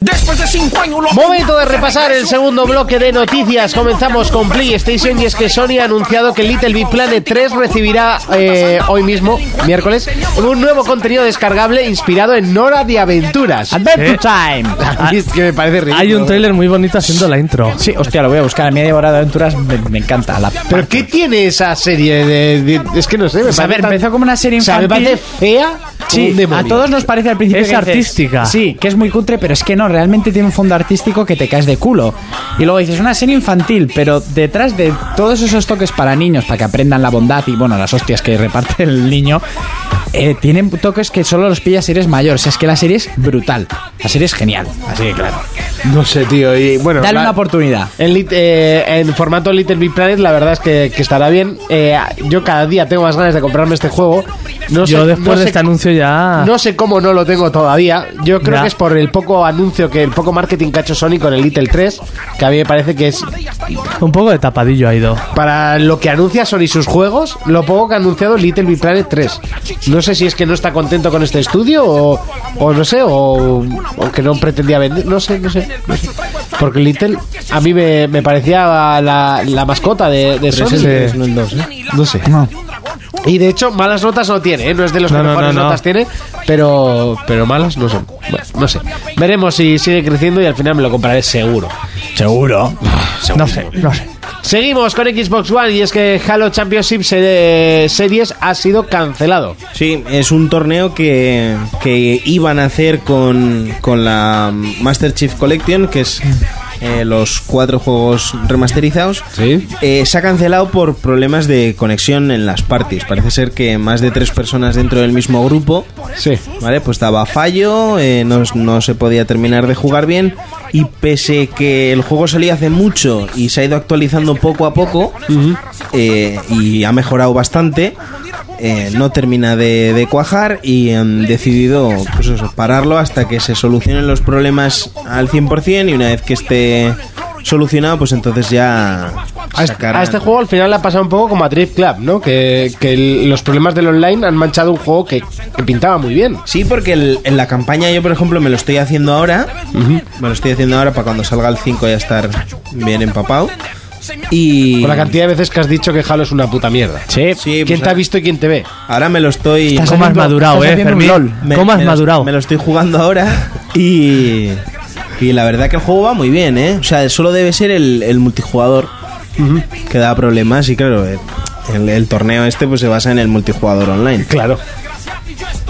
Speaker 11: Después de cinco años lo
Speaker 2: Momento de repasar el segundo bloque de noticias. Comenzamos con PlayStation y es que Sony ha anunciado que Little Big Planet 3 recibirá eh, hoy mismo, miércoles, un nuevo contenido descargable inspirado en Nora de Aventuras. Eh,
Speaker 4: Adventure Time.
Speaker 2: A mí es que me parece ridículo.
Speaker 7: Hay un trailer muy bonito haciendo la intro.
Speaker 4: Sí, hostia, lo voy a buscar. A mí devorado aventuras me, me encanta. La
Speaker 2: ¿Pero qué tiene esa serie? De, de- es que no sé. Me
Speaker 4: Pues a ver,
Speaker 2: parece tan-
Speaker 4: empezó como una serie
Speaker 2: o sea,
Speaker 4: infantil.
Speaker 2: me parece fea. como
Speaker 4: Sí,
Speaker 2: un demonio.
Speaker 4: a todos nos parece al principio
Speaker 7: Es
Speaker 4: que dices,
Speaker 7: artística.
Speaker 4: sí, que es muy cutre, pero es que no, realmente tiene un fondo artístico que te caes de culo. Y luego dices, una serie infantil, pero detrás de todos esos toques para niños, para que aprendan la bondad y bueno, las hostias que reparte el niño, eh, tienen toques que solo los pillas si eres mayor. O sea, es que la serie es brutal, la serie es genial. Así que claro,
Speaker 2: No sé, tío. Y bueno,
Speaker 4: dale
Speaker 2: la-
Speaker 4: una oportunidad.
Speaker 2: En, lit- eh, en formato Little Big Planet, la verdad es que, que estará bien. Eh, yo cada día tengo más ganas de comprarme este juego. No
Speaker 7: Yo
Speaker 2: sé,
Speaker 7: después
Speaker 2: no
Speaker 7: de
Speaker 2: sé-
Speaker 7: este anuncio ya...
Speaker 2: No sé cómo no lo tengo todavía. Yo creo
Speaker 7: Ya.
Speaker 2: que es por el poco anuncio que el poco marketing que ha hecho Sony con el Little 3, que a mí me parece que es
Speaker 7: Un poco de tapadillo ha ido.
Speaker 2: para lo que anuncia Sony sus juegos, lo poco que ha anunciado Little Big Planet 3. No sé si es que no está contento con este estudio o, o no sé, o, o que no pretendía vender, no sé, no sé. no sé. Porque Little a mí me, me parecía la, la mascota de, de Sony.
Speaker 7: es el-
Speaker 2: Es el dos, ¿eh? No sé. Y de hecho, malas notas no tiene, ¿eh? no es de los que
Speaker 7: No, no,
Speaker 2: mejores
Speaker 7: no, no.
Speaker 2: notas tiene, pero, pero malas no son. Bueno, no sé. Veremos si sigue creciendo y al final me lo compraré seguro.
Speaker 1: Seguro.
Speaker 7: No sé, no sé.
Speaker 2: Seguimos con Xbox One y es que Halo Championship se- Series ha sido cancelado.
Speaker 5: Sí, es un torneo que, que iban a hacer con, con la Master Chief Collection, que es eh, los cuatro juegos remasterizados.
Speaker 2: Sí.
Speaker 5: Eh, se ha cancelado por problemas de conexión en las parties. Parece ser que más de tres personas dentro del mismo grupo.
Speaker 2: Sí.
Speaker 5: Vale, pues daba fallo, eh, no, no se podía terminar de jugar bien. Y pese que el juego salió hace mucho y se ha ido actualizando poco a poco eh, y ha mejorado bastante, eh, no termina de, de cuajar y han decidido pues eso, pararlo hasta que se solucionen los problemas al 100% y una vez que esté solucionado, pues entonces ya
Speaker 2: A este,
Speaker 5: sacarán-
Speaker 2: a este juego al final le ha pasado un poco como a Drift Club, ¿no? Que, que el- los problemas del online han manchado un juego que, que pintaba muy bien.
Speaker 5: Sí, porque el- en la campaña yo, por ejemplo, me lo estoy haciendo ahora. Me lo estoy haciendo ahora para cuando salga el 5 ya estar bien empapado. Y
Speaker 2: Con la cantidad de veces que has dicho que Halo es una puta mierda.
Speaker 4: Sí,
Speaker 5: Sí,
Speaker 2: ¿Quién
Speaker 5: pues
Speaker 2: te ha
Speaker 5: ahora-
Speaker 2: visto y quién te ve?
Speaker 5: ahora me lo estoy...
Speaker 4: Estás
Speaker 7: ¿Cómo has
Speaker 4: haciendo-
Speaker 7: madurado,
Speaker 4: estás
Speaker 7: eh,
Speaker 4: haciendo un
Speaker 7: Fermín?
Speaker 4: LOL.
Speaker 5: me-
Speaker 7: ¿Cómo has
Speaker 5: me lo-
Speaker 7: madurado?
Speaker 5: me lo estoy jugando ahora y... Y la verdad que el juego va muy bien, ¿eh? O sea, solo debe ser el, el multijugador que da problemas y claro, el, el- el torneo este pues se basa en el multijugador online.
Speaker 2: Claro.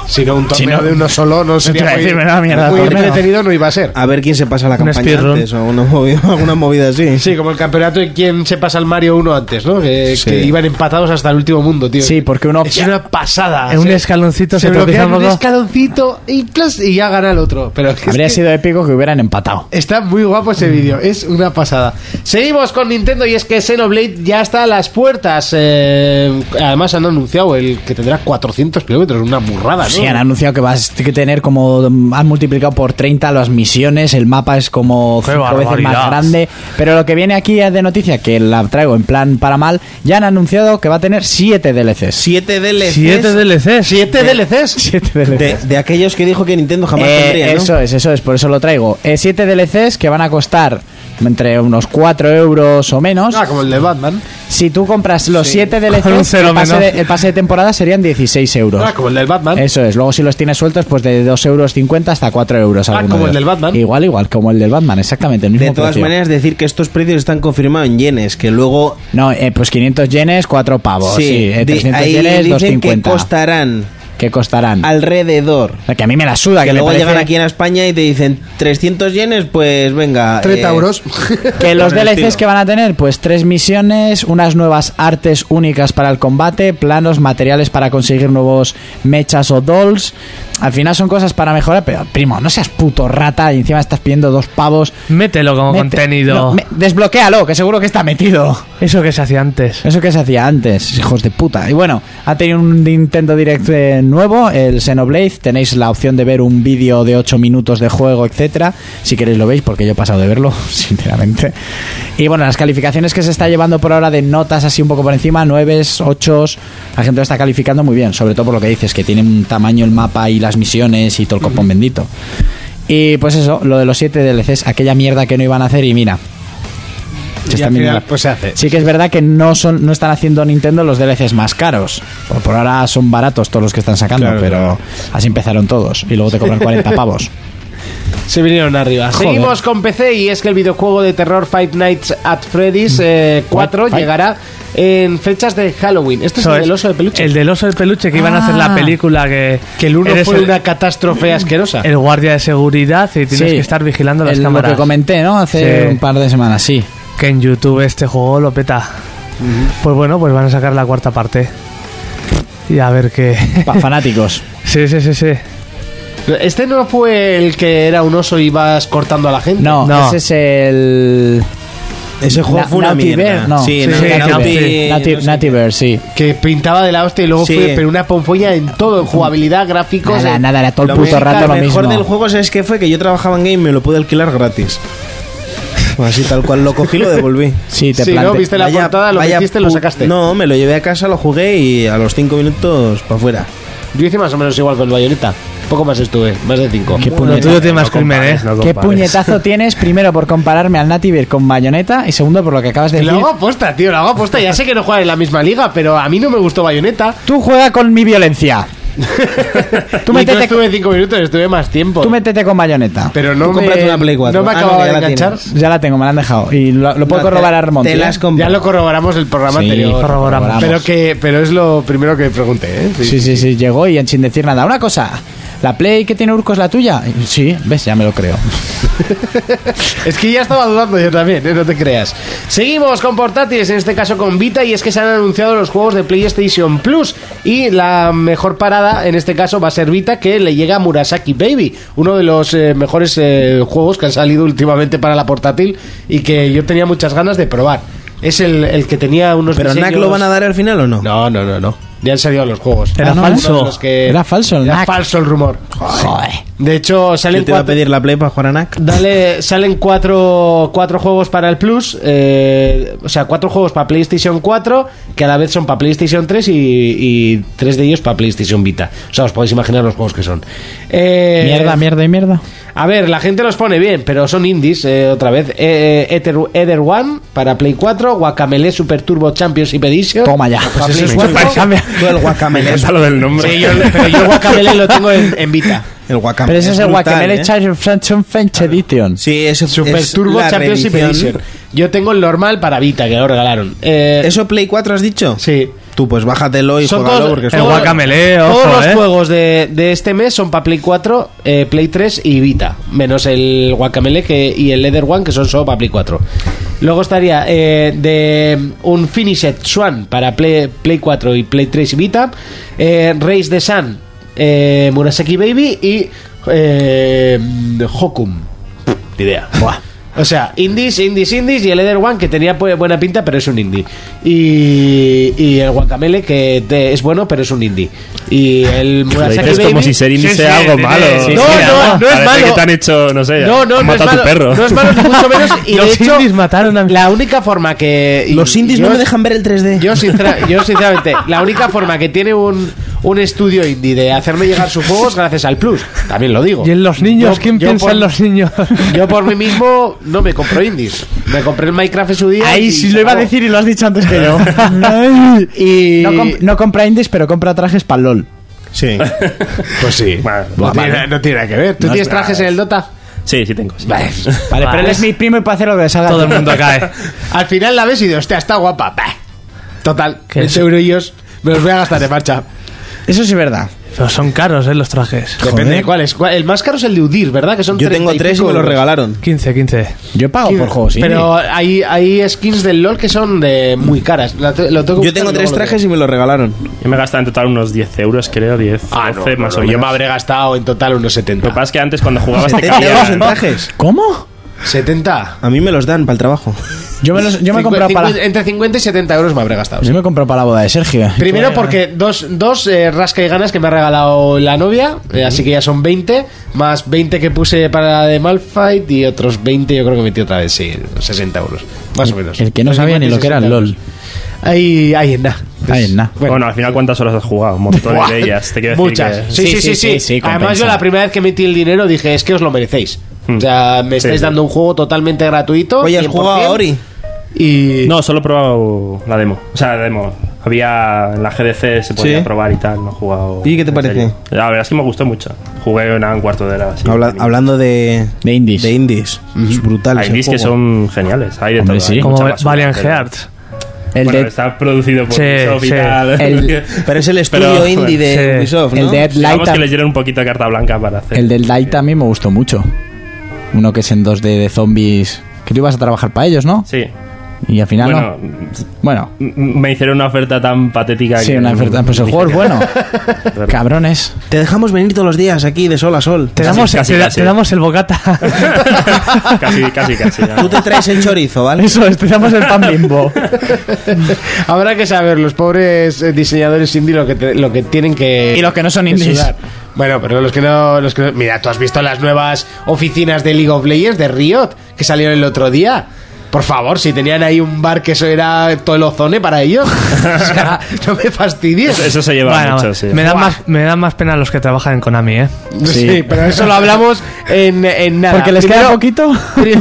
Speaker 2: Si no, un torneo
Speaker 4: no-
Speaker 2: de uno solo no
Speaker 4: iba
Speaker 2: sería
Speaker 4: a
Speaker 2: muy,
Speaker 4: decir, menuda mierda,
Speaker 2: muy
Speaker 4: torneo.
Speaker 2: entretenido, no iba a ser.
Speaker 5: A ver quién se pasa la
Speaker 7: Un
Speaker 5: campaña
Speaker 7: speedrun.
Speaker 5: antes o una movida, alguna movida así.
Speaker 2: Sí, como el campeonato de quién se pasa al Mario 1 antes, ¿no? Que,
Speaker 5: Sí.
Speaker 2: que iban empatados hasta el último mundo, tío.
Speaker 4: Sí, porque uno...
Speaker 2: Es una pasada.
Speaker 7: En un
Speaker 2: Se-
Speaker 7: escaloncito
Speaker 2: se
Speaker 7: se tropieza
Speaker 2: bloquean un
Speaker 7: todo.
Speaker 2: escaloncito y, plas, y ya gana el otro. Pero es
Speaker 4: Habría
Speaker 2: que
Speaker 4: sido épico que hubieran empatado.
Speaker 2: Está muy guapo ese vídeo, es una pasada. Seguimos con Nintendo y es que Xenoblade ya está a las puertas. eh, además han anunciado el que tendrá 400 kilómetros, una burrada, ¿no?
Speaker 4: Ah, Sí, han anunciado que vas a tener como. mm, Han multiplicado por 30 las misiones, el mapa es como
Speaker 7: ¡Qué
Speaker 4: cinco veces más
Speaker 7: barbaridad!
Speaker 4: grande. Pero lo que viene aquí es de noticia, que la traigo en plan para mal. Ya han anunciado que va a tener 7 DLCs.
Speaker 5: 7 DLCs.
Speaker 7: Siete DLCs.
Speaker 2: Siete
Speaker 5: De-
Speaker 2: DLCs.
Speaker 4: Siete DLCs.
Speaker 5: De, de aquellos que dijo que Nintendo jamás
Speaker 4: Eh,
Speaker 5: tendría, ¿no?
Speaker 4: Eso es, eso es, por eso lo traigo. Eh, 7 DLCs que van a costar entre unos 4 euros o menos.
Speaker 2: Ah, como el de Batman.
Speaker 4: Si tú compras los 7
Speaker 7: Con un
Speaker 4: DLCs,
Speaker 7: cero
Speaker 4: el pase,
Speaker 7: menos.
Speaker 4: de, el pase de temporada serían 16 euros.
Speaker 2: Ah, como el del Batman.
Speaker 4: Eso es, luego si los tienes sueltos, pues de 2,50 euros hasta 4 euros.
Speaker 2: Ah,
Speaker 4: alguno
Speaker 2: como
Speaker 4: de
Speaker 2: el
Speaker 4: ellos.
Speaker 2: del Batman.
Speaker 4: Igual, igual, como el del Batman, exactamente. El mismo
Speaker 5: De todas
Speaker 4: precio.
Speaker 5: maneras, decir que estos precios están confirmados en yenes, que luego...
Speaker 4: No, eh, pues 500 yenes, 4 pavos. Sí, eh,
Speaker 5: di-
Speaker 4: 300
Speaker 5: ahí
Speaker 4: yenes,
Speaker 5: dicen
Speaker 4: 2,50.
Speaker 5: que costarán
Speaker 4: ¿Qué costarán?
Speaker 5: alrededor.
Speaker 4: Que a mí me la suda,
Speaker 5: Que
Speaker 4: que, me
Speaker 5: luego llegan
Speaker 4: parece-
Speaker 5: aquí en España y te dicen 300 yenes, pues venga...
Speaker 8: 30
Speaker 5: eh,
Speaker 8: euros.
Speaker 4: Que los
Speaker 5: Por el
Speaker 4: DLCs
Speaker 5: estilo.
Speaker 4: que van a tener, pues tres misiones, unas nuevas artes únicas para el combate, planos, materiales para conseguir nuevos mechas o dolls. Al final son cosas para mejorar, pero primo, no seas puto rata y encima estás pidiendo dos pavos.
Speaker 7: Mételo como
Speaker 4: Mete-
Speaker 7: contenido.
Speaker 4: No, me- desbloquéalo, que seguro que está metido.
Speaker 7: Eso que se hacía antes.
Speaker 4: Eso que se hacía antes, hijos de puta. Y bueno, ha tenido un Nintendo Direct eh, nuevo, el Xenoblade. Tenéis la opción de ver un vídeo de 8 minutos de juego, etcétera. Si queréis lo veis, porque yo he pasado de verlo, sinceramente. Y bueno, las calificaciones que se está llevando por ahora de notas así un poco por encima, 9, 8, la gente lo está calificando muy bien, sobre todo por lo que dices, que tiene un tamaño el mapa y las misiones y todo el copón bendito. Y pues eso, lo de los 7 DLCs, aquella mierda que no iban a hacer y mira. Se
Speaker 8: Y
Speaker 4: están
Speaker 8: al
Speaker 4: viendo
Speaker 8: final,
Speaker 4: la-
Speaker 8: pues se hace.
Speaker 4: Sí que es verdad que no son no están haciendo Nintendo los DLCs más caros. Por, por ahora son baratos todos los que están sacando,
Speaker 5: Claro,
Speaker 4: pero
Speaker 5: claro.
Speaker 4: así empezaron todos y luego te cobran 40 pavos.
Speaker 2: Se vinieron arriba.
Speaker 4: Joder.
Speaker 2: Seguimos con PC y es que el videojuego de terror Five Nights at Freddy's eh, 4
Speaker 4: Five-
Speaker 2: llegará en fechas de Halloween. Este es
Speaker 7: Eso
Speaker 2: el
Speaker 7: es.
Speaker 2: del oso de peluche.
Speaker 7: El del oso de peluche que iban a hacer la película que.
Speaker 2: que el 1
Speaker 7: eres
Speaker 2: fue
Speaker 7: el,
Speaker 2: una catástrofe asquerosa.
Speaker 7: el guardia de seguridad y tienes
Speaker 4: Sí.
Speaker 7: que estar vigilando las
Speaker 4: Es lo
Speaker 7: cámaras.
Speaker 4: que comenté, ¿no? Hace
Speaker 7: Sí.
Speaker 4: un par de semanas, sí.
Speaker 7: Que en YouTube este juego lo peta. Pues bueno, pues van a sacar la cuarta parte. Y a ver qué.
Speaker 4: Para fanáticos.
Speaker 7: sí, sí, sí, sí.
Speaker 2: Este no fue el que era un oso y ibas cortando a la gente. Este
Speaker 4: No,
Speaker 7: No.
Speaker 4: ese es el
Speaker 5: Ese juego
Speaker 4: Na-
Speaker 5: fue una
Speaker 4: Naughty
Speaker 5: mierda.
Speaker 4: Bear, no.
Speaker 5: Sí,
Speaker 4: Sí,
Speaker 5: Na-
Speaker 7: sí,
Speaker 5: Naughty-
Speaker 7: Naughty-
Speaker 5: Naughty-
Speaker 4: Nati-
Speaker 5: no sé
Speaker 4: Nati
Speaker 5: qué.
Speaker 4: Bear, sí.
Speaker 2: Que pintaba de la hostia y luego
Speaker 5: Sí.
Speaker 2: fue pero una pompolla en todo, en jugabilidad, gráficos.
Speaker 4: Nada,
Speaker 2: en-
Speaker 4: nada, era todo el
Speaker 5: Lo
Speaker 4: puto
Speaker 5: mejor-
Speaker 4: rato lo
Speaker 5: Lo
Speaker 4: mismo.
Speaker 5: mejor del juego es que fue que yo trabajaba en game y me lo pude alquilar gratis. Pues Así tal cual lo cogí lo devolví.
Speaker 4: Sí, te
Speaker 2: Sí, ¿no?
Speaker 4: plante-
Speaker 2: Viste la portada, lo
Speaker 5: vaya
Speaker 2: metiste, lo
Speaker 5: pu-
Speaker 2: sacaste.
Speaker 5: No, me lo llevé a casa, lo jugué y a los 5 minutos para afuera.
Speaker 2: Yo hice más o menos igual con el Bayonetta. Poco más estuve, más de 5.
Speaker 4: Qué
Speaker 7: Lo tuyo
Speaker 4: puñetazo,
Speaker 7: tiene más crimen, ¿eh?
Speaker 6: no
Speaker 4: qué
Speaker 6: compares.
Speaker 4: puñetazo tienes, primero por compararme al Nati Bear con Bayonetta y segundo por lo que acabas de
Speaker 2: Lo
Speaker 4: decir.
Speaker 2: hago aposta, tío, lo hago aposta. Ya sé que no juegan en la misma liga, pero a mí no me gustó Bayonetta.
Speaker 4: Tú juega con mi violencia. Tú
Speaker 2: Tú me
Speaker 4: métete,
Speaker 2: estuve 5 minutos, estuve más tiempo.
Speaker 4: tú métete con bayoneta.
Speaker 2: Pero no
Speaker 5: Tú
Speaker 2: me,
Speaker 5: cómprate una Play 4.
Speaker 2: no me
Speaker 5: Ah, no,
Speaker 2: acababa
Speaker 5: que ya
Speaker 2: de
Speaker 5: la
Speaker 2: enganchar.
Speaker 5: tienes.
Speaker 4: Ya la tengo, me la han dejado. Y lo, lo puedo
Speaker 5: No, te-
Speaker 4: corroborar, Monty.
Speaker 5: Te las
Speaker 4: ¿eh?
Speaker 5: compré.
Speaker 2: Ya lo corroboramos el programa
Speaker 4: Sí,
Speaker 2: anterior.
Speaker 7: corroboramos.
Speaker 2: Pero que, pero es lo primero que pregunté, ¿eh?
Speaker 4: Sí, sí, sí, llegó y sin decir nada. Una cosa, ¿la Play que tiene Urco es la tuya? Sí, ves, ya me lo creo.
Speaker 2: Es que ya estaba dudando yo también, ¿eh? no te creas. Seguimos con portátiles, en este caso con Vita, y es que se han anunciado los juegos de PlayStation Plus. Y la mejor parada, en este caso, va a ser Vita, que le llega a Murasaki Baby, uno de los eh, mejores eh, juegos que han salido últimamente para la portátil y que yo tenía muchas ganas de probar. Es el, el que tenía unos
Speaker 5: Pero
Speaker 2: diseños-
Speaker 5: Knack lo van a dar al final o no?
Speaker 2: No, no, no, no. Ya han salido los juegos.
Speaker 7: Era
Speaker 2: Ah, no,
Speaker 7: falso.
Speaker 2: uno de los que-
Speaker 4: Era falso el
Speaker 2: Era
Speaker 4: Knack.
Speaker 2: falso el rumor.
Speaker 4: Joder.
Speaker 2: De hecho,
Speaker 5: Yo
Speaker 2: salen
Speaker 5: te iba a
Speaker 2: cuatro,
Speaker 5: pedir la play para jugar a Knack.
Speaker 2: Dale, salen cuatro, cuatro juegos para el Plus, eh, o sea, cuatro juegos para PlayStation 4, que a la vez son para PlayStation 3 y, y tres de ellos para PlayStation Vita. O sea, os podéis imaginar los juegos que son. Eh,
Speaker 4: Mierda, mierda y mierda.
Speaker 2: A ver, la gente los pone bien, pero son indies, eh, otra vez. Eh, Ether, Ether One para Play 4, Guacamele Super Turbo Championship Edition.
Speaker 4: Toma ya.
Speaker 2: para
Speaker 4: Pues
Speaker 2: Play
Speaker 4: eso es
Speaker 2: 4.
Speaker 4: guapa, cambia.
Speaker 5: Tú el guacamele.
Speaker 6: Está lo del nombre.
Speaker 2: Sí, yo, pero yo Guacamele lo tengo en, en Vita.
Speaker 5: El guacamele.
Speaker 4: Pero ese es el
Speaker 5: brutal,
Speaker 4: Guacamele
Speaker 5: ¿eh?
Speaker 4: Charge Fraction French Edition.
Speaker 5: Sí, ese
Speaker 2: Super
Speaker 5: es
Speaker 2: Turbo
Speaker 5: la
Speaker 2: Championship
Speaker 5: reedición.
Speaker 2: Edition. Yo tengo el normal para Vita, que lo regalaron. Eh,
Speaker 5: ¿Eso Play 4 has dicho?
Speaker 2: Sí.
Speaker 5: Tú pues bájatelo y
Speaker 2: Son
Speaker 5: juégalo
Speaker 2: todos-
Speaker 5: porque es
Speaker 7: El
Speaker 5: un-
Speaker 2: todos-
Speaker 7: guacamele, ojo,
Speaker 2: Todos los
Speaker 7: eh.
Speaker 2: juegos de, de este mes son para Play 4, eh, Play 3 y Vita. Menos el Guacamele que, y el Leather One, que son solo para Play 4. Luego estaría eh, de un Finished Swan para Play, Play 4 y Play 3 y Vita. Eh, Race the Sun, eh, mm, Murasaki Baby y eh, Hokum. Ni idea. O sea, indies, indies, indies y el Eder One que tenía pu- buena pinta pero es un indie. Y, y el Guacamele que te- es bueno pero es un indie. Y el
Speaker 6: Lo
Speaker 2: Murasaki
Speaker 6: dices como
Speaker 2: Baby-
Speaker 6: si ser indie
Speaker 2: Sí,
Speaker 6: sea
Speaker 2: sí,
Speaker 6: algo
Speaker 2: sí,
Speaker 6: malo.
Speaker 2: sí, sí, no, no, no es
Speaker 6: Parece que
Speaker 2: malo.
Speaker 6: te han hecho, no sé,
Speaker 2: No, no,
Speaker 6: han
Speaker 2: no es
Speaker 6: matado a
Speaker 2: malo.
Speaker 6: tu perro.
Speaker 2: No es malo ni mucho menos. Y de
Speaker 7: Los
Speaker 2: hecho,
Speaker 7: indies mataron a
Speaker 2: la única forma que. y
Speaker 5: Los indies no
Speaker 2: yo-
Speaker 5: me dejan ver el 3D.
Speaker 2: Yo, sincera- yo, sinceramente, la única forma que tiene un, un estudio indie de hacerme llegar sus juegos es gracias al Plus. También lo digo.
Speaker 7: ¿Y en los niños?
Speaker 2: Yo-
Speaker 7: ¿Quién
Speaker 2: yo
Speaker 7: piensa
Speaker 2: por-
Speaker 7: en los niños?
Speaker 2: Yo por mí mismo no me compro indies. Me compré el Minecraft en su día.
Speaker 4: Ahí
Speaker 2: y
Speaker 4: sí
Speaker 2: se
Speaker 4: lo iba a
Speaker 2: acabó.
Speaker 4: decir y lo has dicho antes que yo.
Speaker 2: Y.
Speaker 4: No, comp- no compra indies, pero compra trajes para LOL.
Speaker 5: Sí.
Speaker 2: pues sí.
Speaker 4: Buah, vale.
Speaker 8: no tiene nada que ver.
Speaker 2: ¿Tú
Speaker 4: No,
Speaker 2: tienes
Speaker 4: espera,
Speaker 2: trajes en el Dota?
Speaker 6: Sí, sí tengo. sí.
Speaker 2: Vale.
Speaker 4: Vale, pero él es mi primo y puede hacer lo que le salga.
Speaker 7: Todo el mundo cae.
Speaker 2: Al final la ves y dices, hostia, está guapa. Bah. Total,
Speaker 7: ¿Qué
Speaker 2: 20
Speaker 7: es?
Speaker 2: eurillos me los voy a gastar de marcha.
Speaker 4: Eso sí es verdad.
Speaker 7: Pero son caros, ¿eh? Los trajes.
Speaker 2: Depende de cuál es. ¿Cuál- El más caro es el de Udir, ¿verdad? Que son
Speaker 5: Yo tengo
Speaker 2: 30 y
Speaker 5: tres y
Speaker 2: pico
Speaker 5: me los
Speaker 2: euros.
Speaker 5: regalaron.
Speaker 7: 15, 15.
Speaker 4: Yo pago por juegos indie.
Speaker 2: Pero hay, hay skins del LOL que son de muy caras. La te- lo tengo que
Speaker 5: Yo tengo
Speaker 2: buscar y
Speaker 5: tres
Speaker 2: luego lo
Speaker 5: trajes
Speaker 2: veo.
Speaker 5: y me los regalaron.
Speaker 6: Yo me he gastado en total unos 10 euros, creo, 10,
Speaker 2: Ah, no,
Speaker 6: 12
Speaker 2: no,
Speaker 6: más
Speaker 2: no,
Speaker 6: o menos.
Speaker 2: Yo me habré gastado en total unos
Speaker 6: Lo que
Speaker 2: 70.
Speaker 6: pasa es que antes cuando jugabas te
Speaker 5: 70 euros en
Speaker 6: cambiaban.
Speaker 5: trajes.
Speaker 4: ¿Cómo?
Speaker 2: ¿70?
Speaker 5: A mí me los dan para el trabajo.
Speaker 4: Yo me, los- yo me he
Speaker 2: Cincu-
Speaker 4: comprado para...
Speaker 2: cincu- Entre 50 y 70 euros me habré gastado. sí.
Speaker 4: Yo me compro para la boda de Sergio. eh.
Speaker 2: Primero porque dos, dos eh, rasca y ganas que me ha regalado la novia, eh, así que ya son 20, más 20 que puse para la de Malfight y otros 20 yo creo que metí otra vez, sí, 60 euros, más o menos.
Speaker 4: El que no sabía ni lo que era el
Speaker 2: 60
Speaker 4: LOL.
Speaker 2: Ahí, ahí en nada.
Speaker 4: Ahí en nada.
Speaker 6: Bueno, al final, ¿cuántas horas has jugado? Un montón
Speaker 2: Buah,
Speaker 6: de ellas. Te quiero decir
Speaker 2: Muchas.
Speaker 6: que-
Speaker 2: Sí, sí, sí, sí.
Speaker 4: sí, sí,
Speaker 2: Además,
Speaker 4: compensa.
Speaker 2: yo la primera vez que metí el dinero dije, es que os lo merecéis. O sea, me estáis
Speaker 6: Hmm. sí.
Speaker 2: dando un juego totalmente gratuito.
Speaker 5: Oye, ¿has
Speaker 2: 100%,
Speaker 5: jugado a Ori?
Speaker 2: Y...
Speaker 6: No, solo he probado la demo. O sea, la demo. Había en la GDC, se podía
Speaker 5: Sí.
Speaker 6: probar y tal. No he jugado.
Speaker 5: ¿Y qué te
Speaker 6: en
Speaker 5: parece?
Speaker 6: serio. La verdad es que me gustó mucho. Jugué una un cuarto de hora. así.
Speaker 5: Habla- hablando de,
Speaker 4: De indies.
Speaker 5: de indies. Es brutal.
Speaker 6: Hay
Speaker 5: ese
Speaker 6: indies que
Speaker 5: juego.
Speaker 6: son geniales. Hay de
Speaker 4: Hombre,
Speaker 6: todo.
Speaker 4: sí.
Speaker 6: hay
Speaker 7: Como
Speaker 6: mucha
Speaker 7: Va-
Speaker 6: basura,
Speaker 7: Valiant
Speaker 6: pero-
Speaker 7: Hearts.
Speaker 4: El
Speaker 6: Bueno,
Speaker 4: de-
Speaker 6: está producido por
Speaker 7: Sí,
Speaker 6: Ubisoft y
Speaker 7: sí.
Speaker 6: tal.
Speaker 4: El-
Speaker 5: Pero es el estudio
Speaker 6: Pero,
Speaker 5: indie de
Speaker 7: sí.
Speaker 5: Ubisoft, ¿no?
Speaker 4: El Dead Light,
Speaker 6: Digamos que les dieron un poquito de carta blanca para hacer.
Speaker 4: el del Light a mí me gustó mucho. Uno que es en 2D de zombies. Que tú ibas a trabajar para ellos, ¿no?
Speaker 6: Sí.
Speaker 4: Y al final
Speaker 6: Bueno,
Speaker 4: no. Bueno,
Speaker 6: m- me hicieron una oferta tan patética
Speaker 4: sí,
Speaker 6: que-
Speaker 4: una oferta. Pues el
Speaker 6: dije
Speaker 4: juego es
Speaker 6: que-
Speaker 4: bueno. Cabrones.
Speaker 5: Te dejamos venir todos los días aquí de sol a sol.
Speaker 7: Te
Speaker 6: Casi,
Speaker 7: damos,
Speaker 6: casi,
Speaker 7: te da-
Speaker 6: casi.
Speaker 7: te damos el bocata.
Speaker 6: casi, casi, casi. ya.
Speaker 5: Tú te traes el chorizo, ¿vale?
Speaker 4: Eso, estudiamos el pan bimbo.
Speaker 2: Habrá que saber los pobres eh, diseñadores indie lo que, te- lo que tienen que...
Speaker 4: Y los que no son
Speaker 2: que
Speaker 4: indies.
Speaker 2: sudar. Bueno, pero los que, no, los que no- Mira, ¿tú has visto las nuevas oficinas de League of Legends de Riot que salieron el otro día? Por favor, si tenían ahí un bar que eso era todo el ozone para ellos. O sea, no me fastidies.
Speaker 6: Eso, eso se lleva
Speaker 7: Bueno,
Speaker 6: mucho, sí.
Speaker 7: me, da
Speaker 2: Buah.
Speaker 7: más, me da más pena los que trabajan en Konami, ¿eh?
Speaker 2: Sí, pero eso lo hablamos en, en nada.
Speaker 4: Porque les queda poquito.
Speaker 2: Pri-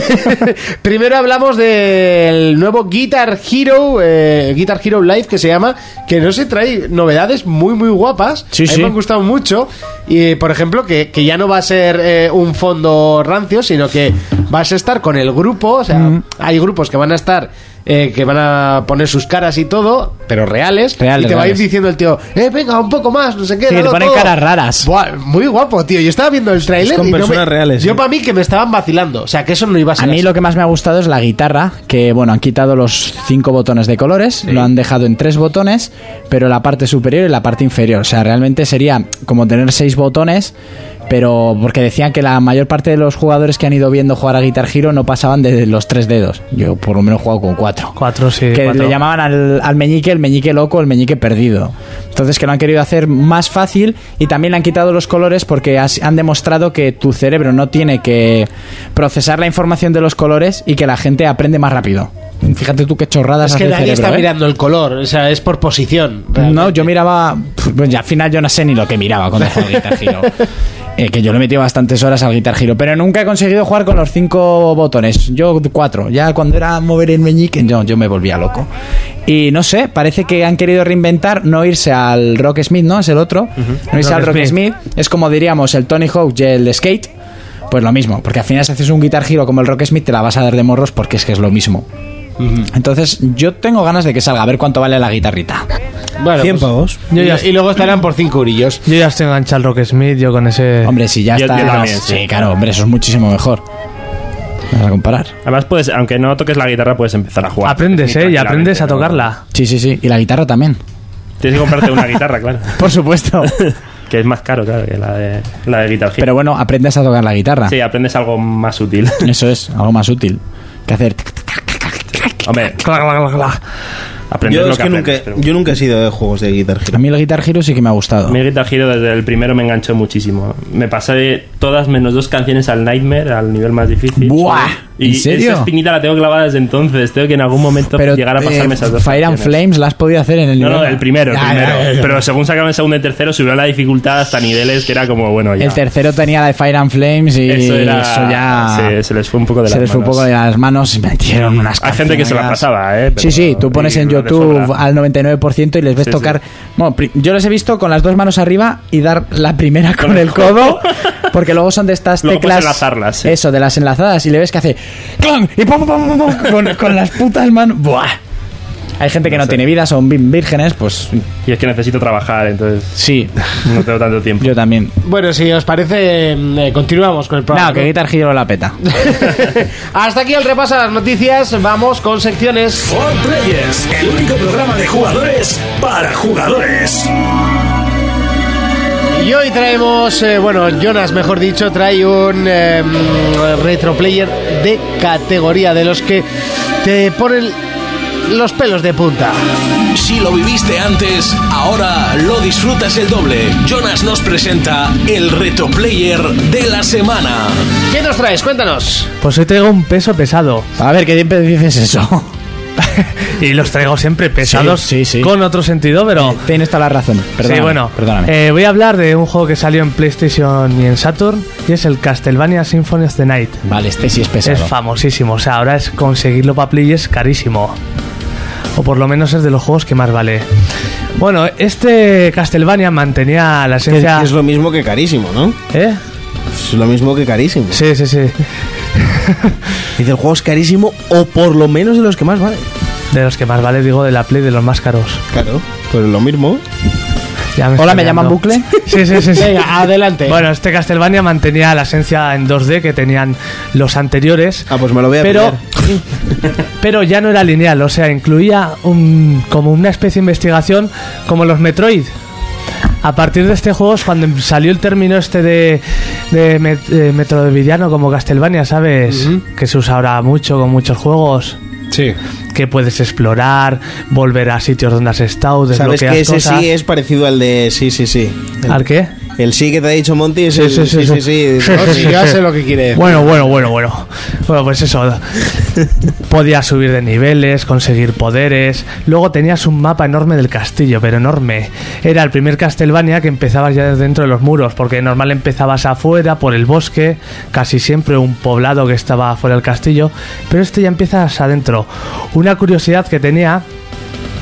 Speaker 2: Primero hablamos del nuevo Guitar Hero, eh, Guitar Hero Live que se llama, que no se trae novedades muy muy guapas.
Speaker 4: Sí,
Speaker 2: a mí
Speaker 4: sí.
Speaker 2: me han gustado mucho. Y eh, por ejemplo, que, que ya no va a ser eh, un fondo rancio, sino que vas a estar con el grupo. O sea,
Speaker 4: Mm.
Speaker 2: hay grupos que van a estar. eh, que van a poner sus caras y todo, pero reales.
Speaker 4: Reales,
Speaker 2: y te va a ir
Speaker 4: reales.
Speaker 2: diciendo el tío, eh, venga, un poco más, no sé qué.
Speaker 4: Sí, que te
Speaker 2: dalo
Speaker 4: ponen
Speaker 2: todo".
Speaker 4: caras raras.
Speaker 2: Buah, muy guapo, tío. Yo estaba viendo el trailer.
Speaker 5: con
Speaker 2: y no
Speaker 5: personas
Speaker 2: me-
Speaker 5: reales, ¿eh?
Speaker 2: Yo
Speaker 5: sí.
Speaker 2: para mí que me estaban vacilando. O sea, que eso no iba a ser.
Speaker 4: A mí
Speaker 2: así.
Speaker 4: lo que más me ha gustado es la guitarra, que bueno, han quitado los cinco botones de colores, lo han dejado en tres botones, pero la parte superior y la parte inferior. O sea, realmente sería como tener seis botones, pero porque decían que la mayor parte de los jugadores que han ido viendo jugar a Guitar Hero no pasaban de los tres dedos. Yo por lo menos he jugado con cuatro.
Speaker 7: Cuatro, sí.
Speaker 4: Que
Speaker 7: cuatro.
Speaker 4: le llamaban al, al meñique el meñique loco, el meñique perdido. Entonces que lo han querido hacer más fácil y también le han quitado los colores porque has- han demostrado que tu cerebro no tiene que procesar la información de los colores y que la gente aprende más rápido. Fíjate tú qué chorradas
Speaker 2: Es
Speaker 4: hace
Speaker 2: que
Speaker 4: el
Speaker 2: nadie
Speaker 4: cerebro,
Speaker 2: está
Speaker 4: ¿eh?
Speaker 2: mirando el color. O sea, es por posición. realmente.
Speaker 4: No, yo miraba. pf, Pues ya al final yo no sé ni lo que miraba cuando jugaba al Guitar Hero. Eh, que yo le he metido bastantes horas al Guitar Hero, pero nunca he conseguido jugar con los cinco botones. Yo cuatro. Ya cuando era mover el meñique, yo, yo me volvía loco. Y no sé, parece que han querido reinventar, no irse al Rock Smith, ¿no? Es el otro. No irse
Speaker 7: Rock
Speaker 4: al Rock Smith.
Speaker 7: Smith.
Speaker 4: Es como diríamos el Tony Hawk y el Skate. Pues lo mismo, porque al final si haces un Guitar Hero como el Rock Smith te la vas a dar de morros porque es que es lo mismo. Entonces yo tengo ganas de que salga a ver cuánto vale la guitarrita.
Speaker 2: Bueno,
Speaker 5: 100
Speaker 2: pues-
Speaker 5: pavos.
Speaker 7: Yo
Speaker 2: y,
Speaker 7: ya-
Speaker 2: y luego estarán por 5 eurillos.
Speaker 7: Yo ya estoy enganchado al Rock Smith, yo con ese.
Speaker 4: Hombre, si ya
Speaker 6: Yo- yo
Speaker 4: está.
Speaker 6: también,
Speaker 4: sí,
Speaker 6: sí.
Speaker 4: claro, hombre, eso es muchísimo mejor. Vamos a comparar.
Speaker 6: Además, puedes, aunque no toques la guitarra, puedes empezar a jugar.
Speaker 7: aprendes, ¿eh? Y
Speaker 6: Tranquilamente,
Speaker 7: aprendes a
Speaker 6: ¿no?
Speaker 7: tocarla.
Speaker 4: Sí, sí, sí. Y la guitarra también.
Speaker 6: Tienes que comprarte una guitarra, claro.
Speaker 4: Por supuesto.
Speaker 6: que es más caro, claro, que la de, la de Guitar Hero.
Speaker 4: Pero bueno, aprendes a tocar la guitarra.
Speaker 6: Sí, aprendes algo más útil.
Speaker 4: Eso es, algo más útil que hacer.
Speaker 6: Hombre,
Speaker 5: Yo,
Speaker 6: aprendes lo
Speaker 5: es
Speaker 6: que
Speaker 5: que nunca,
Speaker 6: aprendes, pero-
Speaker 5: yo nunca he sido de juegos de Guitar Hero.
Speaker 4: A mí el Guitar Hero sí que me ha gustado.
Speaker 6: Mi Guitar Hero desde el primero me enganchó muchísimo. Me pasé todas menos dos canciones al Nightmare, al nivel más difícil.
Speaker 4: ¡Buah!
Speaker 6: Y
Speaker 4: ¿En serio?
Speaker 6: esa espinita la tengo clavada desde entonces. Tengo que en algún momento llegar a pasarme
Speaker 4: Eh,
Speaker 6: esas dos
Speaker 4: Fire and
Speaker 6: canciones.
Speaker 4: Flames la has podido hacer en el
Speaker 6: No, no,
Speaker 4: nivel-
Speaker 6: el primero, el
Speaker 4: Ya,
Speaker 6: primero.
Speaker 4: ya, ya, ya.
Speaker 6: Pero según sacaban el segundo y el tercero, subió la dificultad hasta niveles que era como, bueno, ya.
Speaker 4: El tercero tenía la de Fire and Flames y eso,
Speaker 6: Eso era-
Speaker 4: ya
Speaker 6: sí, se les fue un poco de
Speaker 4: se
Speaker 6: las
Speaker 4: les fue un
Speaker 6: manos.
Speaker 4: poco de las manos y metieron unas
Speaker 6: Hay gente que se la
Speaker 4: canciones.
Speaker 6: pasaba, ¿eh? Pero-
Speaker 4: sí, sí, tú pones
Speaker 6: y
Speaker 4: en
Speaker 6: lo de
Speaker 4: YouTube
Speaker 6: sobra.
Speaker 4: al 99% y les ves
Speaker 6: Sí,
Speaker 4: tocar...
Speaker 6: sí.
Speaker 4: Bueno, pri- yo les he visto con las dos manos arriba y dar la primera con el codo, porque luego son de estas
Speaker 6: Luego puedes
Speaker 4: teclas...
Speaker 6: enlazarlas, sí.
Speaker 4: Eso, de las enlazadas, y le ves que hace... ¡Clan! Y pum, pum, pum, pum, con, con las putas manos... ¡Buah! Hay gente que no,
Speaker 6: sé.
Speaker 4: tiene vida, son vir- vírgenes, pues...
Speaker 6: Y es que necesito trabajar, entonces
Speaker 4: Sí,
Speaker 6: no tengo tanto tiempo.
Speaker 4: yo también.
Speaker 2: Bueno, si os parece, eh, continuamos con el programa.
Speaker 4: No, que
Speaker 2: ¿no?
Speaker 4: Guitar Hero la peta.
Speaker 2: Hasta aquí el repaso a las noticias. Vamos con secciones.
Speaker 1: For Players, el único programa de jugadores para jugadores.
Speaker 2: Y hoy traemos, eh, bueno, Jonas, mejor dicho, trae un eh, retro player de categoría de los que te ponen los pelos de punta.
Speaker 12: Si lo viviste antes, ahora lo disfrutas el doble. Jonas nos presenta el reto player de la semana.
Speaker 2: ¿Qué nos traes? Cuéntanos.
Speaker 7: Pues hoy traigo un peso pesado.
Speaker 4: A ver, que siempre dices eso.
Speaker 7: Y los traigo siempre pesados
Speaker 4: Sí, sí, sí.
Speaker 7: con otro sentido, pero...
Speaker 4: Tienes toda la razón. Perdóname,
Speaker 7: sí, bueno,
Speaker 4: Perdóname.
Speaker 7: eh, voy a hablar de un juego que salió en PlayStation y en Saturn y es el Castlevania Symphony of the Night.
Speaker 4: vale, este sí es pesado.
Speaker 7: Es famosísimo, o sea, ahora es conseguirlo para Play es carísimo. O por lo menos es de los juegos que más vale. Bueno, este Castlevania mantenía la
Speaker 5: Que-
Speaker 7: esencia...
Speaker 5: que es lo mismo que carísimo, ¿no?
Speaker 7: ¿Eh?
Speaker 5: Es lo mismo que carísimo.
Speaker 7: Sí, sí, sí.
Speaker 5: Dice, el juego es carísimo o por lo menos de los que más vale.
Speaker 7: De los que más vale, digo, de la Play, de los más caros.
Speaker 5: Claro, pues lo mismo.
Speaker 7: Ya me
Speaker 4: Hola,
Speaker 7: estoy
Speaker 4: ¿me llaman
Speaker 7: liando.
Speaker 4: bucle?
Speaker 7: Sí, sí, sí. sí.
Speaker 2: Venga, adelante.
Speaker 7: Bueno, este Castlevania mantenía la esencia en 2D que tenían los anteriores.
Speaker 5: Ah, pues me lo voy a
Speaker 7: pero,
Speaker 5: pillar.
Speaker 7: pero ya no era lineal, o sea, incluía un, como una especie de investigación como los Metroid. A partir de este juego es cuando em- salió el término este de, de met- eh, Metroidvania como Castlevania, ¿sabes? Que se usa ahora mucho con muchos juegos.
Speaker 8: Sí.
Speaker 7: Que puedes explorar, volver a sitios donde has estado,
Speaker 5: Sabes
Speaker 7: desbloqueas
Speaker 5: pues que ese
Speaker 7: cosas.
Speaker 5: sí es parecido al de sí, sí, sí. El,
Speaker 7: ¿Al qué?
Speaker 5: el sí que te ha dicho Monty es
Speaker 7: Sí,
Speaker 5: el
Speaker 7: sí, sí,
Speaker 5: sí, "Oh, sí, sí.
Speaker 7: sí. Sí, sí, sí.
Speaker 2: Yo sé lo que quiere.
Speaker 7: Bueno, bueno, bueno, bueno. Bueno, pues eso. Podías subir de niveles, conseguir poderes. Luego tenías un mapa enorme del castillo, pero enorme. Era el primer Castlevania que empezabas ya desde dentro de los muros, porque normal empezabas afuera, por el bosque, casi siempre un poblado que estaba fuera del castillo. Pero este ya empiezas adentro. Una curiosidad que tenía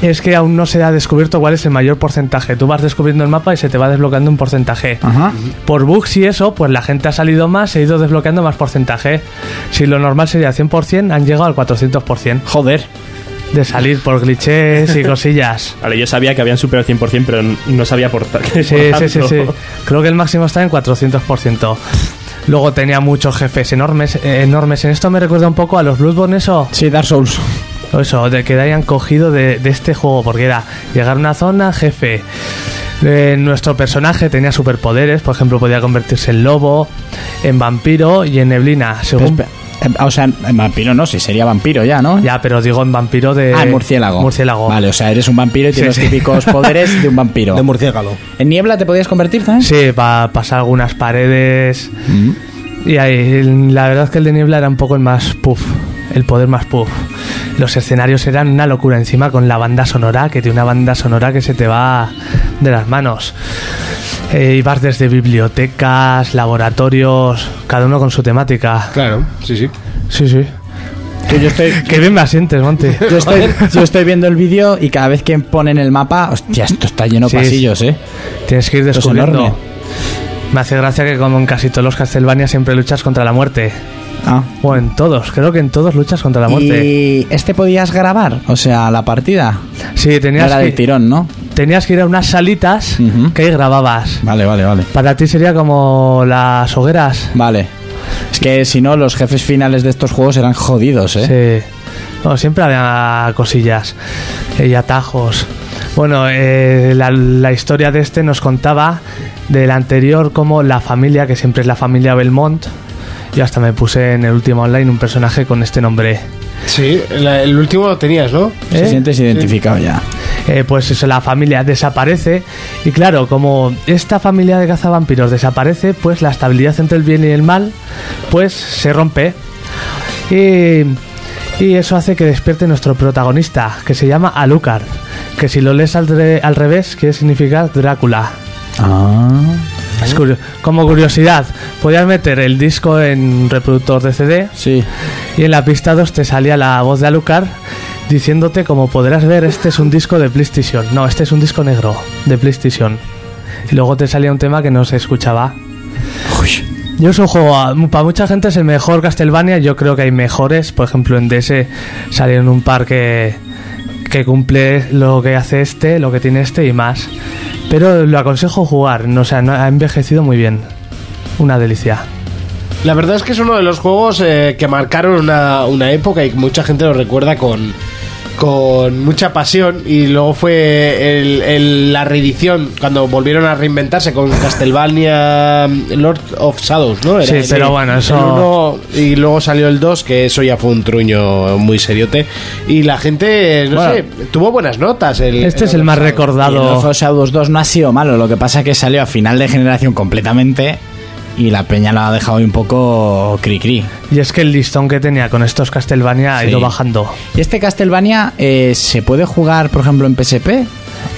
Speaker 7: es que aún no se ha descubierto cuál es el mayor porcentaje. Tú vas descubriendo el mapa y se te va desbloqueando un porcentaje.
Speaker 4: Ajá.
Speaker 7: Por bugs y eso, pues la gente ha salido más, se ha ido desbloqueando más porcentaje. Si lo normal sería 100%, han llegado al 400%
Speaker 4: Joder.
Speaker 7: de salir por glitches y cosillas.
Speaker 6: Vale, yo sabía que habían superado el 100%, pero no sabía por ta- por
Speaker 7: Sí, sí, sí,
Speaker 6: tanto.
Speaker 7: sí. Creo que el máximo está en 400%. Luego tenía muchos jefes enormes, eh, enormes. En esto me recuerda un poco a los Bloodborne eso,
Speaker 4: Sí, Dark Souls.
Speaker 7: o eso, de que hayan cogido de, de este juego, porque era llegar a una zona, jefe. Eh, nuestro personaje tenía superpoderes, por ejemplo, podía convertirse en lobo, en vampiro y en neblina. Según
Speaker 4: Espe- eh, O sea, en vampiro no, sí, sería vampiro ya, ¿no?
Speaker 7: Ya, pero digo en vampiro de.
Speaker 4: ah, en murciélago.
Speaker 7: Murciélago.
Speaker 4: Vale, o sea, eres un vampiro y tienes
Speaker 7: Sí,
Speaker 4: los
Speaker 7: sí.
Speaker 4: típicos poderes de un vampiro.
Speaker 5: De murciélago.
Speaker 4: ¿En niebla te podías convertir también?
Speaker 7: Sí, para pasar algunas paredes.
Speaker 4: Mm.
Speaker 7: Y ahí, la verdad es que el de niebla era un poco el más puff. El poder más puff. Los escenarios eran una locura. Encima con la banda sonora, que tiene una banda sonora que se te va de las manos. Eh, ibas desde bibliotecas, laboratorios, cada uno con su temática.
Speaker 8: Claro, sí, sí.
Speaker 7: Sí, sí.
Speaker 4: Que yo estoy...
Speaker 7: Qué bien me asientes, Monty.
Speaker 4: Yo estoy, yo estoy viendo el vídeo y cada vez que ponen el mapa, hostia, esto está lleno de
Speaker 7: Sí,
Speaker 4: pasillos, ¿eh?
Speaker 7: Tienes que ir
Speaker 4: Esto es enorme.
Speaker 7: descubriendo. Me hace gracia que como en casi todos los Castlevania siempre luchas contra la muerte.
Speaker 4: Ah.
Speaker 7: O en todos, creo que en todos luchas contra la muerte.
Speaker 4: Y este podías grabar, o sea, la partida.
Speaker 7: Sí, tenías
Speaker 4: Era del
Speaker 7: que,
Speaker 4: tirón, ¿no?
Speaker 7: tenías que ir a unas salitas
Speaker 4: Ujú.
Speaker 7: que ahí grababas.
Speaker 4: Vale, vale, vale.
Speaker 7: Para ti sería como las hogueras.
Speaker 4: Vale. Es que si no, los jefes finales de estos juegos eran jodidos, ¿eh?
Speaker 7: Sí. No, siempre había cosillas eh, y atajos. Bueno, eh, la, la historia de este nos contaba del anterior como la familia, que siempre es la familia Belmont. Yo hasta me puse en el último online un personaje con este nombre.
Speaker 2: Sí, el último lo tenías, ¿no?
Speaker 4: Se sientes identificado ya.
Speaker 7: pues eso, la familia desaparece. Y claro, como esta familia de cazavampiros desaparece, pues la estabilidad entre el bien y el mal, pues se rompe. Y, y eso hace que despierte nuestro protagonista, que se llama Alucard. Que si lo lees al, re- al revés, quiere significar Drácula.
Speaker 4: Ah.
Speaker 7: Es curio- como curiosidad, podías meter el disco en reproductor de CD. Y en la pista 2 te salía la voz de Alucard diciéndote, como podrás ver, este es un disco de PlayStation. No, este es un disco negro de PlayStation. Y luego te salía un tema que no se escuchaba. Yo es un juego, a- para mucha gente es el mejor Castlevania, yo creo que hay mejores, por ejemplo en DS salieron un par que, que cumple lo que hace este, lo que tiene este y más. Pero lo aconsejo jugar, no, o sea, no- ha envejecido muy bien. Una delicia.
Speaker 2: La verdad es que es uno de los juegos eh, que marcaron una, una época y mucha gente lo recuerda con, con mucha pasión. Y luego fue el- el- la reedición, cuando volvieron a reinventarse con Castlevania mm, Lord of Shadows, ¿no?
Speaker 7: Sí,
Speaker 2: el-
Speaker 7: pero bueno,
Speaker 2: el
Speaker 7: eso-
Speaker 2: uno, y luego salió el 2, que eso ya fue un truño muy seriote. Y la gente, no
Speaker 4: Bueno.
Speaker 2: sé, tuvo buenas notas. El,
Speaker 7: Este
Speaker 2: Lord of Shadows.
Speaker 4: Y el Lord of Shadows 2 no ha sido malo, lo que pasa es que salió a final de generación completamente y la peña lo ha dejado ahí un poco cri cri.
Speaker 7: Y es que el listón que tenía con estos Castlevania ha
Speaker 4: Sí.
Speaker 7: ido bajando.
Speaker 4: ¿Y este Castlevania eh, se puede jugar, por ejemplo, en PSP?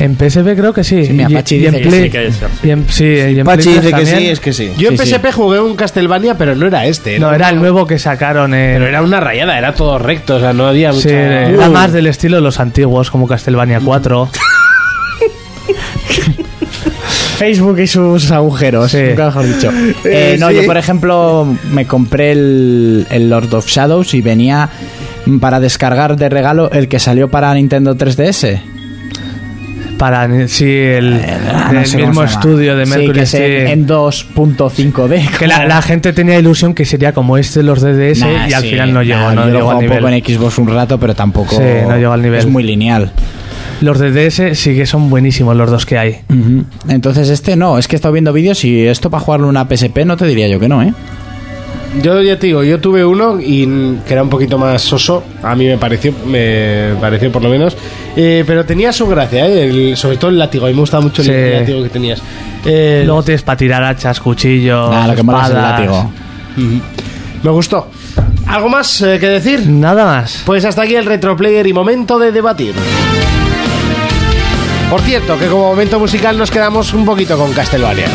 Speaker 7: En PSP creo que sí.
Speaker 4: mira,
Speaker 7: Y-
Speaker 4: Pachi
Speaker 7: y en
Speaker 4: dice que
Speaker 7: Play-
Speaker 4: sí, que es.
Speaker 7: y en- sí, y en
Speaker 5: Pachi
Speaker 7: Play
Speaker 5: dice que
Speaker 7: también.
Speaker 5: sí, es que sí.
Speaker 2: Yo en
Speaker 7: Sí, sí.
Speaker 2: PSP jugué un Castlevania, pero no era este.
Speaker 7: No, era el nuevo que sacaron. eh,
Speaker 2: Pero era una rayada, era todo recto, o sea, no había
Speaker 7: Sí,
Speaker 2: mucha...
Speaker 4: Uh.
Speaker 7: era más del estilo de los antiguos, como
Speaker 4: Mm.
Speaker 7: Castlevania 4.
Speaker 4: Facebook y sus agujeros, nunca mejor dicho. Eh,
Speaker 7: Eh,
Speaker 4: no,
Speaker 7: sí.
Speaker 4: yo por ejemplo me compré el, el Lord of Shadows y venía mm, para descargar de regalo el que salió para Nintendo 3DS.
Speaker 7: Para sí, el,
Speaker 4: Ah, no
Speaker 7: del
Speaker 4: sé cómo se
Speaker 7: mismo
Speaker 4: llama.
Speaker 7: estudio de
Speaker 4: Sí,
Speaker 7: Mercury
Speaker 4: que es en-
Speaker 7: Steam.
Speaker 4: en 2.5D.
Speaker 7: Que la, la gente tenía ilusión que sería como este los DDS
Speaker 4: Nah,
Speaker 7: y al
Speaker 4: sí,
Speaker 7: final no llegó,
Speaker 4: nah,
Speaker 7: no
Speaker 4: yo lo
Speaker 7: llegó
Speaker 4: juego
Speaker 7: al
Speaker 4: un poco
Speaker 7: nivel.
Speaker 4: en Xbox un rato, pero tampoco
Speaker 7: Sí, no llegó al nivel.
Speaker 4: es muy lineal.
Speaker 7: Los DDS sí que son buenísimos los dos que hay.
Speaker 4: Ujú. Entonces este no, es que he estado viendo vídeos y esto para jugarlo en una PSP no te diría yo que no, ¿eh?
Speaker 2: Yo ya te digo, yo tuve uno y mm, que era un poquito más soso, a mí me pareció, me pareció por lo menos, eh, pero tenía su gracia, ¿eh? El- sobre todo el látigo, a mí me gustaba mucho el,
Speaker 7: Sí.
Speaker 2: látigo que tenías. Eh,
Speaker 7: Luego tienes para tirar hachas, cuchillos,
Speaker 4: Nah, lo que mola es el
Speaker 7: espadas.
Speaker 4: látigo.
Speaker 2: Ujú. Me gustó. ¿Algo más eh, que decir?
Speaker 7: Nada más.
Speaker 2: Pues hasta aquí el retroplayer y momento de debatir. Por cierto, que como momento musical nos quedamos un poquito con Castlevania.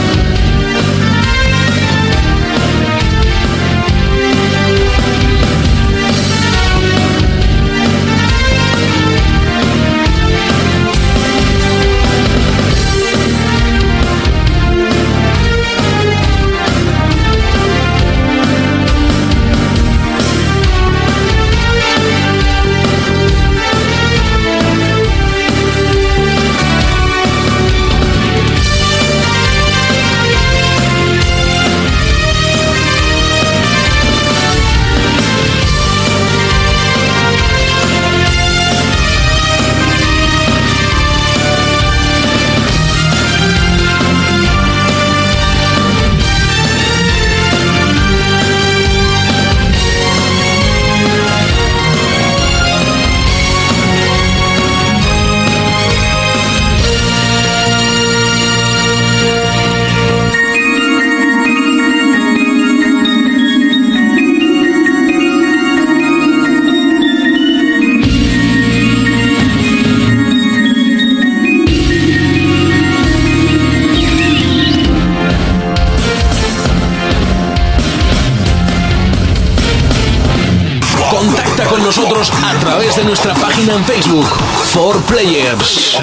Speaker 12: Contacta con nosotros a través de nuestra página en Facebook, For Players.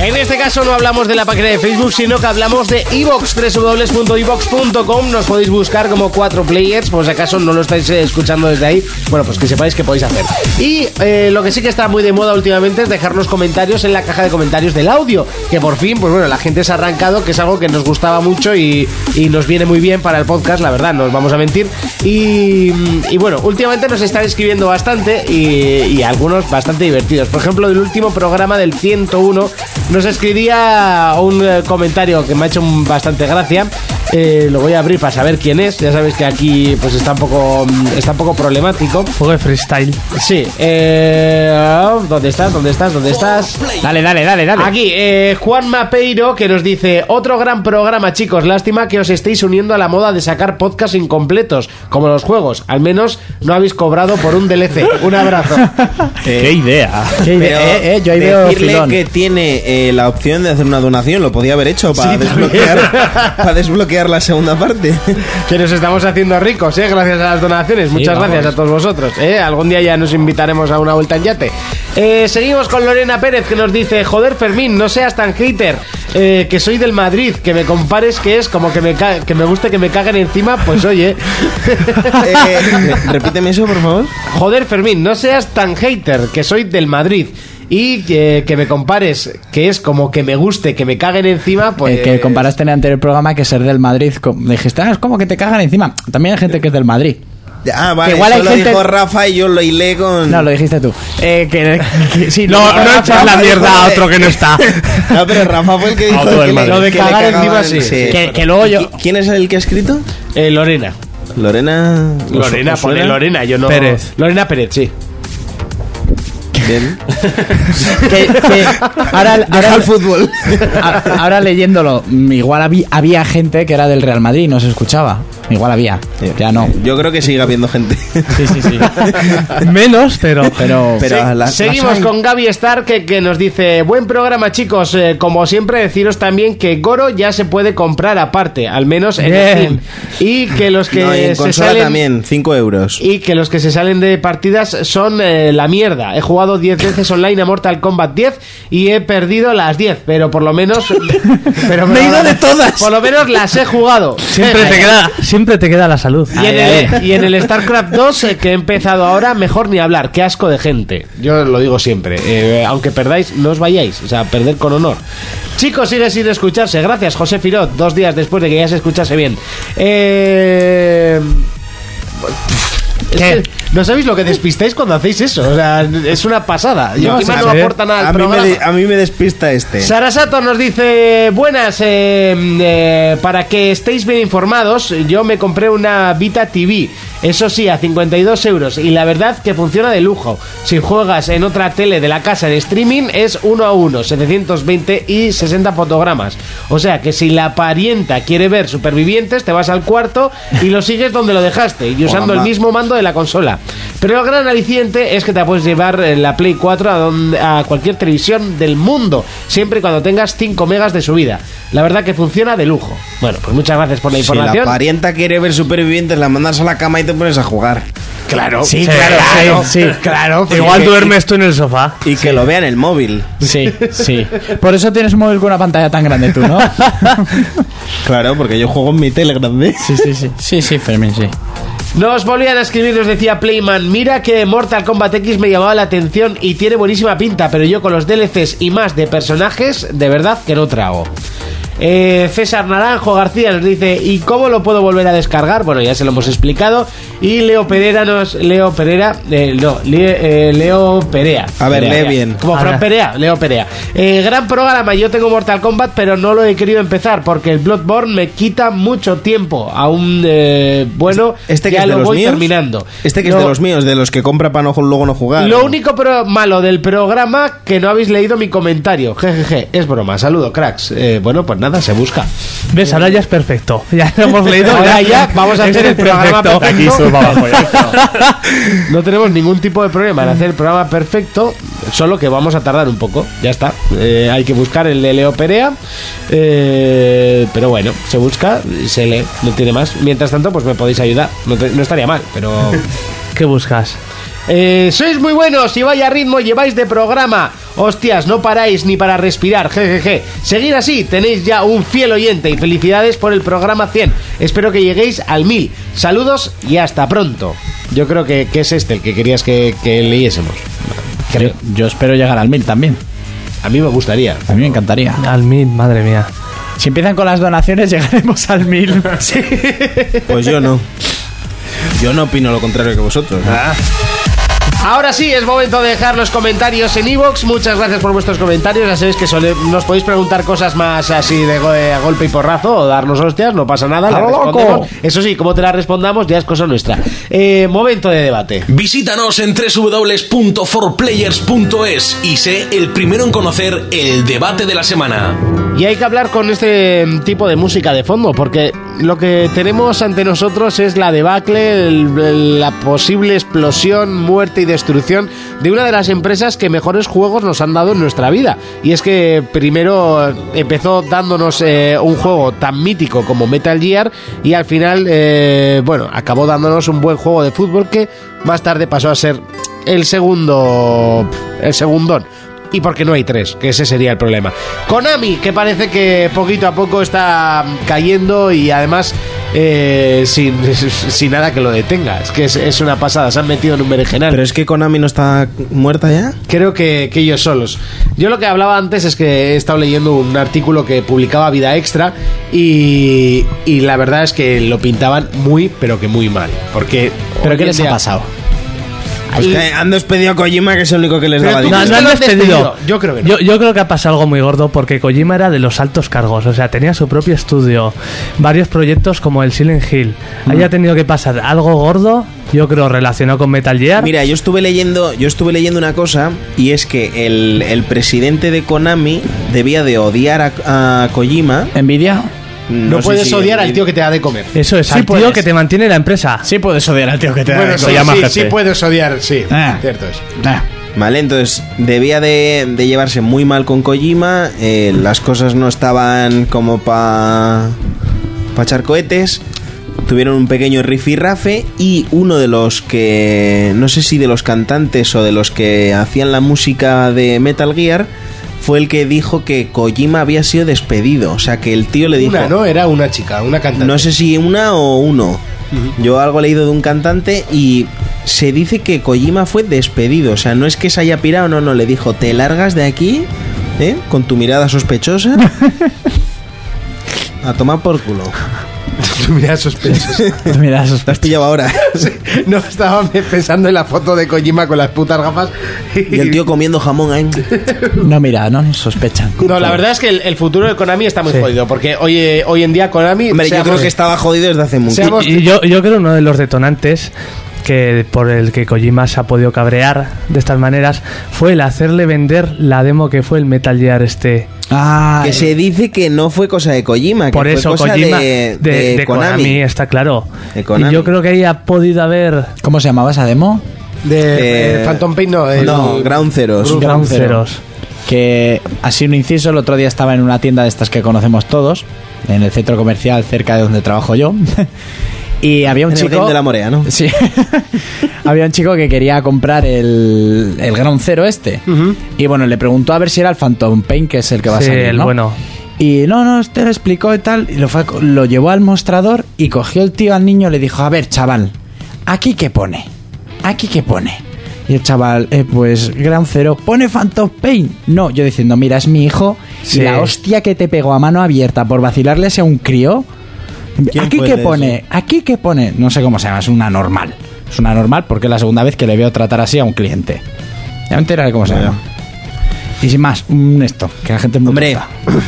Speaker 2: En este caso no hablamos de la página de Facebook, sino que hablamos de iVox, www.ivox.com. Nos podéis buscar como 4 players, por si acaso no lo estáis eh, escuchando desde ahí. Bueno, pues que sepáis que podéis hacer. Y eh, lo que sí que está muy de moda últimamente es dejarnos comentarios en la caja de comentarios del audio, que por fin, pues bueno, la gente se ha arrancado, que es algo que nos gustaba mucho y, y nos viene muy bien para el podcast, la verdad, no os vamos a mentir. Y, y bueno, últimamente nos están escribiendo bastante y, y algunos bastante divertidos. Por ejemplo, el último programa del 101 Nos escribía un eh, comentario que me ha hecho un- bastante gracia. Eh, lo voy a abrir para saber quién es. Ya sabéis que aquí pues está un poco, mm, está un poco problemático.
Speaker 7: Juego de freestyle.
Speaker 2: Sí. eh, ¿Dónde estás? ¿Dónde estás? ¿Dónde estás?
Speaker 4: Dale, dale, dale, dale.
Speaker 2: Aquí, eh, Juan Mapeiro que nos dice: Otro gran programa, chicos. Lástima que os estéis uniendo a la moda de sacar podcasts incompletos, como los juegos. Al menos no habéis cobrado por un DLC. Un abrazo.
Speaker 5: ¡Qué
Speaker 2: idea!
Speaker 4: Qué idea, eh, eh, yo ahí veo
Speaker 5: decirle
Speaker 4: filón.
Speaker 5: que tiene eh, la opción de hacer una donación, lo podía haber hecho para, desbloquear, para desbloquear la segunda parte.
Speaker 2: Que nos estamos haciendo ricos, ¿eh? Gracias a las donaciones. Muchas
Speaker 5: vamos.
Speaker 2: gracias a todos vosotros. ¿eh? Algún día ya nos invitaremos a una vuelta en yate. Eh, seguimos con Lorena Pérez que nos dice, joder Fermín, no seas tan hater, eh, que soy del Madrid, que me compares que es como que me, ca- que me guste que me caguen encima, pues oye.
Speaker 5: Eh, repíteme eso, por favor.
Speaker 2: Joder Fermín, no seas tan hater, que soy del Madrid. Y eh, que me compares, que es como que me guste, que me caguen encima, pues...
Speaker 4: Eh, que comparaste en el anterior programa que ser del Madrid. con- Dijiste, ah, es como que te cagan encima. También hay gente que es del Madrid.
Speaker 5: Ah, vale,
Speaker 4: Que igual
Speaker 5: eso
Speaker 4: hay
Speaker 5: lo
Speaker 4: gente-
Speaker 5: dijo Rafa y yo lo hilé con...
Speaker 4: No, lo dijiste tú. Eh, que, que- sí, lo-
Speaker 5: Rafa-
Speaker 4: Rafa-
Speaker 5: Rafa
Speaker 4: Rafa
Speaker 5: dijo
Speaker 4: dijo
Speaker 5: de-
Speaker 4: de-
Speaker 5: no, pero Rafa fue el que dijo
Speaker 4: Auto del
Speaker 5: que le-
Speaker 4: Madrid. Lo de
Speaker 5: que le
Speaker 4: cagar
Speaker 5: cagaban,
Speaker 4: encima, sí. Que- que
Speaker 2: luego yo-
Speaker 5: ¿Qui- ¿Quién es el que ha escrito?
Speaker 2: Eh, Lorena.
Speaker 5: Lorena... ¿os-
Speaker 6: Pues
Speaker 2: Lorena,
Speaker 5: os
Speaker 2: pone
Speaker 5: suena?
Speaker 2: Lorena, yo no...
Speaker 5: Pérez.
Speaker 2: Lorena Pérez, sí.
Speaker 5: Bien.
Speaker 4: que- que ahora, ahora-
Speaker 5: fútbol.
Speaker 4: a- Ah, ahora leyéndolo, mm, igual habí- había gente que era del Real Madrid y no se escuchaba. Igual había. Ya no.
Speaker 5: Yo creo que sigue habiendo gente.
Speaker 4: Sí, sí, sí.
Speaker 7: Menos, pero.
Speaker 4: Pero,
Speaker 5: Pero
Speaker 2: Se-
Speaker 5: a la-
Speaker 2: seguimos
Speaker 5: las hay.
Speaker 2: con Gaby Stark que, que nos dice buen programa chicos Eh, como siempre deciros también que Goro ya se puede comprar aparte al menos en
Speaker 5: Bien.
Speaker 2: Steam y que los que
Speaker 5: No, y en
Speaker 2: se
Speaker 5: consola
Speaker 2: salen
Speaker 5: también, 5 euros.
Speaker 2: y que los que se salen de partidas son eh, la mierda. He jugado 10 veces online a Mortal Kombat 10 y he perdido las 10, pero por lo menos. pero
Speaker 5: Me he ido de
Speaker 2: todas. Por lo menos las he jugado.
Speaker 7: Siempre te queda, siempre te queda la salud.
Speaker 2: Y en, el, y en el StarCraft 2 eh, que he empezado ahora, mejor ni hablar, qué asco de gente. Yo lo digo siempre, eh, aunque perdáis, no os vayáis, o sea, perder con honor. Chicos, sigue sin escucharse, gracias José Firot, dos días después de que ya se escuchase bien. Eh... es que no sabéis lo que despistáis cuando hacéis eso, o sea, es una pasada. Y
Speaker 5: No,
Speaker 2: encima
Speaker 5: a
Speaker 2: no
Speaker 5: ver,
Speaker 2: aporta nada al
Speaker 5: a mí me
Speaker 2: programa.
Speaker 5: de- a mí me despista este.
Speaker 2: Sarasato nos dice, buenas, eh, eh, para que estéis bien informados, yo me compré una Vita TV, eso sí, a 52 euros, y la verdad que funciona de lujo. Si juegas en otra tele de la casa en streaming es uno a uno, 720 y 60 fotogramas. O sea que si la parienta quiere ver supervivientes, te vas al cuarto y lo sigues donde lo dejaste, y usando el
Speaker 5: Guau.
Speaker 2: mismo mando de la consola. Pero el gran aliciente es que te puedes llevar eh, la Play 4 a, donde- a cualquier televisión del mundo, siempre y cuando tengas 5 megas de subida. La verdad que funciona de lujo. Bueno, pues muchas gracias por la
Speaker 5: Si
Speaker 2: información.
Speaker 5: la parienta quiere ver supervivientes, la mandas a la cama y te pones a jugar.
Speaker 2: Claro,
Speaker 7: Sí, claro, claro, sí, sí.
Speaker 2: claro.
Speaker 7: Igual
Speaker 5: Y-
Speaker 7: duermes tú en el sofá.
Speaker 5: Y que lo vea en el móvil.
Speaker 4: Sí, sí. Por eso tienes un móvil con una pantalla tan grande tú, ¿no?
Speaker 5: Claro, porque yo juego en mi tele grande.
Speaker 4: Sí, sí, sí. Sí, sí, Fermín, sí.
Speaker 2: Nos volvían a escribir, nos decía Playman, mira que Mortal Kombat X me llamaba la atención y tiene buenísima pinta, pero yo con los DLCs y más de personajes, de verdad que no trago. Eh, César Naranjo García nos dice, ¿y cómo lo puedo volver a descargar? Bueno, ya se lo hemos explicado. Y Leo Pereira nos... Leo Pereira... eh, no, Le- eh, Leo Perea.
Speaker 5: A ver,
Speaker 2: Perea,
Speaker 5: lee bien.
Speaker 2: Como
Speaker 5: A
Speaker 2: Fran
Speaker 5: ver.
Speaker 2: Perea, Leo Perea. Eh, gran programa, yo tengo Mortal Kombat, pero no lo he querido empezar porque el Bloodborne me quita mucho tiempo. Aún, eh, bueno,
Speaker 5: Este que
Speaker 2: ya
Speaker 5: es de
Speaker 2: lo
Speaker 5: los
Speaker 2: voy
Speaker 5: míos.
Speaker 2: terminando.
Speaker 5: Este que
Speaker 2: No,
Speaker 5: es de los míos, de los que compra para no, luego no jugar.
Speaker 2: Lo único pro- malo del programa que no habéis leído mi comentario. Jejeje, es broma. Saludo, cracks. Eh, bueno, pues nada, se busca.
Speaker 7: ¿Ves? Ahora ya es perfecto. Ya lo hemos leído.
Speaker 2: Ahora ya vamos a hacer
Speaker 7: Este
Speaker 2: el programa
Speaker 7: perfecto.
Speaker 2: perfecto. No tenemos ningún tipo de problema en hacer el programa perfecto, solo que vamos a tardar un poco. Ya está. Eh, hay que buscar el de Leo Perea. eh, pero bueno, se busca, se lee, no tiene más. Mientras tanto, pues me podéis ayudar. No, te- no estaría mal, pero.
Speaker 7: ¿Qué buscas?
Speaker 2: Eh, sois muy buenos y vaya ritmo lleváis de programa. Hostias, no paráis ni para respirar. Jejeje. Seguid así, tenéis ya un fiel oyente y felicidades por el programa 100. Espero que lleguéis al 1000. Saludos y hasta pronto. Yo creo que, que es este el que querías que, que leyésemos.
Speaker 4: Yo, yo espero llegar al mil también.
Speaker 2: A mí me gustaría.
Speaker 4: A mí me encantaría.
Speaker 7: Al mil, madre mía.
Speaker 4: Si empiezan con las donaciones, llegaremos al mil. Sí.
Speaker 2: Ah.
Speaker 5: Pues yo no. Yo no opino lo contrario que vosotros. ¿no?
Speaker 2: Ahora sí, es momento de dejar los comentarios en iVoox. Muchas gracias por vuestros comentarios. Ya sabéis que sole- nos podéis preguntar cosas más así de go- eh, a golpe y porrazo o darnos hostias, no pasa nada.
Speaker 12: ¡A
Speaker 2: las
Speaker 12: lo loco!
Speaker 2: respondemos. Eso sí, como te la respondamos ya es cosa nuestra. Eh, momento de debate.
Speaker 12: Visítanos en www.forplayers.es y sé el primero en conocer el debate de la semana.
Speaker 2: Y hay que hablar con este tipo de música de fondo, porque lo que tenemos ante nosotros es la debacle, el- el- la posible explosión, muerte y destrucción de una de las empresas que mejores juegos nos han dado en nuestra vida. Y es que primero empezó dándonos eh, un juego tan mítico como Metal Gear y al final, eh, bueno, acabó dándonos un buen juego de fútbol que más tarde pasó a ser el segundo, el segundón y porque no hay tres, que ese sería el problema. Konami, que parece que poquito a poco está cayendo y además eh, sin, sin nada que lo detenga. Es que es, es una pasada, se han metido en un berenjenal.
Speaker 5: Pero es que Konami no está muerta ya.
Speaker 2: Creo que, que ellos solos. Yo lo que hablaba antes es que he estado leyendo un artículo que publicaba Vida Extra y, y la verdad es que lo pintaban muy, pero que muy mal. Porque
Speaker 4: ¿Pero
Speaker 2: hoy
Speaker 4: qué
Speaker 2: en
Speaker 4: les ha
Speaker 2: día-
Speaker 4: pasado?
Speaker 5: Pues que han despedido a Kojima, que es el único que les
Speaker 7: No,
Speaker 5: daba dinero.
Speaker 7: no han despedido.
Speaker 2: Yo creo que
Speaker 7: Yo, creo que ha pasado algo muy gordo porque Kojima era de los altos cargos. O sea, tenía su propio estudio, varios proyectos como el Silent Hill. Haya tenido que pasar algo gordo, yo creo, relacionado con Metal Gear.
Speaker 5: Mira, yo estuve leyendo, yo estuve leyendo una cosa y es que el, el presidente de Konami debía de odiar a, a Kojima.
Speaker 4: Envidia.
Speaker 2: No, puedes odiar al tío que te da de comer.
Speaker 7: Eso es, al tío que te mantiene la empresa.
Speaker 4: Sí puedes odiar al tío que te
Speaker 2: Bueno, sí, sí, sí puedes odiar, sí.
Speaker 5: Ah.
Speaker 2: Cierto es.
Speaker 4: Ah,
Speaker 5: Vale, entonces debía de, de llevarse muy mal con Kojima, eh, las cosas no estaban como para pa echar cohetes, tuvieron un pequeño rifirrafe y uno de los que, no sé si de los cantantes o de los que hacían la música de Metal Gear, fue el que dijo que Kojima había sido despedido, o sea que el tío le dijo...
Speaker 2: Una, ¿no? Era una chica, una cantante.
Speaker 5: No sé si una o uno. Yo algo he leído de un cantante y se dice que Kojima fue despedido. O sea, no es que se haya pirado, no, no. Le dijo, te largas de aquí, ¿eh? Con tu mirada sospechosa. A tomar por culo.
Speaker 2: Tú miras sospechos.
Speaker 4: Mira,
Speaker 5: Te has pillado ahora.
Speaker 2: no estaba pensando en la foto de Kojima con las putas gafas.
Speaker 5: Y el tío comiendo jamón, ¿eh?
Speaker 4: No, mira, no sospechan.
Speaker 2: No, la verdad es que el, el futuro de Konami está muy jodido, porque hoy, eh, hoy en día Konami...
Speaker 5: Hombre, yo
Speaker 2: seamos-
Speaker 5: creo que estaba jodido desde hace mucho.
Speaker 2: Seamos-
Speaker 7: Y, y yo, yo creo uno de los detonantes que por el que Kojima se ha podido cabrear de estas maneras fue el hacerle vender la demo que fue el Metal Gear este.
Speaker 4: Ah,
Speaker 5: Que se dice que no fue cosa de Kojima, que
Speaker 7: por
Speaker 5: fue
Speaker 7: eso
Speaker 5: cosa
Speaker 7: Kojima
Speaker 5: de,
Speaker 7: de,
Speaker 5: de
Speaker 7: de Konami. está claro.
Speaker 5: De Konami.
Speaker 7: Y yo creo que ahí ha podido haber
Speaker 4: ¿Cómo se llamaba esa demo?
Speaker 2: De
Speaker 5: Eh,
Speaker 2: eh, Phantom Pain, no. el-
Speaker 5: No, Ground Zeros.
Speaker 7: ground
Speaker 4: Zero.
Speaker 7: zeros.
Speaker 4: Que así un inciso, el otro día estaba en una tienda de estas que conocemos todos, en el centro comercial cerca de donde trabajo yo. Y había un
Speaker 5: En el
Speaker 4: chico.
Speaker 5: game de la morea, ¿no?
Speaker 4: Sí. Había un chico que quería comprar el, el Ground Zero este. Y bueno, le preguntó a ver si era el Phantom Pain, que es el que va a
Speaker 7: Sí,
Speaker 4: salir.
Speaker 7: el
Speaker 4: ¿no?
Speaker 7: bueno.
Speaker 4: Y no, no, usted lo explicó y tal. Y lo, fue a co- lo llevó al mostrador y cogió el tío al niño y le dijo: A ver, chaval, ¿aquí qué pone? ¿Aquí qué pone? Y el chaval, eh, pues gran cero, pone Phantom Pain. No, yo diciendo, mira, es mi hijo.
Speaker 7: Sí.
Speaker 4: Y la hostia que te pegó a mano abierta por vacilarle a un crío.
Speaker 5: ¿Quién
Speaker 4: ¿Aquí
Speaker 5: puede
Speaker 4: qué
Speaker 5: eso?
Speaker 4: pone? ¿Aquí qué pone? No sé cómo se llama, es una normal. Es una normal porque es la segunda vez que le veo tratar así a un cliente. Ya me enteraré cómo se
Speaker 5: Vaya.
Speaker 4: llama. Y sin más, mm, esto, que la gente es muy
Speaker 5: Hombre,
Speaker 4: tonta.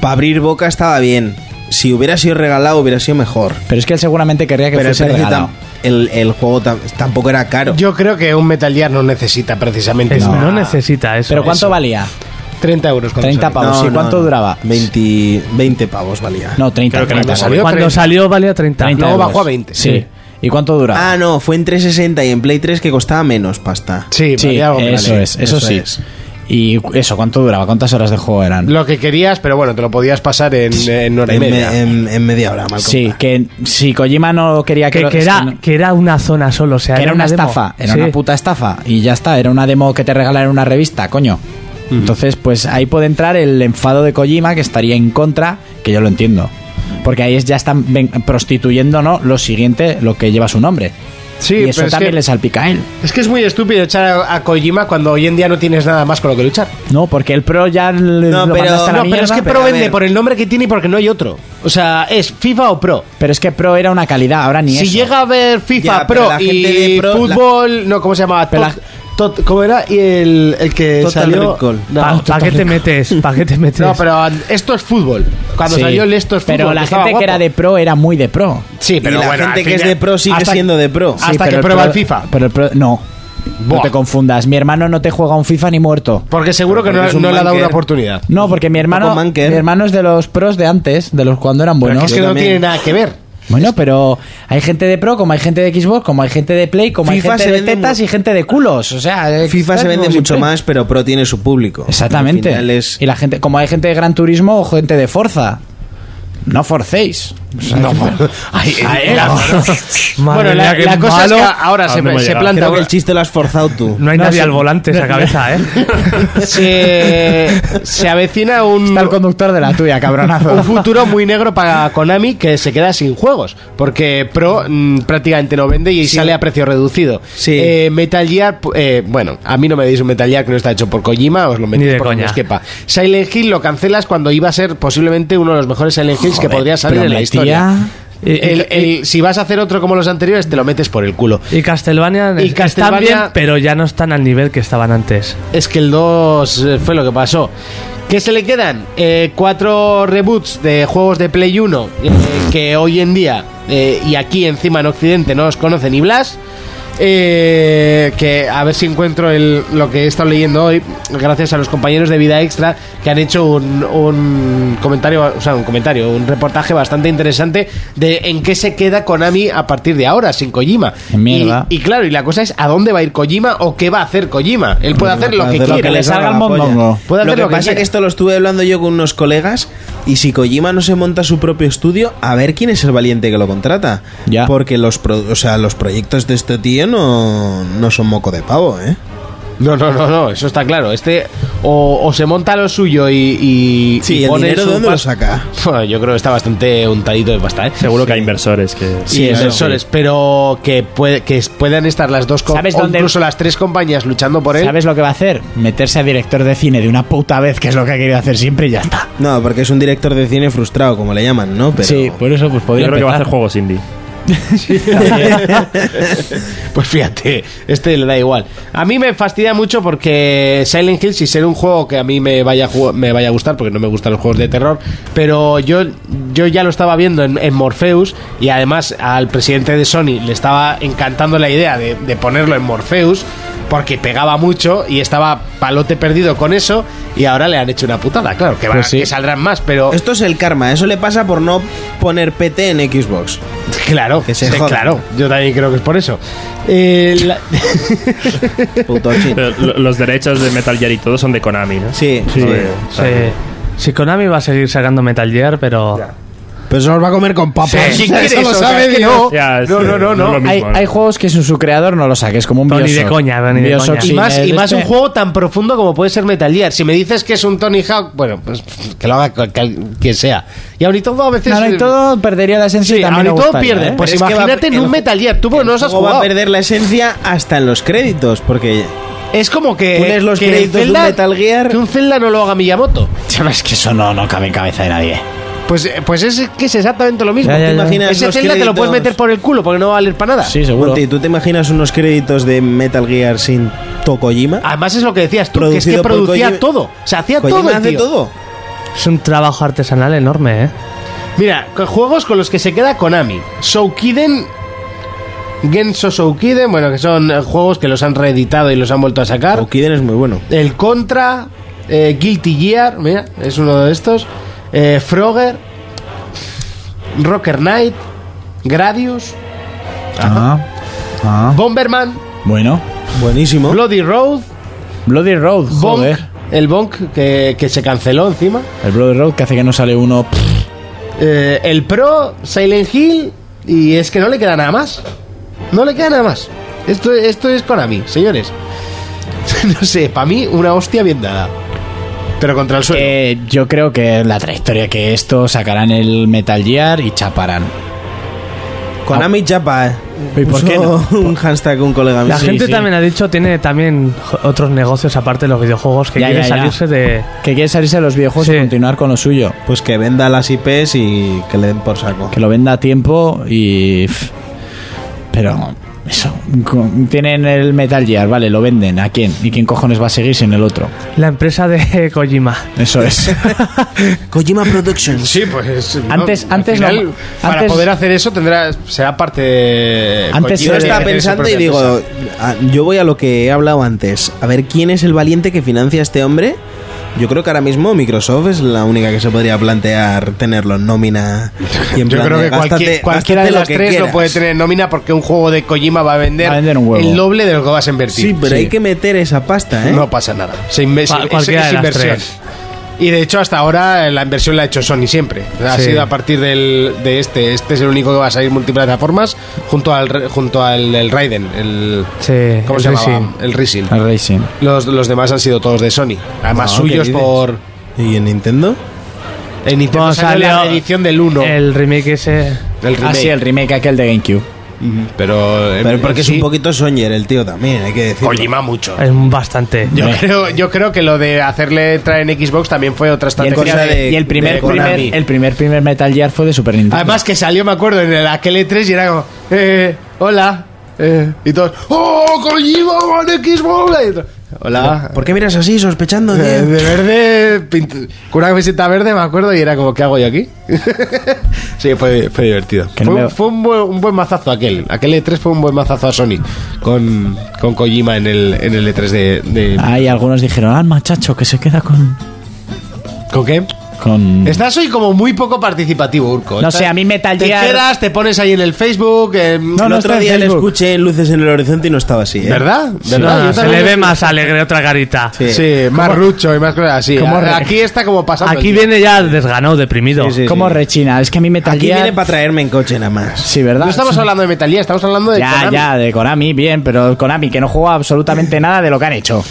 Speaker 5: para abrir boca estaba bien. Si hubiera sido regalado, hubiera sido mejor.
Speaker 4: Pero es que él seguramente querría que
Speaker 5: Pero
Speaker 4: fuese
Speaker 5: parece
Speaker 4: regalado.
Speaker 5: tam- el, el juego tam- tampoco era caro.
Speaker 2: Yo creo que un Metal Gear no necesita precisamente...
Speaker 7: Es- no.
Speaker 2: nada.
Speaker 7: necesita eso.
Speaker 4: ¿Pero cuánto
Speaker 7: Eso.
Speaker 4: valía?
Speaker 2: 30 euros. cuando
Speaker 4: 30
Speaker 2: salió.
Speaker 4: pavos. ¿y cuánto duraba?
Speaker 5: 20, 20 pavos valía.
Speaker 4: No, 30.
Speaker 2: Creo que no
Speaker 4: 30,
Speaker 2: te salió.
Speaker 7: Cuando
Speaker 2: 30.
Speaker 7: salió valía 30.
Speaker 4: 30
Speaker 2: Luego
Speaker 4: euros.
Speaker 2: bajó a 20.
Speaker 4: Sí.
Speaker 2: Sí.
Speaker 4: ¿Y cuánto duraba?
Speaker 5: Ah, no, fue en 360 y en Play 3 que costaba menos pasta.
Speaker 2: Sí,
Speaker 4: sí,
Speaker 2: valía algo que
Speaker 4: eso
Speaker 2: valía.
Speaker 4: es, eso,
Speaker 5: Eso
Speaker 4: sí.
Speaker 5: es.
Speaker 4: ¿Y eso cuánto duraba? ¿Cuántas horas de juego eran?
Speaker 2: Lo que querías, pero bueno, te lo podías pasar en, en hora y
Speaker 5: En, me-
Speaker 2: media.
Speaker 5: en- en media hora, mal
Speaker 4: sí,
Speaker 5: comprado.
Speaker 4: que si Kojima no quería que...
Speaker 7: Que,
Speaker 4: lo-
Speaker 7: que
Speaker 4: es que
Speaker 7: era,
Speaker 4: no-
Speaker 7: que era una zona solo, o sea,
Speaker 4: que era una
Speaker 7: demo.
Speaker 4: estafa, era
Speaker 7: Sí.
Speaker 4: una puta estafa y ya está, era una demo que te regalaron en una revista, coño. Entonces, pues ahí puede entrar el enfado de Kojima que estaría en contra, que yo lo entiendo. Porque ahí es, ya están ven- prostituyendo, ¿no? Lo siguiente, lo que lleva su nombre.
Speaker 2: Sí,
Speaker 4: y
Speaker 2: pero
Speaker 4: eso
Speaker 2: es
Speaker 4: también
Speaker 2: que-
Speaker 4: le salpica a él.
Speaker 2: Es que es muy estúpido echar a, a Kojima cuando hoy en día no tienes nada más con lo que luchar.
Speaker 4: No, porque el pro ya le-
Speaker 5: No,
Speaker 4: lo
Speaker 5: pero-
Speaker 4: mandaste a la
Speaker 5: No,
Speaker 2: Pero
Speaker 4: mierda.
Speaker 2: es que
Speaker 5: pero
Speaker 2: Pro
Speaker 5: a
Speaker 2: vende
Speaker 5: ver.
Speaker 2: por el nombre que tiene y porque no hay otro. O sea, es FIFA o Pro.
Speaker 4: Pero es que Pro era una calidad, ahora ni
Speaker 2: si
Speaker 4: eso.
Speaker 2: llega a ver FIFA
Speaker 4: Ya, pero
Speaker 2: Pro
Speaker 4: la gente
Speaker 2: y
Speaker 4: de Pro, la-
Speaker 2: fútbol, no, ¿cómo se llamaba? Tot- Tot- ¿Cómo era? Y el, el que
Speaker 7: Total
Speaker 2: salió...
Speaker 7: Recall.
Speaker 2: No,
Speaker 7: Pa-
Speaker 2: Total
Speaker 7: ¿pa' qué te
Speaker 2: Recall.
Speaker 7: metes? ¿Pa' qué te metes?
Speaker 2: No, pero an- esto es fútbol. Cuando
Speaker 4: Sí.
Speaker 2: salió el esto es fútbol.
Speaker 4: Pero la gente
Speaker 2: estaba
Speaker 4: que
Speaker 2: guapo.
Speaker 4: era de pro era muy de pro.
Speaker 2: Sí, pero
Speaker 5: Y la
Speaker 2: bueno,
Speaker 5: gente
Speaker 2: al
Speaker 5: que es
Speaker 2: final-
Speaker 5: de pro sigue
Speaker 2: hasta-
Speaker 5: siendo de pro.
Speaker 2: hasta que prueba el FIFA.
Speaker 4: Pero el pro, no.
Speaker 2: Buah.
Speaker 4: No te confundas. Mi hermano no te juega un FIFA ni muerto.
Speaker 2: Porque seguro que
Speaker 4: Pero
Speaker 2: no,
Speaker 4: porque es un
Speaker 2: no le ha dado
Speaker 4: manker.
Speaker 2: una oportunidad.
Speaker 4: No, porque mi hermano,
Speaker 2: poco
Speaker 4: mi
Speaker 2: manker.
Speaker 4: hermano es de los pros de antes, de los cuando eran buenos.
Speaker 2: es que no tiene nada que ver.
Speaker 4: Bueno, pero hay gente de pro, como hay gente de Xbox, como hay gente de Play, como
Speaker 5: FIFA
Speaker 4: hay
Speaker 5: se
Speaker 4: gente de
Speaker 5: vende
Speaker 4: tetas y gente de culos. O sea, eh,
Speaker 5: FIFA se
Speaker 4: tal,
Speaker 5: vende
Speaker 4: como
Speaker 5: mucho
Speaker 4: siempre.
Speaker 5: más, pero Pro tiene su público.
Speaker 4: Exactamente.
Speaker 5: Al final es-
Speaker 4: Y la gente, como hay gente de Gran Turismo o gente de Forza. No forcéis. O sea, bueno. Ay, eh,
Speaker 2: la-
Speaker 4: Madre
Speaker 2: bueno, la,
Speaker 4: mía, qué
Speaker 2: la cosa
Speaker 4: malo.
Speaker 2: es que ahora
Speaker 4: ¿A
Speaker 2: se,
Speaker 4: dónde hemos
Speaker 2: se
Speaker 4: llegado?
Speaker 2: planta
Speaker 4: Creo que
Speaker 2: una-
Speaker 4: el
Speaker 5: chiste lo has forzado tú.
Speaker 7: No hay nadie
Speaker 2: sí.
Speaker 7: al volante esa cabeza, ¿eh?
Speaker 2: se, se avecina un. Está el
Speaker 4: conductor de la tuya, cabronazo.
Speaker 2: Un futuro muy negro para Konami que se queda sin juegos. Porque Pro mm, prácticamente no vende y sale a precio reducido. Eh, Metal Gear, pu- eh, bueno, a mí no me deis un Metal Gear que no está hecho por Kojima, os lo metéis
Speaker 7: de
Speaker 2: por donde
Speaker 7: coña.
Speaker 2: os quepa. Silent Hill lo cancelas cuando iba a ser posiblemente uno de los mejores Silent Hills que
Speaker 4: Joder,
Speaker 2: podría salir en la
Speaker 4: prometía.
Speaker 2: historia. El- el- si vas a hacer otro como los anteriores, te lo metes por el culo.
Speaker 7: Y Castlevania,
Speaker 2: Y
Speaker 7: están bien,
Speaker 2: Castlevania-
Speaker 7: pero ya no están al nivel que estaban antes.
Speaker 2: Es que el 2 eh, fue lo que pasó. ¿Qué se le quedan? Eh, cuatro reboots de juegos de Play 1 eh, que hoy en día eh, y aquí encima en Occidente no los conoce ni Blas. Eh, que a ver si encuentro el- lo que he estado leyendo hoy, gracias a los compañeros de Vida Extra que han hecho un, un comentario, o sea, un comentario, un reportaje bastante interesante de en qué se queda Konami a partir de ahora, sin Kojima.
Speaker 4: Mierda.
Speaker 2: Y, y claro, y la cosa es a dónde va a ir Kojima o qué va a hacer Kojima. Él puede hacer lo que
Speaker 5: Hacer
Speaker 2: quiera.
Speaker 5: le salga la polla.
Speaker 2: Puede
Speaker 5: lo
Speaker 2: hacer lo
Speaker 5: que
Speaker 2: que
Speaker 5: pasa es
Speaker 2: quiera.
Speaker 5: que esto lo estuve hablando yo con unos colegas y si Kojima no se monta su propio estudio, a ver quién es el valiente que lo contrata.
Speaker 4: Ya.
Speaker 5: Porque los, pro- o sea, los proyectos de este tío no, no son moco de pavo, ¿eh?
Speaker 2: No, no, no, no, eso está claro. Este o, o se monta lo suyo y, y,
Speaker 5: Sí,
Speaker 2: y
Speaker 5: el
Speaker 2: pone
Speaker 5: dinero
Speaker 2: su
Speaker 5: de dónde lo
Speaker 2: pas-
Speaker 5: saca.
Speaker 2: Bueno, yo creo que está bastante untadito de pasta, ¿eh?
Speaker 6: Seguro que hay inversores que.
Speaker 2: Sí, inversores, pero que, puede- que puedan estar las dos co-
Speaker 4: ¿Sabes
Speaker 2: o
Speaker 4: dónde-
Speaker 2: incluso las tres compañías luchando por él.
Speaker 4: ¿Sabes lo que va a hacer? Meterse a director de cine de una puta vez, que es lo que ha querido hacer siempre y ya está.
Speaker 5: No, porque es un director de cine frustrado, como le llaman, ¿no? Pero...
Speaker 4: Sí, por eso pues podría
Speaker 6: Yo creo que va a hacer
Speaker 4: empezar.
Speaker 6: juegos indie.
Speaker 2: Pues fíjate, este le da igual. A mí me fastidia mucho porque Silent Hill, si ser un juego que a mí me vaya a, ju- me vaya a gustar, porque no me gustan los juegos de terror, pero yo, yo ya lo estaba viendo en, en Morpheus y además al presidente de Sony le estaba encantando la idea de, de ponerlo en Morpheus porque pegaba mucho y estaba palote perdido con eso y ahora le han hecho una putada. Claro, que, van-
Speaker 5: Pues sí.
Speaker 2: que saldrán más, pero
Speaker 5: Esto es el karma, eso le pasa por no poner PT en Xbox.
Speaker 2: claro,
Speaker 5: Que se
Speaker 2: sí,
Speaker 5: joda.
Speaker 2: claro, yo también creo que es por eso. Eh, la-
Speaker 5: Puto chino.
Speaker 6: Pero lo- los derechos de Metal Gear y todo son de Konami, ¿no?
Speaker 5: Sí,
Speaker 6: Sí.
Speaker 7: Sí. Si Konami va a seguir sacando Metal Gear, pero...
Speaker 5: Pero eso nos va a comer con papas.
Speaker 2: Sí, sí,
Speaker 5: eso
Speaker 2: eso,
Speaker 5: lo
Speaker 2: o sea,
Speaker 5: sabe
Speaker 2: es que
Speaker 5: Dios.
Speaker 6: Ya, es
Speaker 2: No,
Speaker 6: que
Speaker 2: no, no, no.
Speaker 6: es lo mismo,
Speaker 4: Hay,
Speaker 6: ¿no?
Speaker 4: hay juegos que su, su creador no lo saques, como un
Speaker 7: No, ni de
Speaker 4: Bioshock.
Speaker 7: coña, no, ni de
Speaker 4: Bioshock
Speaker 7: coña.
Speaker 4: sin
Speaker 2: Y más,
Speaker 4: el
Speaker 2: y más
Speaker 4: este.
Speaker 2: un juego tan profundo como puede ser Metal Gear. Si me dices que es un Tony Hawk, bueno, pues que lo haga cual- cual- quien sea. Y aún y todo a veces.
Speaker 4: Claro, y todo perdería la esencia
Speaker 2: Sí,
Speaker 4: y también
Speaker 2: aún y
Speaker 4: me
Speaker 2: todo
Speaker 4: gustaría,
Speaker 2: pierde.
Speaker 4: ¿eh?
Speaker 2: Pues
Speaker 5: Pero es que va-
Speaker 2: imagínate en
Speaker 5: el
Speaker 2: un
Speaker 5: ju-
Speaker 2: Metal Gear, tú porque no los has
Speaker 5: Luego va a
Speaker 2: jugado.
Speaker 5: perder la esencia hasta en los créditos, porque
Speaker 2: Es como que.
Speaker 5: pones los
Speaker 2: que
Speaker 5: créditos de un
Speaker 2: Zelda-
Speaker 5: Metal Gear.
Speaker 2: Que un Zelda no lo haga Miyamoto.
Speaker 4: Chaval, es que eso no, no cabe en cabeza de nadie.
Speaker 2: Pues, eh, pues es que es exactamente lo mismo.
Speaker 4: Ya, ya,
Speaker 5: ¿Te
Speaker 4: ya.
Speaker 5: imaginas
Speaker 2: Ese
Speaker 5: los
Speaker 2: Zelda te lo
Speaker 5: créditos?
Speaker 2: puedes meter por el culo porque no va a valer para nada.
Speaker 4: Sí, seguro.
Speaker 5: Monty, ¿tú te imaginas unos créditos de Metal Gear sin Tokoyima?
Speaker 2: Además es lo que decías tú, que es que
Speaker 5: Producido por
Speaker 2: producía
Speaker 5: Kojima-
Speaker 2: todo. O sea, hacía
Speaker 5: Kojima
Speaker 2: todo el
Speaker 5: hace
Speaker 2: tío.
Speaker 5: todo.
Speaker 7: Es un trabajo artesanal enorme, ¿eh?
Speaker 2: Mira, con juegos con los que se queda Konami. Soukiden. Genso Soukiden, bueno, que son eh, juegos que los han reeditado y los han vuelto a sacar.
Speaker 5: Okiden es muy bueno.
Speaker 2: El Contra, eh, Guilty Gear, mira, es uno de estos. Eh, Frogger, Rocker Knight, Gradius,
Speaker 4: Ah, ah.
Speaker 2: Bomberman,
Speaker 4: Bueno,
Speaker 5: Buenísimo.
Speaker 2: Bloody Road,
Speaker 4: Bloody Road,
Speaker 2: Bonk,
Speaker 4: joder.
Speaker 2: el Bonk que, que se canceló encima.
Speaker 4: El Bloody Road que hace que no sale uno. pff,
Speaker 2: Eh, el Pro, Silent Hill, y es que no le queda nada más. No le queda nada más. Esto, esto es Konami, señores. no sé, para mí una hostia bien dada. Pero contra el suelo.
Speaker 4: que yo creo que la trayectoria que esto sacarán el Metal Gear y chaparán.
Speaker 5: Konami chapa, eh. ¿Y por qué no?
Speaker 7: Puso
Speaker 5: Un hashtag un colega mío.
Speaker 7: La gente también ha dicho, tiene también jo- otros negocios aparte de los videojuegos, que
Speaker 5: Ya,
Speaker 7: quiere
Speaker 5: ya, ya.
Speaker 7: salirse de...
Speaker 4: Que quiere salirse de los videojuegos y continuar con lo suyo.
Speaker 5: Pues que venda las IPs y que le den por saco.
Speaker 4: Que lo venda a tiempo y. pff, Pero. Eso. con- Tienen el Metal Gear, vale, lo venden. ¿A quién? ¿Y quién cojones va a seguir sin el otro?
Speaker 7: La empresa de Kojima.
Speaker 4: Eso es.
Speaker 5: Kojima Productions.
Speaker 2: Sí, pues.
Speaker 4: Antes-
Speaker 2: al
Speaker 4: antes
Speaker 2: final,
Speaker 4: no-
Speaker 2: Para
Speaker 4: antes-
Speaker 2: poder hacer eso, tendrá, será parte de.
Speaker 5: Antes yo
Speaker 2: Kojima
Speaker 5: estaba
Speaker 2: tiene su
Speaker 5: pensando y
Speaker 2: propia
Speaker 5: digo,
Speaker 2: empresa.
Speaker 5: ah, yo voy a lo que he hablado antes. A ver, ¿quién es el valiente que financia a este hombre? Yo creo que ahora mismo Microsoft es la única que se podría plantear tenerlo en nómina. Y en
Speaker 2: Yo
Speaker 5: plan
Speaker 2: creo
Speaker 5: de,
Speaker 2: que
Speaker 5: "Gástate-
Speaker 2: cualquier- cualquiera
Speaker 5: gástate
Speaker 2: de
Speaker 5: lo
Speaker 2: las
Speaker 5: que
Speaker 2: tres lo
Speaker 5: quieras".
Speaker 2: puede tener en nómina porque un juego de Kojima va a vender, el doble de lo que vas a invertir.
Speaker 5: Sí, pero hay que meter esa pasta, ¿eh?
Speaker 2: No pasa nada. Se inve-
Speaker 5: Cual-
Speaker 2: es-
Speaker 5: cualquiera
Speaker 2: es
Speaker 5: de las
Speaker 2: inversión.
Speaker 5: tres.
Speaker 2: Y de hecho hasta ahora eh, la inversión la ha hecho Sony siempre. Ha
Speaker 5: Sí.
Speaker 2: sido a partir del, de este. Este es el único que va a salir multiplataformas junto al re- junto al el Raiden. El,
Speaker 7: Sí,
Speaker 2: ¿Cómo
Speaker 7: el
Speaker 2: se
Speaker 7: Rising.
Speaker 2: llamaba? El Rising.
Speaker 4: El Racing.
Speaker 2: Los, los demás han sido todos de Sony.
Speaker 4: Ah,
Speaker 2: Además
Speaker 5: No, ¿qué
Speaker 2: suyos
Speaker 5: dices?
Speaker 2: por...
Speaker 5: ¿Y en Nintendo?
Speaker 2: En Nintendo
Speaker 7: Bueno,
Speaker 2: salió la
Speaker 7: salió
Speaker 2: edición del 1.
Speaker 7: El remake ese...
Speaker 2: El remake.
Speaker 4: Ah, sí, el remake aquel de GameCube.
Speaker 2: Pero, eh,
Speaker 5: Pero porque es
Speaker 2: sí.
Speaker 5: un poquito Soñer el tío también, hay que decirlo.
Speaker 2: Kojima mucho.
Speaker 4: Eh,
Speaker 7: Es bastante.
Speaker 2: Yo
Speaker 5: eh.
Speaker 2: creo, yo creo que lo de hacerle traer en Xbox también fue otra
Speaker 4: Y el,
Speaker 2: estrategia
Speaker 4: primer-
Speaker 2: de-
Speaker 4: y el primer,
Speaker 2: Eh, de Konami.
Speaker 4: primer, el primer, primer Metal Gear fue de Super Nintendo.
Speaker 2: Además que salió, me acuerdo, en el aquel E3 y era como, eh, hola, eh, y todos, ¡Oh, Kojima con Xbox! Y todos, hola.
Speaker 5: ¿Por qué miras así, sospechando?
Speaker 2: Eh, De,
Speaker 5: tío?
Speaker 2: verde, pint- con una camiseta verde, me acuerdo, y era como, ¿qué hago yo aquí? sí, fue, fue divertido.
Speaker 4: Que no
Speaker 2: fue
Speaker 4: me-
Speaker 2: fue un, buen, un buen mazazo aquel. Aquel E3 fue un buen mazazo a Sony con, con Kojima en el, en el E3 de... de-
Speaker 4: Hay algunos dijeron, ah, machacho, que se queda con.
Speaker 2: ¿Con qué?
Speaker 4: Con.
Speaker 2: Estás hoy como muy poco participativo, Urco.
Speaker 4: No
Speaker 2: Estás-
Speaker 4: sé, a mí Metal
Speaker 2: Te
Speaker 4: Gear-
Speaker 2: quedas, te pones ahí en el Facebook... en-
Speaker 5: el otro día le
Speaker 2: Facebook.
Speaker 5: escuché en Luces en el Horizonte y no estaba así, ¿eh?
Speaker 2: ¿Verdad?
Speaker 7: No,
Speaker 2: ¿Verdad?
Speaker 7: no,
Speaker 2: Yo
Speaker 7: se
Speaker 2: también
Speaker 7: le
Speaker 2: lo
Speaker 7: ve
Speaker 2: escuché.
Speaker 7: más alegre otra carita.
Speaker 5: Sí.
Speaker 2: Sí, más rucho y más cosas así.
Speaker 4: ¿Cómo re-
Speaker 2: Aquí está como pasando.
Speaker 7: Aquí
Speaker 2: el día.
Speaker 7: viene ya desganado, deprimido.
Speaker 5: Sí, sí, sí.
Speaker 4: Como rechina. Es que a mí Metal
Speaker 5: Aquí
Speaker 4: Gear.
Speaker 5: viene para traerme en coche nada más.
Speaker 4: Sí, ¿verdad?
Speaker 2: No estamos hablando de Metalía, estamos hablando de.
Speaker 4: ya,
Speaker 2: Konami.
Speaker 4: ya, de Konami, bien, pero Konami que no juega absolutamente nada de lo que han hecho.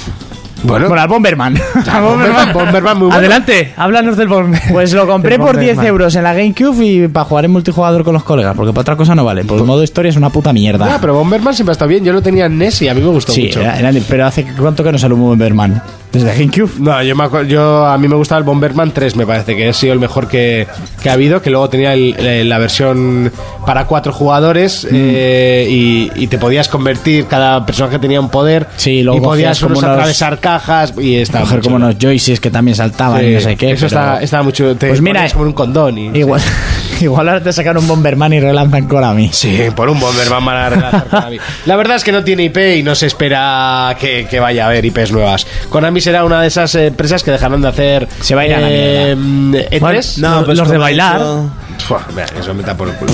Speaker 2: Bueno,
Speaker 4: Bueno, al Bomberman. Al
Speaker 2: Bomberman, Bomberman muy bueno.
Speaker 7: Adelante, háblanos del Bomber.
Speaker 4: Pues lo compré
Speaker 7: Del
Speaker 4: por 10
Speaker 7: Bomberman.
Speaker 4: euros en la GameCube y para jugar en multijugador con los colegas, porque para otra cosa no vale. Por el modo historia es una puta mierda.
Speaker 2: Ya, Ah, pero Bomberman siempre está bien. Yo lo tenía en NES y a mí me gustó
Speaker 4: sí, eh.
Speaker 2: mucho.
Speaker 4: era- era- pero hace cuánto que no sale un Bomberman. Desde GameCube.
Speaker 2: No, yo, me acuer- yo a mí me gustaba el Bomberman 3, me parece que ha sido el mejor que, que ha habido, que luego tenía el- eh, la versión para cuatro
Speaker 4: Mm.
Speaker 2: jugadores eh, y, y te podías convertir, cada personaje tenía un poder
Speaker 4: Sí, luego
Speaker 2: y
Speaker 4: cogías
Speaker 2: podías
Speaker 4: como
Speaker 2: unos
Speaker 4: unos-
Speaker 2: atravesar cajas y estaba
Speaker 4: Coger
Speaker 2: muy
Speaker 4: como
Speaker 2: chulo.
Speaker 4: unos joysticks que también saltaban
Speaker 2: Sí,
Speaker 4: y no sé qué. pero-
Speaker 2: Eso está, estaba mucho. Te
Speaker 4: Pues mira,
Speaker 2: ponías como en un condón. y-
Speaker 4: Igual, igual ahora te sacan un Bomberman y relanzan Konami.
Speaker 2: Sí, por un Bomberman van a relanzar Konami. La verdad es que no tiene IP y no se espera que, que vaya a haber IPs nuevas. Konami será una de esas eh, empresas que dejarán de hacer.
Speaker 4: Se va a ir a la
Speaker 2: eh, E3.
Speaker 5: No,
Speaker 7: Los-
Speaker 5: pues
Speaker 7: los de
Speaker 5: como
Speaker 7: bailar.
Speaker 5: eso-
Speaker 2: Fua, mira, eso me da por el culo.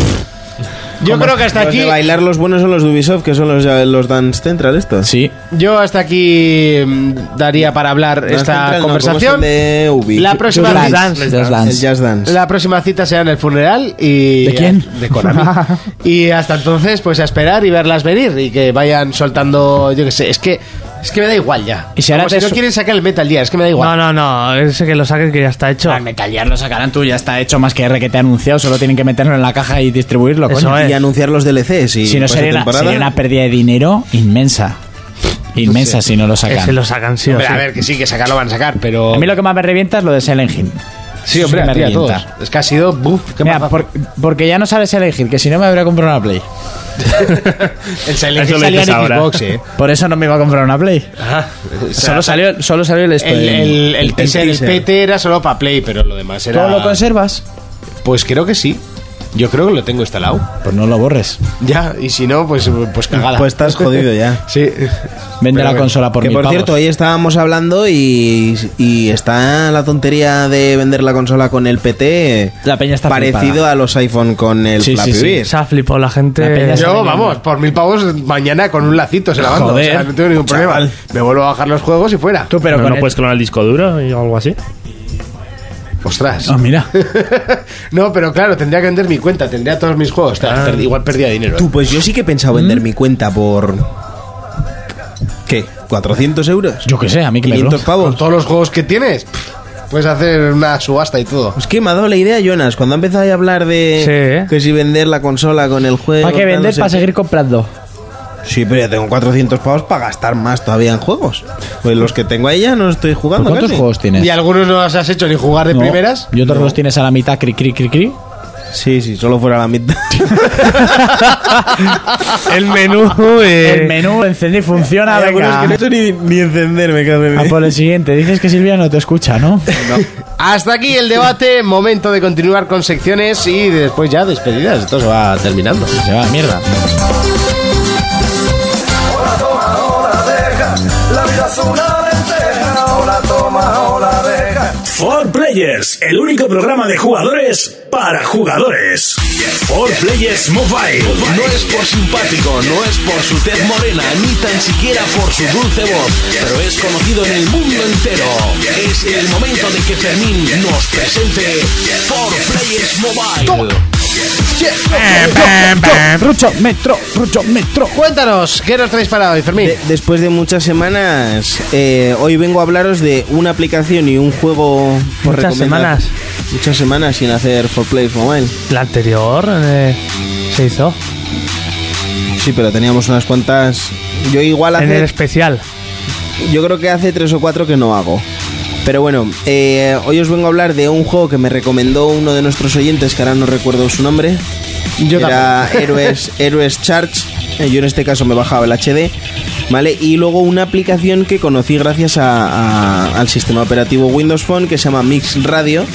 Speaker 2: Yo creo que hasta
Speaker 5: Los
Speaker 2: aquí.
Speaker 5: de bailar los buenos son los de Ubisoft, que son los, los Dance Central estos.
Speaker 4: Sí.
Speaker 2: Yo hasta aquí mm, daría para hablar
Speaker 5: Dance
Speaker 2: esta
Speaker 5: Central no,
Speaker 2: conversación.
Speaker 5: como es el de Ubi.
Speaker 2: la próxima
Speaker 4: Just
Speaker 2: cita-
Speaker 4: Dance, Just
Speaker 5: El
Speaker 4: Dance.
Speaker 5: Jazz Dance.
Speaker 2: La próxima cita será en el funeral y...
Speaker 4: ¿De quién?
Speaker 2: De Konami. y hasta entonces, pues a esperar y verlas venir y que vayan soltando, yo qué sé, es que... Es que me da igual ya.
Speaker 4: Y si ahora
Speaker 2: Como
Speaker 4: te
Speaker 2: no
Speaker 4: su-
Speaker 2: quieren sacar el Metal Gear, es que me da igual.
Speaker 7: No, no, no, ese que lo saquen que ya está hecho.
Speaker 4: Al Metal Gear lo sacarán tú, ya está hecho más que R que te ha anunciado, solo tienen que meterlo en la caja y distribuirlo,
Speaker 7: Eso
Speaker 4: coño.
Speaker 7: es.
Speaker 5: Y anunciar los DLCs. Y
Speaker 4: Si no
Speaker 5: pase
Speaker 4: sería una,
Speaker 5: Pues temporada.
Speaker 4: sería una pérdida de dinero inmensa. Inmensa si no lo sacan.
Speaker 7: Ese lo sacan sí o
Speaker 2: Hombre,
Speaker 7: sí.
Speaker 2: a ver, que sí, que sacar lo van a sacar, pero...
Speaker 4: A mí lo que más me revienta es lo de Silent Hill.
Speaker 2: Sí,
Speaker 4: Eso
Speaker 2: hombre,
Speaker 4: sí
Speaker 2: a
Speaker 4: me
Speaker 2: ti, a todos.
Speaker 4: revienta.
Speaker 2: Es que ha sido... Buf, qué
Speaker 4: Mira,
Speaker 2: mazazo.
Speaker 4: por- porque ya no sabes elegir, que si no me habría comprado una Play.
Speaker 2: El Silent
Speaker 6: Eso
Speaker 2: Hill
Speaker 6: lo
Speaker 2: salía en
Speaker 6: dices ahora.
Speaker 2: Xbox, eh.
Speaker 4: Por eso no me iba a comprar una Play. solo, salió, solo salió el,
Speaker 2: El, el, el teaser, el
Speaker 5: teaser.
Speaker 2: PT era solo para Play, pero lo demás era...
Speaker 4: ¿Todo lo conservas?
Speaker 2: Pues creo que sí. Yo creo que lo tengo instalado.
Speaker 4: Pues no lo borres.
Speaker 2: Ya, y si no, pues, pues cagada.
Speaker 5: Pues estás jodido ya.
Speaker 2: Sí.
Speaker 4: Vende
Speaker 2: Pero
Speaker 4: la
Speaker 2: bueno,
Speaker 4: consola Ah, por
Speaker 5: que
Speaker 4: mil
Speaker 5: por
Speaker 4: pavos.
Speaker 5: cierto, hoy estábamos hablando y, y está la tontería de vender la consola con el PT
Speaker 4: La peña está
Speaker 5: parecido
Speaker 4: flipada.
Speaker 5: a los iPhone con el
Speaker 4: Sí, sí,
Speaker 5: Flappy
Speaker 4: sí.
Speaker 5: Bird.
Speaker 7: Se ha flipado la gente.
Speaker 4: La peña se-
Speaker 2: Yo, vamos, por mil pavos mañana con un lacito se la mando.
Speaker 4: Joder.
Speaker 2: O sea, no tengo ningún problema.
Speaker 5: Chaval.
Speaker 2: Me vuelvo a bajar los juegos y fuera.
Speaker 4: Tú, pero
Speaker 6: ¿No,
Speaker 4: con
Speaker 6: no
Speaker 4: el-
Speaker 6: puedes clonar el disco duro y algo así?
Speaker 2: Ostras.
Speaker 4: Ah, mira.
Speaker 2: no, pero claro, tendría que vender mi cuenta, tendría todos mis juegos.
Speaker 4: Ah.
Speaker 2: Ostras, perdi- Igual perdía dinero. ¿eh?
Speaker 5: Tú, pues yo sí que he
Speaker 4: ¿Mm?
Speaker 5: pensado vender mi cuenta por... ¿Qué? ¿400 euros?
Speaker 4: Yo qué sé, a mí que me
Speaker 5: 500
Speaker 4: lo-
Speaker 5: pavos.
Speaker 2: Con todos los juegos que tienes. Pff,
Speaker 8: Puedes hacer una subasta y todo.
Speaker 5: Es que me ha dado la idea, Jonas, cuando empezado a hablar de
Speaker 7: Sí, ¿eh?
Speaker 5: que si vender la consola con el juego.
Speaker 4: Hay que
Speaker 5: tal, no
Speaker 4: vender
Speaker 5: sé
Speaker 4: para
Speaker 5: qué.
Speaker 4: seguir comprando.
Speaker 5: Sí, pero ya tengo 400 pavos para gastar más todavía en juegos. Pues los que tengo ahí ya no estoy jugando.
Speaker 4: ¿Cuántos
Speaker 5: casi.
Speaker 4: juegos tienes?
Speaker 8: ¿Y algunos no los has hecho ni jugar de
Speaker 4: No.
Speaker 8: primeras?
Speaker 4: ¿Y otros los tienes a la mitad, cri, cri, cri, cri?
Speaker 5: Sí, sí, solo fuera la mitad.
Speaker 7: El menú. Eh.
Speaker 4: El menú, encendí, funciona,
Speaker 5: Hay algunos
Speaker 4: venga.
Speaker 5: que no he hecho ni, ni encender, me cago en
Speaker 4: A por el siguiente. Dices que Silvia no te escucha, ¿no?
Speaker 8: Hasta aquí el debate, momento de continuar con secciones y después ya despedidas. Esto se va terminando.
Speaker 4: Se va a la mierda.
Speaker 11: La vida es una lenteja, ahora toma, ahora deja.
Speaker 1: For Players, el único programa de jugadores para jugadores. For Players Mobile.
Speaker 12: No es por simpático, no es por su tez morena, ni tan siquiera por su dulce voz, pero es conocido en el mundo entero. Es el momento de que Fermín nos presente For Players Mobile.
Speaker 4: Rucho, metro, rucho, metro.
Speaker 8: Cuéntanos, ¿qué nos traéis para hoy, Fermín?
Speaker 5: De- después de muchas semanas, eh, hoy vengo a hablaros de una aplicación y un juego por recomendar.
Speaker 7: Muchas semanas.
Speaker 5: Muchas semanas sin hacer For Players Mobile.
Speaker 7: La anterior eh, se hizo
Speaker 5: Sí, pero teníamos unas cuantas. Yo igual
Speaker 7: en el
Speaker 5: hace.
Speaker 7: especial.
Speaker 5: Yo creo que hace tres o cuatro que no hago. Pero bueno, eh, hoy os vengo a hablar de un juego que me recomendó uno de nuestros oyentes, que ahora no recuerdo su nombre.
Speaker 8: Yo
Speaker 5: Era Héroes, Héroes Charge. Eh, Yo en este caso me bajaba el HD. ¿Vale? Y luego una aplicación que conocí gracias a- a- al sistema operativo Windows Phone que se llama Mix Radio.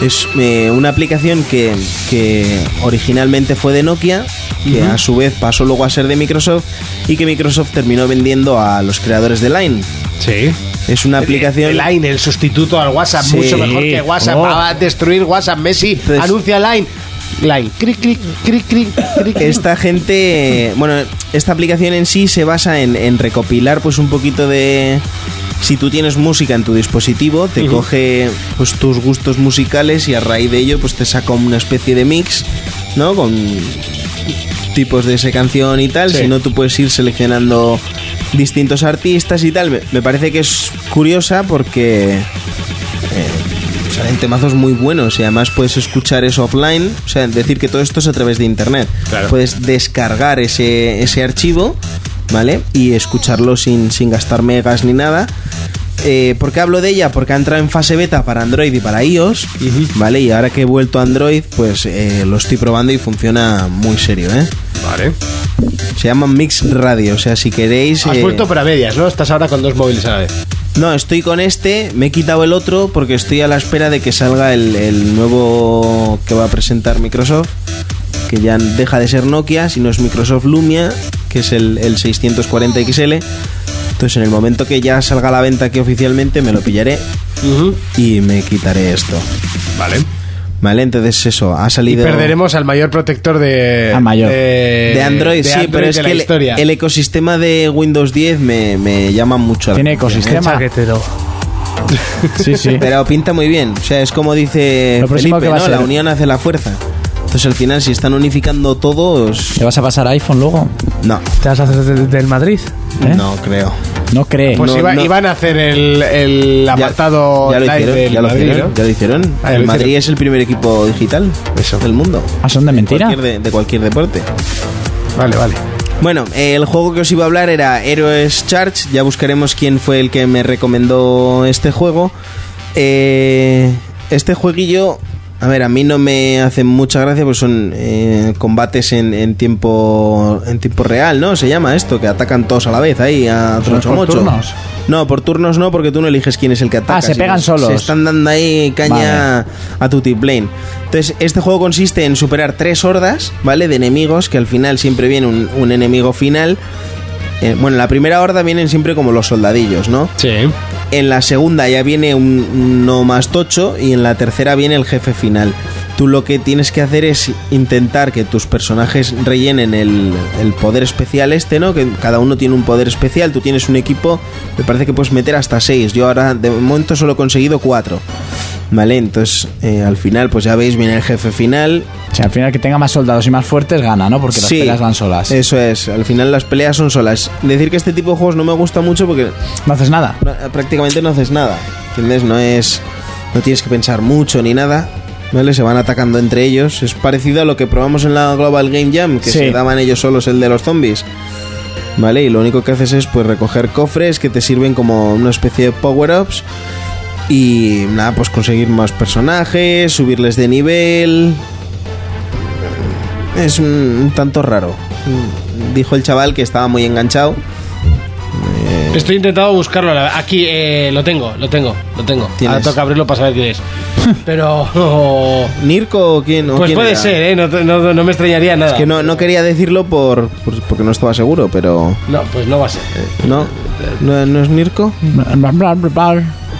Speaker 5: Es eh, una aplicación que, que originalmente fue de Nokia, que a su vez pasó luego a ser de Microsoft y que Microsoft terminó vendiendo a los creadores de Line.
Speaker 8: Sí.
Speaker 5: Es una aplicación...
Speaker 8: El Line, el sustituto al WhatsApp,
Speaker 5: Sí.
Speaker 8: mucho mejor que WhatsApp.
Speaker 5: Oh.
Speaker 8: Va a destruir WhatsApp. Messi
Speaker 5: Entonces-
Speaker 8: anuncia Line. Line. Cric, cric, cric, cric, cric, cric.
Speaker 5: Esta gente, bueno, esta aplicación en sí se basa en, en recopilar pues un poquito de... Si tú tienes música en tu dispositivo, te coge pues tus gustos musicales y a raíz de ello pues te saca una especie de mix, ¿no? Con tipos de esa canción y tal, si no tú puedes ir seleccionando distintos artistas y tal. Me- Me parece que es curiosa porque eh, salen temazos muy buenos y además puedes escuchar eso offline, o sea, decir que todo esto es a través de internet. Puedes descargar ese, ese archivo, ¿vale? Y escucharlo sin, sin gastar megas ni nada. Eh, ¿Por qué hablo de ella? Porque ha entrado en fase beta para Android y para iOS, ¿vale? Y ahora que he vuelto a Android, pues eh, lo estoy probando y funciona muy serio, ¿eh?
Speaker 8: Vale.
Speaker 5: Se llama Mix Radio, o sea, si queréis...
Speaker 8: Has
Speaker 5: eh,
Speaker 8: vuelto para medias, ¿no? Estás ahora con dos móviles a la vez.
Speaker 5: no, estoy con este, me he quitado el otro porque estoy a la espera de que salga el, el nuevo que va a presentar Microsoft, que ya deja de ser Nokia, sino es Microsoft Lumia, que es el, el 640XL. Entonces en el momento que ya salga a la venta aquí oficialmente me lo pillaré y me quitaré esto.
Speaker 8: Vale.
Speaker 5: Vale, entonces eso, ha
Speaker 8: Y
Speaker 5: salido...
Speaker 8: perderemos al mayor protector de.
Speaker 4: Al mayor.
Speaker 8: De,
Speaker 5: De Android,
Speaker 8: de
Speaker 5: sí,
Speaker 8: Android
Speaker 5: pero es
Speaker 8: de la
Speaker 5: que
Speaker 8: historia.
Speaker 5: el, el ecosistema de Windows 10 me, me llama mucho la
Speaker 4: Tiene
Speaker 5: atención.
Speaker 7: El
Speaker 4: ecosistema.
Speaker 7: Pues chaquetero.
Speaker 4: Sí, sí.
Speaker 5: Pero pinta muy bien. O sea, es como dice
Speaker 4: Lo próximo
Speaker 5: Felipe,
Speaker 4: que va a
Speaker 5: ¿no?
Speaker 4: ser.
Speaker 5: La unión hace la fuerza. Entonces al final, si están unificando todos...
Speaker 4: ¿Te vas a pasar a iPhone luego?
Speaker 5: No,
Speaker 7: ¿Te vas a hacer del, del Madrid?
Speaker 4: ¿Eh?
Speaker 5: no creo.
Speaker 4: No cree.
Speaker 8: Pues
Speaker 5: no,
Speaker 8: iba-
Speaker 5: no.
Speaker 8: iban a hacer el, el
Speaker 5: Ya-
Speaker 8: apartado
Speaker 5: ya, lo
Speaker 8: live
Speaker 5: hicieron,
Speaker 8: del
Speaker 5: ya lo
Speaker 8: Madrid,
Speaker 5: hicieron,
Speaker 8: ¿no?
Speaker 5: ya lo hicieron.
Speaker 8: Ah, ya lo
Speaker 5: el Madrid
Speaker 8: hicieron.
Speaker 5: es el primer equipo digital
Speaker 8: Eso.
Speaker 5: del mundo.
Speaker 4: Ah, son de mentira.
Speaker 5: Cualquier de, de cualquier deporte.
Speaker 8: Vale, vale.
Speaker 5: Bueno, eh, el juego que os iba a hablar era Heroes Charge. Ya buscaremos quién fue el que me recomendó este juego. Eh, este jueguillo, a ver, a mí no me hace mucha gracia porque son eh, combates en, en tiempo en tiempo real, ¿no? Se llama esto, que atacan todos a la vez ahí a
Speaker 4: Pero es por
Speaker 5: tronchomocho.
Speaker 4: turnos. Ah,
Speaker 5: No, por turnos no, porque tú no eliges quién es el que ataca.
Speaker 4: se
Speaker 5: sino
Speaker 4: pegan solos.
Speaker 5: Se están dando ahí caña a Tutiplane. Entonces, este juego consiste en superar tres hordas, ¿vale? De enemigos, que al final siempre viene un, un enemigo final. Eh, bueno, en la primera horda vienen siempre como los soldadillos, ¿no?
Speaker 8: Sí.
Speaker 5: En la segunda ya viene un- uno más tocho y en la tercera viene el jefe final. Tú lo que tienes que hacer es intentar que tus personajes rellenen el, el poder especial este, ¿no? Que cada uno tiene un poder especial, tú tienes un equipo, me parece que puedes meter hasta seis. Yo ahora de momento solo he conseguido cuatro. Vale, entonces eh, al final pues ya veis, viene el jefe final,
Speaker 4: O sea, al final que tenga más soldados y más fuertes gana, ¿no? Porque las
Speaker 5: Sí,
Speaker 4: peleas van solas.
Speaker 5: Eso es, al final las peleas son solas. Decir que este tipo de juegos no me gusta mucho porque
Speaker 4: No haces nada.
Speaker 5: no- prácticamente no haces nada. ¿Entiendes? No es. no tienes que pensar mucho ni nada. ¿Vale? Se van atacando entre ellos. Es parecido a lo que probamos en la Global Game Jam, que
Speaker 9: Sí.
Speaker 5: se daban ellos solos el de los zombies. ¿Vale? Y lo único que haces es pues recoger cofres que te sirven como una especie de power-ups. Y nada, pues conseguir más personajes, subirles de nivel. Es un, un tanto raro. Dijo el chaval que estaba muy enganchado. Eh.
Speaker 2: Estoy intentando buscarlo. la- Aquí eh, lo tengo, lo tengo, lo tengo.
Speaker 5: Tienes.
Speaker 2: Ahora toca abrirlo para saber quién es. Pero.
Speaker 5: ¿Nirko o quién? o
Speaker 2: Pues
Speaker 5: quién
Speaker 2: puede
Speaker 5: era?
Speaker 2: ser, ¿eh? No, te- no- no me extrañaría nada.
Speaker 5: Es que no, no quería decirlo por, por- porque no estaba seguro, pero.
Speaker 2: No, pues no va a ser.
Speaker 5: ¿No? ¿No, no es Nirko?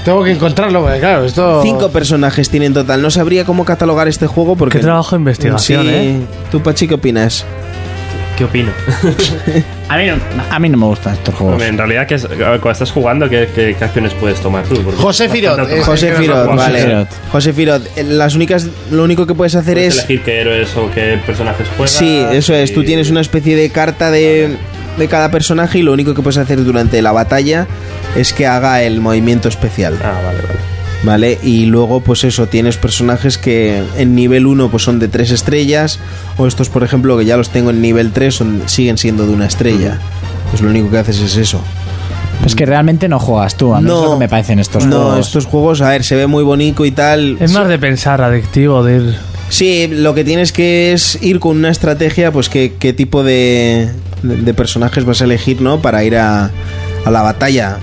Speaker 2: Tengo que encontrarlo, porque claro, esto.
Speaker 5: Cinco personajes tiene en total. No sabría cómo catalogar este juego porque.
Speaker 7: Qué trabajo de investigación,
Speaker 5: Sí.
Speaker 7: ¿eh?
Speaker 5: ¿Tú, Pachi, qué opinas?
Speaker 6: ¿Qué opino?
Speaker 4: A mí, no, a mí no me gustan estos juegos.
Speaker 6: Hombre, En realidad, ¿qué es- cuando estás jugando, ¿qué, qué, qué acciones puedes tomar tú? Porque es bastante automático.
Speaker 5: José Firot, vale.
Speaker 6: Puedes
Speaker 5: José Firot, eh, las únicas, lo único que puedes hacer es.
Speaker 6: elegir qué héroes o qué personajes juegas.
Speaker 5: Sí, eso es. Tú
Speaker 6: y-
Speaker 5: tienes una especie de carta de, de cada personaje y lo único que puedes hacer durante la batalla es que haga el movimiento especial.
Speaker 6: Ah, vale, vale.
Speaker 5: Vale, y luego pues eso, tienes personajes que en nivel 1 pues son de 3 estrellas, o estos por ejemplo que ya los tengo en nivel 3 son, siguen siendo de una estrella. Pues lo único que haces es eso.
Speaker 4: Es que realmente no juegas tú. A mí es lo que me parecen estos
Speaker 5: no,
Speaker 4: juegos.
Speaker 5: estos juegos, a ver, se ve muy bonito y tal.
Speaker 7: Es más de pensar, adictivo, de ir.
Speaker 5: Sí, lo que tienes que es ir con una estrategia, pues qué, qué tipo de, de- de personajes vas a elegir, ¿no? Para ir a, a la batalla.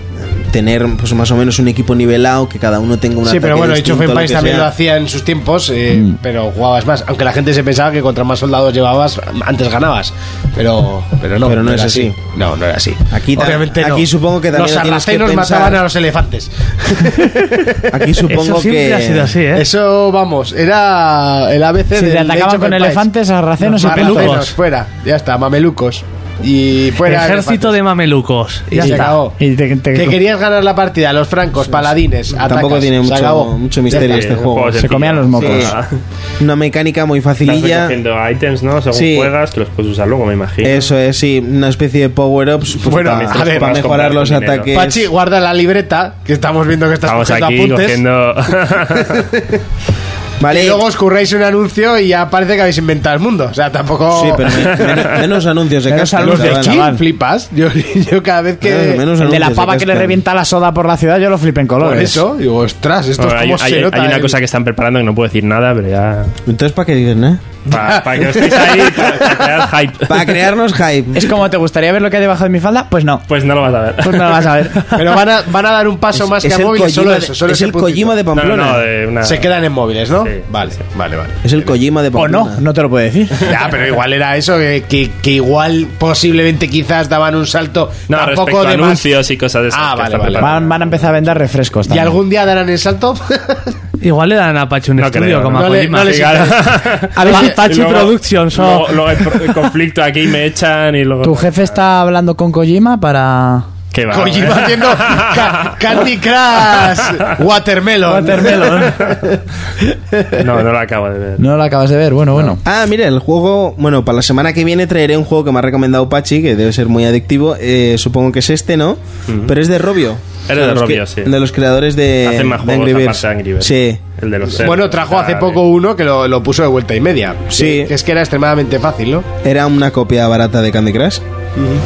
Speaker 5: Tener pues más o menos un equipo nivelado, que cada uno tenga una
Speaker 2: Sí, pero bueno, Age of Empires también lo hacía en sus tiempos, eh,
Speaker 5: Mm.
Speaker 2: pero jugabas más. Aunque la gente se pensaba que contra más soldados llevabas, antes ganabas. Pero, pero no.
Speaker 5: Pero no es
Speaker 2: era
Speaker 5: así.
Speaker 2: No, no era así.
Speaker 5: Aquí, ta-
Speaker 2: Obviamente no.
Speaker 5: aquí supongo que también
Speaker 2: Los
Speaker 5: lo tienes que
Speaker 2: sarracenos
Speaker 5: pensar-
Speaker 2: mataban a los elefantes.
Speaker 5: Aquí supongo
Speaker 7: Eso siempre
Speaker 5: que.
Speaker 7: ha sido así, ¿eh?
Speaker 2: Eso, vamos, era el ABC
Speaker 4: Si
Speaker 2: del
Speaker 4: te
Speaker 2: Age
Speaker 4: atacaban
Speaker 2: of
Speaker 4: con
Speaker 2: Empires.
Speaker 4: elefantes, sarracenos y
Speaker 2: Sarracenos,
Speaker 4: pelucos.
Speaker 2: Fuera, ya está, mamelucos. Y fuera.
Speaker 7: Ejército de mamelucos.
Speaker 2: Y se acabó.
Speaker 4: Y te- te-
Speaker 2: Que querías ganar la partida, los francos, paladines,
Speaker 5: Tampoco
Speaker 2: atacas,
Speaker 5: tiene
Speaker 2: se
Speaker 5: mucho,
Speaker 2: acabó.
Speaker 5: mucho
Speaker 2: Ya
Speaker 5: misterio
Speaker 2: está.
Speaker 5: este juego.
Speaker 6: Se comían los mocos. Ah.
Speaker 5: Una mecánica muy
Speaker 6: Estás
Speaker 5: facililla.
Speaker 6: recogiendo ítems, ¿no? Según
Speaker 5: Sí.
Speaker 6: juegas, que los puedes usar luego, me imagino.
Speaker 5: Eso es, sí, una especie de power-ups pues,
Speaker 6: Bueno,
Speaker 5: para,
Speaker 6: a ver,
Speaker 5: para
Speaker 6: vas
Speaker 5: mejorar
Speaker 6: comprando
Speaker 5: los
Speaker 6: dinero.
Speaker 5: ataques.
Speaker 2: Pachi, guarda la libreta, que estamos viendo que estás
Speaker 6: Estamos
Speaker 2: cogiendo
Speaker 6: aquí
Speaker 2: apuntes.
Speaker 6: cogiendo.
Speaker 5: Vale.
Speaker 2: Y luego os curráis un anuncio y ya parece que habéis inventado el mundo. O sea, tampoco.
Speaker 5: Sí, pero me- menos, menos anuncios de
Speaker 2: Menos
Speaker 5: casco,
Speaker 2: anuncios,
Speaker 5: chaval.
Speaker 2: chaval. flipas. Yo, yo cada vez que.
Speaker 5: Menos- menos
Speaker 4: El de la
Speaker 5: anuncios
Speaker 4: pava que le
Speaker 5: casco.
Speaker 4: revienta la soda por la ciudad, yo lo flipé en colores.
Speaker 2: Por eso, digo, ostras, esto
Speaker 6: Pues- Bueno,
Speaker 2: es
Speaker 6: hay,
Speaker 2: como
Speaker 6: hay-
Speaker 2: se nota.
Speaker 6: hay una
Speaker 2: el-
Speaker 6: cosa que están preparando que no puedo decir nada, pero ya.
Speaker 5: Entonces, ¿para qué dicen, eh?
Speaker 6: Para, que no estéis ahí, para, para crear hype.
Speaker 5: Para crearnos hype.
Speaker 4: Es como, ¿te gustaría ver lo que hay debajo de mi falda? Pues no.
Speaker 6: Pues no lo vas a ver.
Speaker 4: Pues no lo vas a ver.
Speaker 2: Pero van a, van a dar un paso más que a
Speaker 5: el
Speaker 2: móviles, solo
Speaker 5: Kojima de-
Speaker 2: eso. Solo
Speaker 5: es
Speaker 2: ese
Speaker 5: el
Speaker 2: puntito.
Speaker 5: Kojima de
Speaker 6: No, no,
Speaker 5: Pamplona.
Speaker 6: no, eh. de una-
Speaker 2: Se quedan en móviles, ¿no?
Speaker 6: Sí.
Speaker 2: Vale, vale, vale.
Speaker 5: Es el Kojima de
Speaker 4: O
Speaker 5: Pamplona.
Speaker 4: no, no te lo puede decir.
Speaker 2: Ya, pero igual era eso, que, que- que igual posiblemente quizás daban un salto
Speaker 6: No,
Speaker 2: tampoco
Speaker 6: respecto a
Speaker 2: de más.
Speaker 6: anuncios y cosas de esas.
Speaker 2: Ah,
Speaker 6: que
Speaker 2: vale,
Speaker 6: están
Speaker 2: vale.
Speaker 6: preparando.
Speaker 4: Van, van a empezar a vender refrescos
Speaker 2: ¿Y
Speaker 4: también.
Speaker 2: algún día darán el salto?
Speaker 7: Igual le dan a Pachi un
Speaker 6: No
Speaker 7: estudio
Speaker 6: creo,
Speaker 7: como a
Speaker 2: no le-
Speaker 7: Kojima.
Speaker 2: no les
Speaker 6: Sí, claro.
Speaker 7: A ver si
Speaker 6: Y
Speaker 7: Pachi
Speaker 6: luego-
Speaker 7: Productions o-
Speaker 6: Luego, luego hay pro- conflicto aquí, me echan y luego.
Speaker 4: ¿Tu jefe está hablando con Kojima para...?
Speaker 6: ¿Qué va?
Speaker 2: Kojima haciendo ca- Candy Crush Watermelon.
Speaker 4: Watermelon.
Speaker 6: No, no lo acabo de ver.
Speaker 4: No lo acabas de ver, bueno, bueno.
Speaker 5: Ah, mira, el juego. Bueno, para la semana que viene traeré un juego que me ha recomendado Pachi, que debe ser muy adictivo. eh, supongo que es este, ¿no? Pero es de Robio.
Speaker 6: de
Speaker 5: los
Speaker 6: Robio,
Speaker 5: que-
Speaker 6: sí.
Speaker 5: De los creadores de,
Speaker 6: Hacen más
Speaker 5: de
Speaker 6: juegos aparte de Angry Birds.
Speaker 5: Eh, Sí.
Speaker 6: El de los
Speaker 2: Bueno,
Speaker 6: cerdos,
Speaker 2: trajo hace
Speaker 6: tal,
Speaker 2: poco uno que lo, lo puso de vuelta y media.
Speaker 5: Sí.
Speaker 2: Que es que era extremadamente fácil, ¿no?
Speaker 5: Era una copia barata de Candy Crush.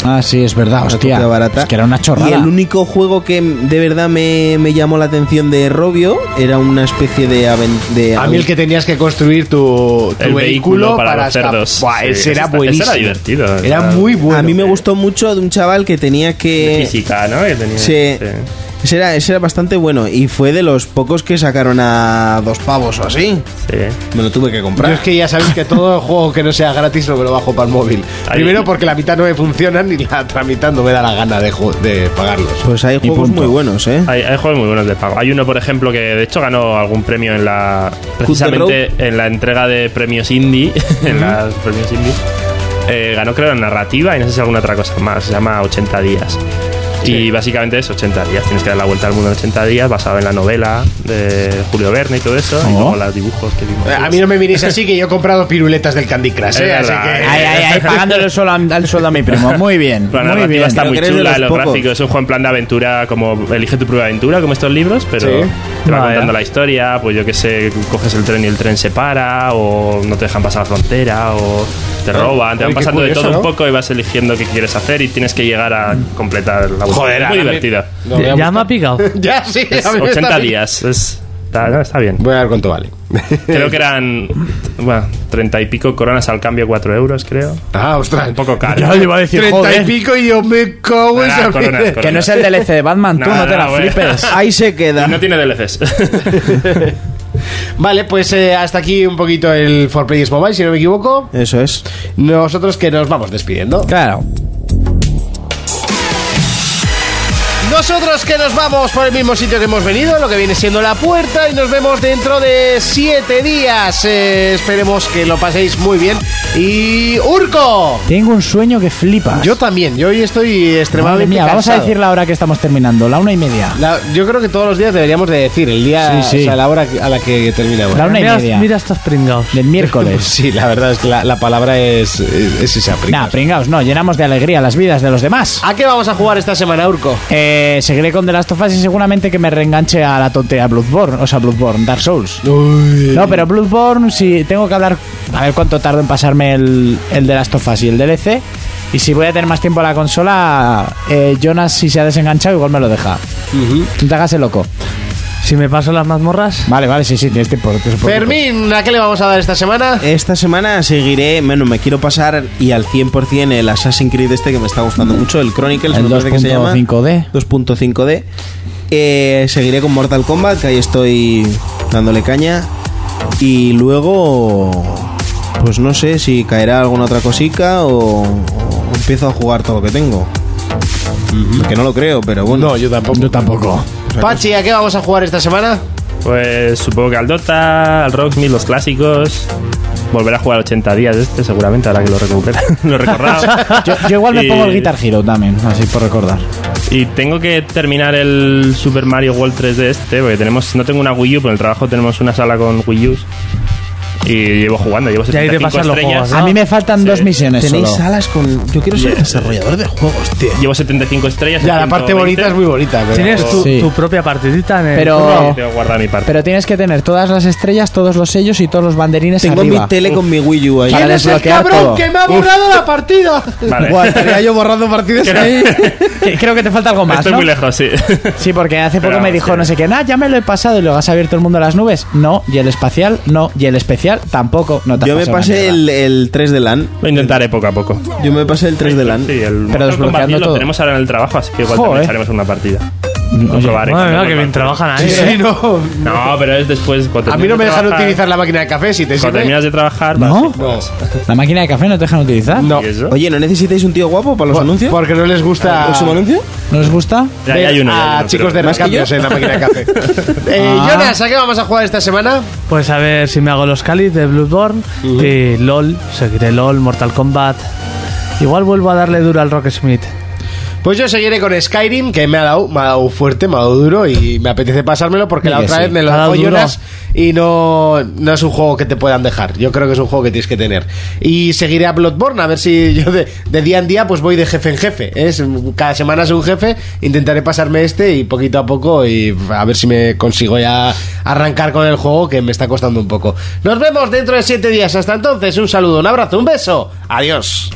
Speaker 4: Ah, sí, es verdad,
Speaker 5: Una
Speaker 4: hostia.
Speaker 5: copia barata.
Speaker 4: Es que era una chorrada.
Speaker 5: Y el único juego que de verdad me, me llamó la atención de Robio era una especie de. aven- de
Speaker 2: A mí el que tenías que construir tu, tu
Speaker 6: El vehículo para los
Speaker 2: escapar.
Speaker 6: cerdos.
Speaker 2: Buah,
Speaker 6: Sí, ese
Speaker 2: ese era
Speaker 6: está-
Speaker 2: buenísimo.
Speaker 6: ese era divertido,
Speaker 2: Era
Speaker 6: era-
Speaker 2: muy bueno. Eh,
Speaker 5: a mí me gustó mucho de un chaval que tenía que.
Speaker 6: Física, ¿no? Que tenía,
Speaker 5: Eh,
Speaker 2: ¿eh?
Speaker 5: Sí. Ese era, ese era bastante bueno y fue de los pocos que sacaron a dos pavos o así.
Speaker 6: sí.
Speaker 5: Me lo tuve que
Speaker 2: Yo
Speaker 5: comprar.
Speaker 2: es que ya sabéis que todo juego que no sea gratis no me lo bajo para el móvil.
Speaker 6: Ahí-
Speaker 2: Primero porque la mitad no me funcionan y la otra mitad no me da la gana de, ju- de pagarlos.
Speaker 5: Pues hay juegos
Speaker 4: punto.
Speaker 5: muy buenos, ¿eh?
Speaker 6: Hay, hay juegos muy buenos de pago. Hay uno, por ejemplo, que de hecho ganó algún premio en la. Precisamente en la entrega de premios indie. en las premios indie. eh, ganó, creo, la narrativa y no sé si alguna otra cosa más. Se llama 80 días. Y básicamente es 80 días. Tienes que dar la vuelta al mundo en 80 días, basado en la novela de Julio Verne y todo eso. Y luego los dibujos que vimos.
Speaker 2: Oh. Eh, A mí no me miréis así que yo he comprado piruletas del Candy Crush. ¿eh?
Speaker 6: Es
Speaker 2: Así
Speaker 6: verdad.
Speaker 2: que...
Speaker 4: Ahí, ahí, ahí, pagándole el sueldo a- al sueldo a mi primo. Muy bien.
Speaker 6: La
Speaker 4: muy
Speaker 6: narrativa
Speaker 4: bien.
Speaker 6: está muy chula, los
Speaker 4: pocos.
Speaker 6: gráficos, es un juego en plan de aventura, como elige tu propia aventura, como estos libros, pero
Speaker 4: Sí.
Speaker 6: te va
Speaker 4: Vaya.
Speaker 6: contando la historia, pues yo qué sé, coges el tren y el tren se para, o no te dejan pasar la frontera, o te
Speaker 2: Ah,
Speaker 6: roban, te
Speaker 2: oye,
Speaker 6: van
Speaker 2: qué
Speaker 6: pasando
Speaker 2: curioso,
Speaker 6: de todo
Speaker 2: ¿no?
Speaker 6: un poco y vas eligiendo qué quieres hacer y tienes que llegar a completar la búsqueda.
Speaker 2: Joder,
Speaker 6: Es muy
Speaker 2: ahora me-
Speaker 6: divertida.
Speaker 2: Lo voy a
Speaker 7: Ya me ha picado.
Speaker 2: ya, sí.
Speaker 6: Es
Speaker 2: a mí me
Speaker 6: 80
Speaker 2: está-
Speaker 6: días, es- está, no, está bien.
Speaker 2: Voy a ver cuánto vale.
Speaker 6: Creo que eran bueno, 30 y pico coronas al cambio, 4 euros, creo.
Speaker 2: Ah, ostras.
Speaker 6: Un poco caro.
Speaker 4: Ya lo iba a decir,
Speaker 2: 30
Speaker 4: joder.
Speaker 2: y pico y yo me cago en
Speaker 6: Ah,
Speaker 2: esa
Speaker 6: corona,
Speaker 2: mierda.
Speaker 6: corona.
Speaker 4: Que no es el DLC de Batman, tú
Speaker 6: No,
Speaker 4: no, te
Speaker 6: no,
Speaker 4: la
Speaker 6: bueno.
Speaker 4: flipes.
Speaker 5: Ahí se queda.
Speaker 6: No tiene DLCs.
Speaker 2: Vale, pues eh, hasta aquí un poquito el For Players Mobile, si no me equivoco.
Speaker 5: Eso es.
Speaker 2: Nosotros que nos vamos despidiendo.
Speaker 4: Claro.
Speaker 2: Nosotros que nos vamos por el mismo sitio que hemos venido, lo que viene siendo la puerta, y nos vemos dentro de siete días. Eh, esperemos que lo paséis muy bien. Y Urco.
Speaker 4: Tengo un sueño que flipas.
Speaker 2: Yo también, yo hoy estoy
Speaker 4: Madre
Speaker 2: extremadamente
Speaker 4: mía, vamos a
Speaker 2: cansado.
Speaker 4: decir la hora que estamos terminando, la una y media.
Speaker 2: La- yo creo que todos los días deberíamos de decir el día,
Speaker 4: Sí, sí.
Speaker 2: o sea, la hora que- a la que terminamos.
Speaker 4: La una y
Speaker 7: Mira,
Speaker 4: media.
Speaker 7: mira estos pringados.
Speaker 4: Del miércoles.
Speaker 2: Sí, la verdad es que la, la palabra es, es, es esa prima.
Speaker 4: Nah, pringaos, no, llenamos de alegría las vidas de los demás.
Speaker 2: ¿A qué vamos a jugar esta semana, Urco?
Speaker 4: Eh, seguiré con The Last of Us y seguramente que me reenganche a la tontería Bloodborne, o sea, Bloodborne, Dark Souls. No, pero Bloodborne, si tengo que hablar, a ver cuánto tardo en pasarme el, el The Last of Us y el DLC. Y si voy a tener más tiempo a la consola, eh, Jonas, si se ha desenganchado, igual me lo deja. No te hagas el loco.
Speaker 7: Si me paso las mazmorras,
Speaker 4: Vale, vale, sí, sí, tienes tiempo. tienes
Speaker 5: pues
Speaker 4: tiempo.
Speaker 2: Fermín, ¿a qué le vamos a dar esta semana?
Speaker 5: Esta semana seguiré, bueno, me quiero pasar y al 100% el Assassin's Creed este que me está gustando mucho, el Chronicles,
Speaker 4: El
Speaker 5: me parece que se llama.
Speaker 4: 2.5D.
Speaker 5: 2.5D. Eh, seguiré con Mortal Kombat, que ahí estoy dándole caña. Y luego, pues no sé si caerá alguna otra cosica o, o empiezo a jugar todo lo que tengo. Que no lo creo, pero bueno.
Speaker 2: yo tampoco. Yo tampoco. Pachi, ¿a qué vamos a jugar esta semana?
Speaker 6: Pues supongo que al Dota, al Rocksmith, los clásicos. Volver a jugar 80 días este, seguramente, ahora que lo recupera. lo he recordado.
Speaker 4: Yo, yo igual me
Speaker 6: Y-
Speaker 4: pongo el Guitar Hero también, así por recordar.
Speaker 6: Y tengo que terminar el Super Mario World 3 de este, porque tenemos, no tengo una Wii U, pero en el trabajo tenemos una sala con Wii Us. Y llevo jugando, llevo
Speaker 7: ahí te
Speaker 6: 75
Speaker 7: pasan los
Speaker 6: estrellas.
Speaker 7: juegos,
Speaker 4: A
Speaker 7: ¿no?
Speaker 4: mí me faltan dos misiones
Speaker 5: Tenéis
Speaker 4: solo.
Speaker 5: salas con. Yo quiero ser desarrollador de juegos, tío.
Speaker 7: ¿eh?
Speaker 6: Llevo 75 estrellas.
Speaker 2: Ya, la
Speaker 6: 120.
Speaker 2: parte bonita es muy bonita. pero-
Speaker 7: tienes tu,
Speaker 4: Sí.
Speaker 7: tu propia partidita en el.
Speaker 4: Pero,
Speaker 6: Tengo que guardar mi parte.
Speaker 4: pero tienes que tener todas las estrellas, todos los sellos y todos los banderines
Speaker 5: Tengo
Speaker 4: arriba.
Speaker 5: mi tele con mi Wii U ahí.
Speaker 4: Para
Speaker 2: ¡Eres el
Speaker 4: desbloquear
Speaker 2: cabrón
Speaker 4: todo.
Speaker 2: que me ha borrado la partida!
Speaker 6: Vale.
Speaker 5: Buah, estaría yo borrando partidas ahí.
Speaker 4: Que- Creo que te falta algo más,
Speaker 6: Estoy
Speaker 4: ¿no?
Speaker 6: muy lejos, sí.
Speaker 4: Sí, porque hace poco
Speaker 6: Pero
Speaker 4: me
Speaker 6: vamos,
Speaker 4: dijo
Speaker 6: que-
Speaker 4: no sé qué, nada, ya me lo he pasado y luego has abierto el mundo de las nubes. No, y el espacial, no, y el especial tampoco. No te has
Speaker 5: Yo me
Speaker 4: pasado una
Speaker 5: pasé
Speaker 4: mierda.
Speaker 5: el, el 3 de LAN.
Speaker 6: Lo intentaré poco a poco.
Speaker 5: Yo me pasé el 3 de LAN.
Speaker 6: Sí, el Mortal Kombat
Speaker 4: desbloqueando
Speaker 6: 10
Speaker 4: todo.
Speaker 6: lo tenemos ahora en el trabajo, así que igual
Speaker 4: Joder.
Speaker 6: también echaremos una partida. Lo probaré
Speaker 7: Madre
Speaker 6: cuando
Speaker 7: mía, que
Speaker 6: vuelva.
Speaker 7: bien trabajan ahí. ¿eh?
Speaker 2: Sí, no.
Speaker 6: No, pero es después. cuando
Speaker 2: A mí no
Speaker 6: termines
Speaker 2: me
Speaker 6: de
Speaker 2: dejan
Speaker 6: trabajar-
Speaker 2: utilizar la E. máquina de café si te
Speaker 6: Cuando
Speaker 2: sirve.
Speaker 6: terminas de trabajar, vas
Speaker 4: ¿No?
Speaker 6: y juegas.
Speaker 4: ¿La máquina de café no te dejan utilizar?
Speaker 2: No.
Speaker 6: ¿Y eso?
Speaker 5: Oye, ¿no necesitáis un tío guapo para los
Speaker 2: Por-
Speaker 5: anuncios?
Speaker 2: Porque no les gusta.
Speaker 5: ¿El próximo anuncio?
Speaker 4: ¿No os gusta?
Speaker 6: Ya, ya hay uno. ya hay
Speaker 2: a
Speaker 6: uno,
Speaker 2: chicos
Speaker 6: pero-
Speaker 2: de recambios en la máquina de café. eh,
Speaker 4: Ah.
Speaker 2: Jonas, ¿a qué vamos a jugar esta semana?
Speaker 7: Pues a ver si me hago los cáliz de Bloodborne y LOL, seguiré LOL, Mortal Kombat. Igual vuelvo a darle duro al Rocksmith.
Speaker 2: Pues yo seguiré con Skyrim, que me ha dado, me ha dado fuerte, me ha dado duro y me apetece pasármelo porque la
Speaker 4: Di que
Speaker 2: otra
Speaker 4: sí.
Speaker 2: vez me
Speaker 7: Te
Speaker 2: lo
Speaker 7: ha dado
Speaker 2: dejó
Speaker 7: duro.
Speaker 2: Jonas y no, no es un juego que te puedan dejar. Yo creo que es un juego que tienes que tener. Y seguiré a Bloodborne, a ver si yo de, de día en día pues voy de jefe en jefe. ¿eh? Es- Cada semana es un jefe, intentaré pasarme este y poquito a poco y a ver si me consigo ya arrancar con el juego que me está costando un poco. Nos vemos dentro de siete días. Hasta entonces, un saludo, un abrazo, un beso. Adiós.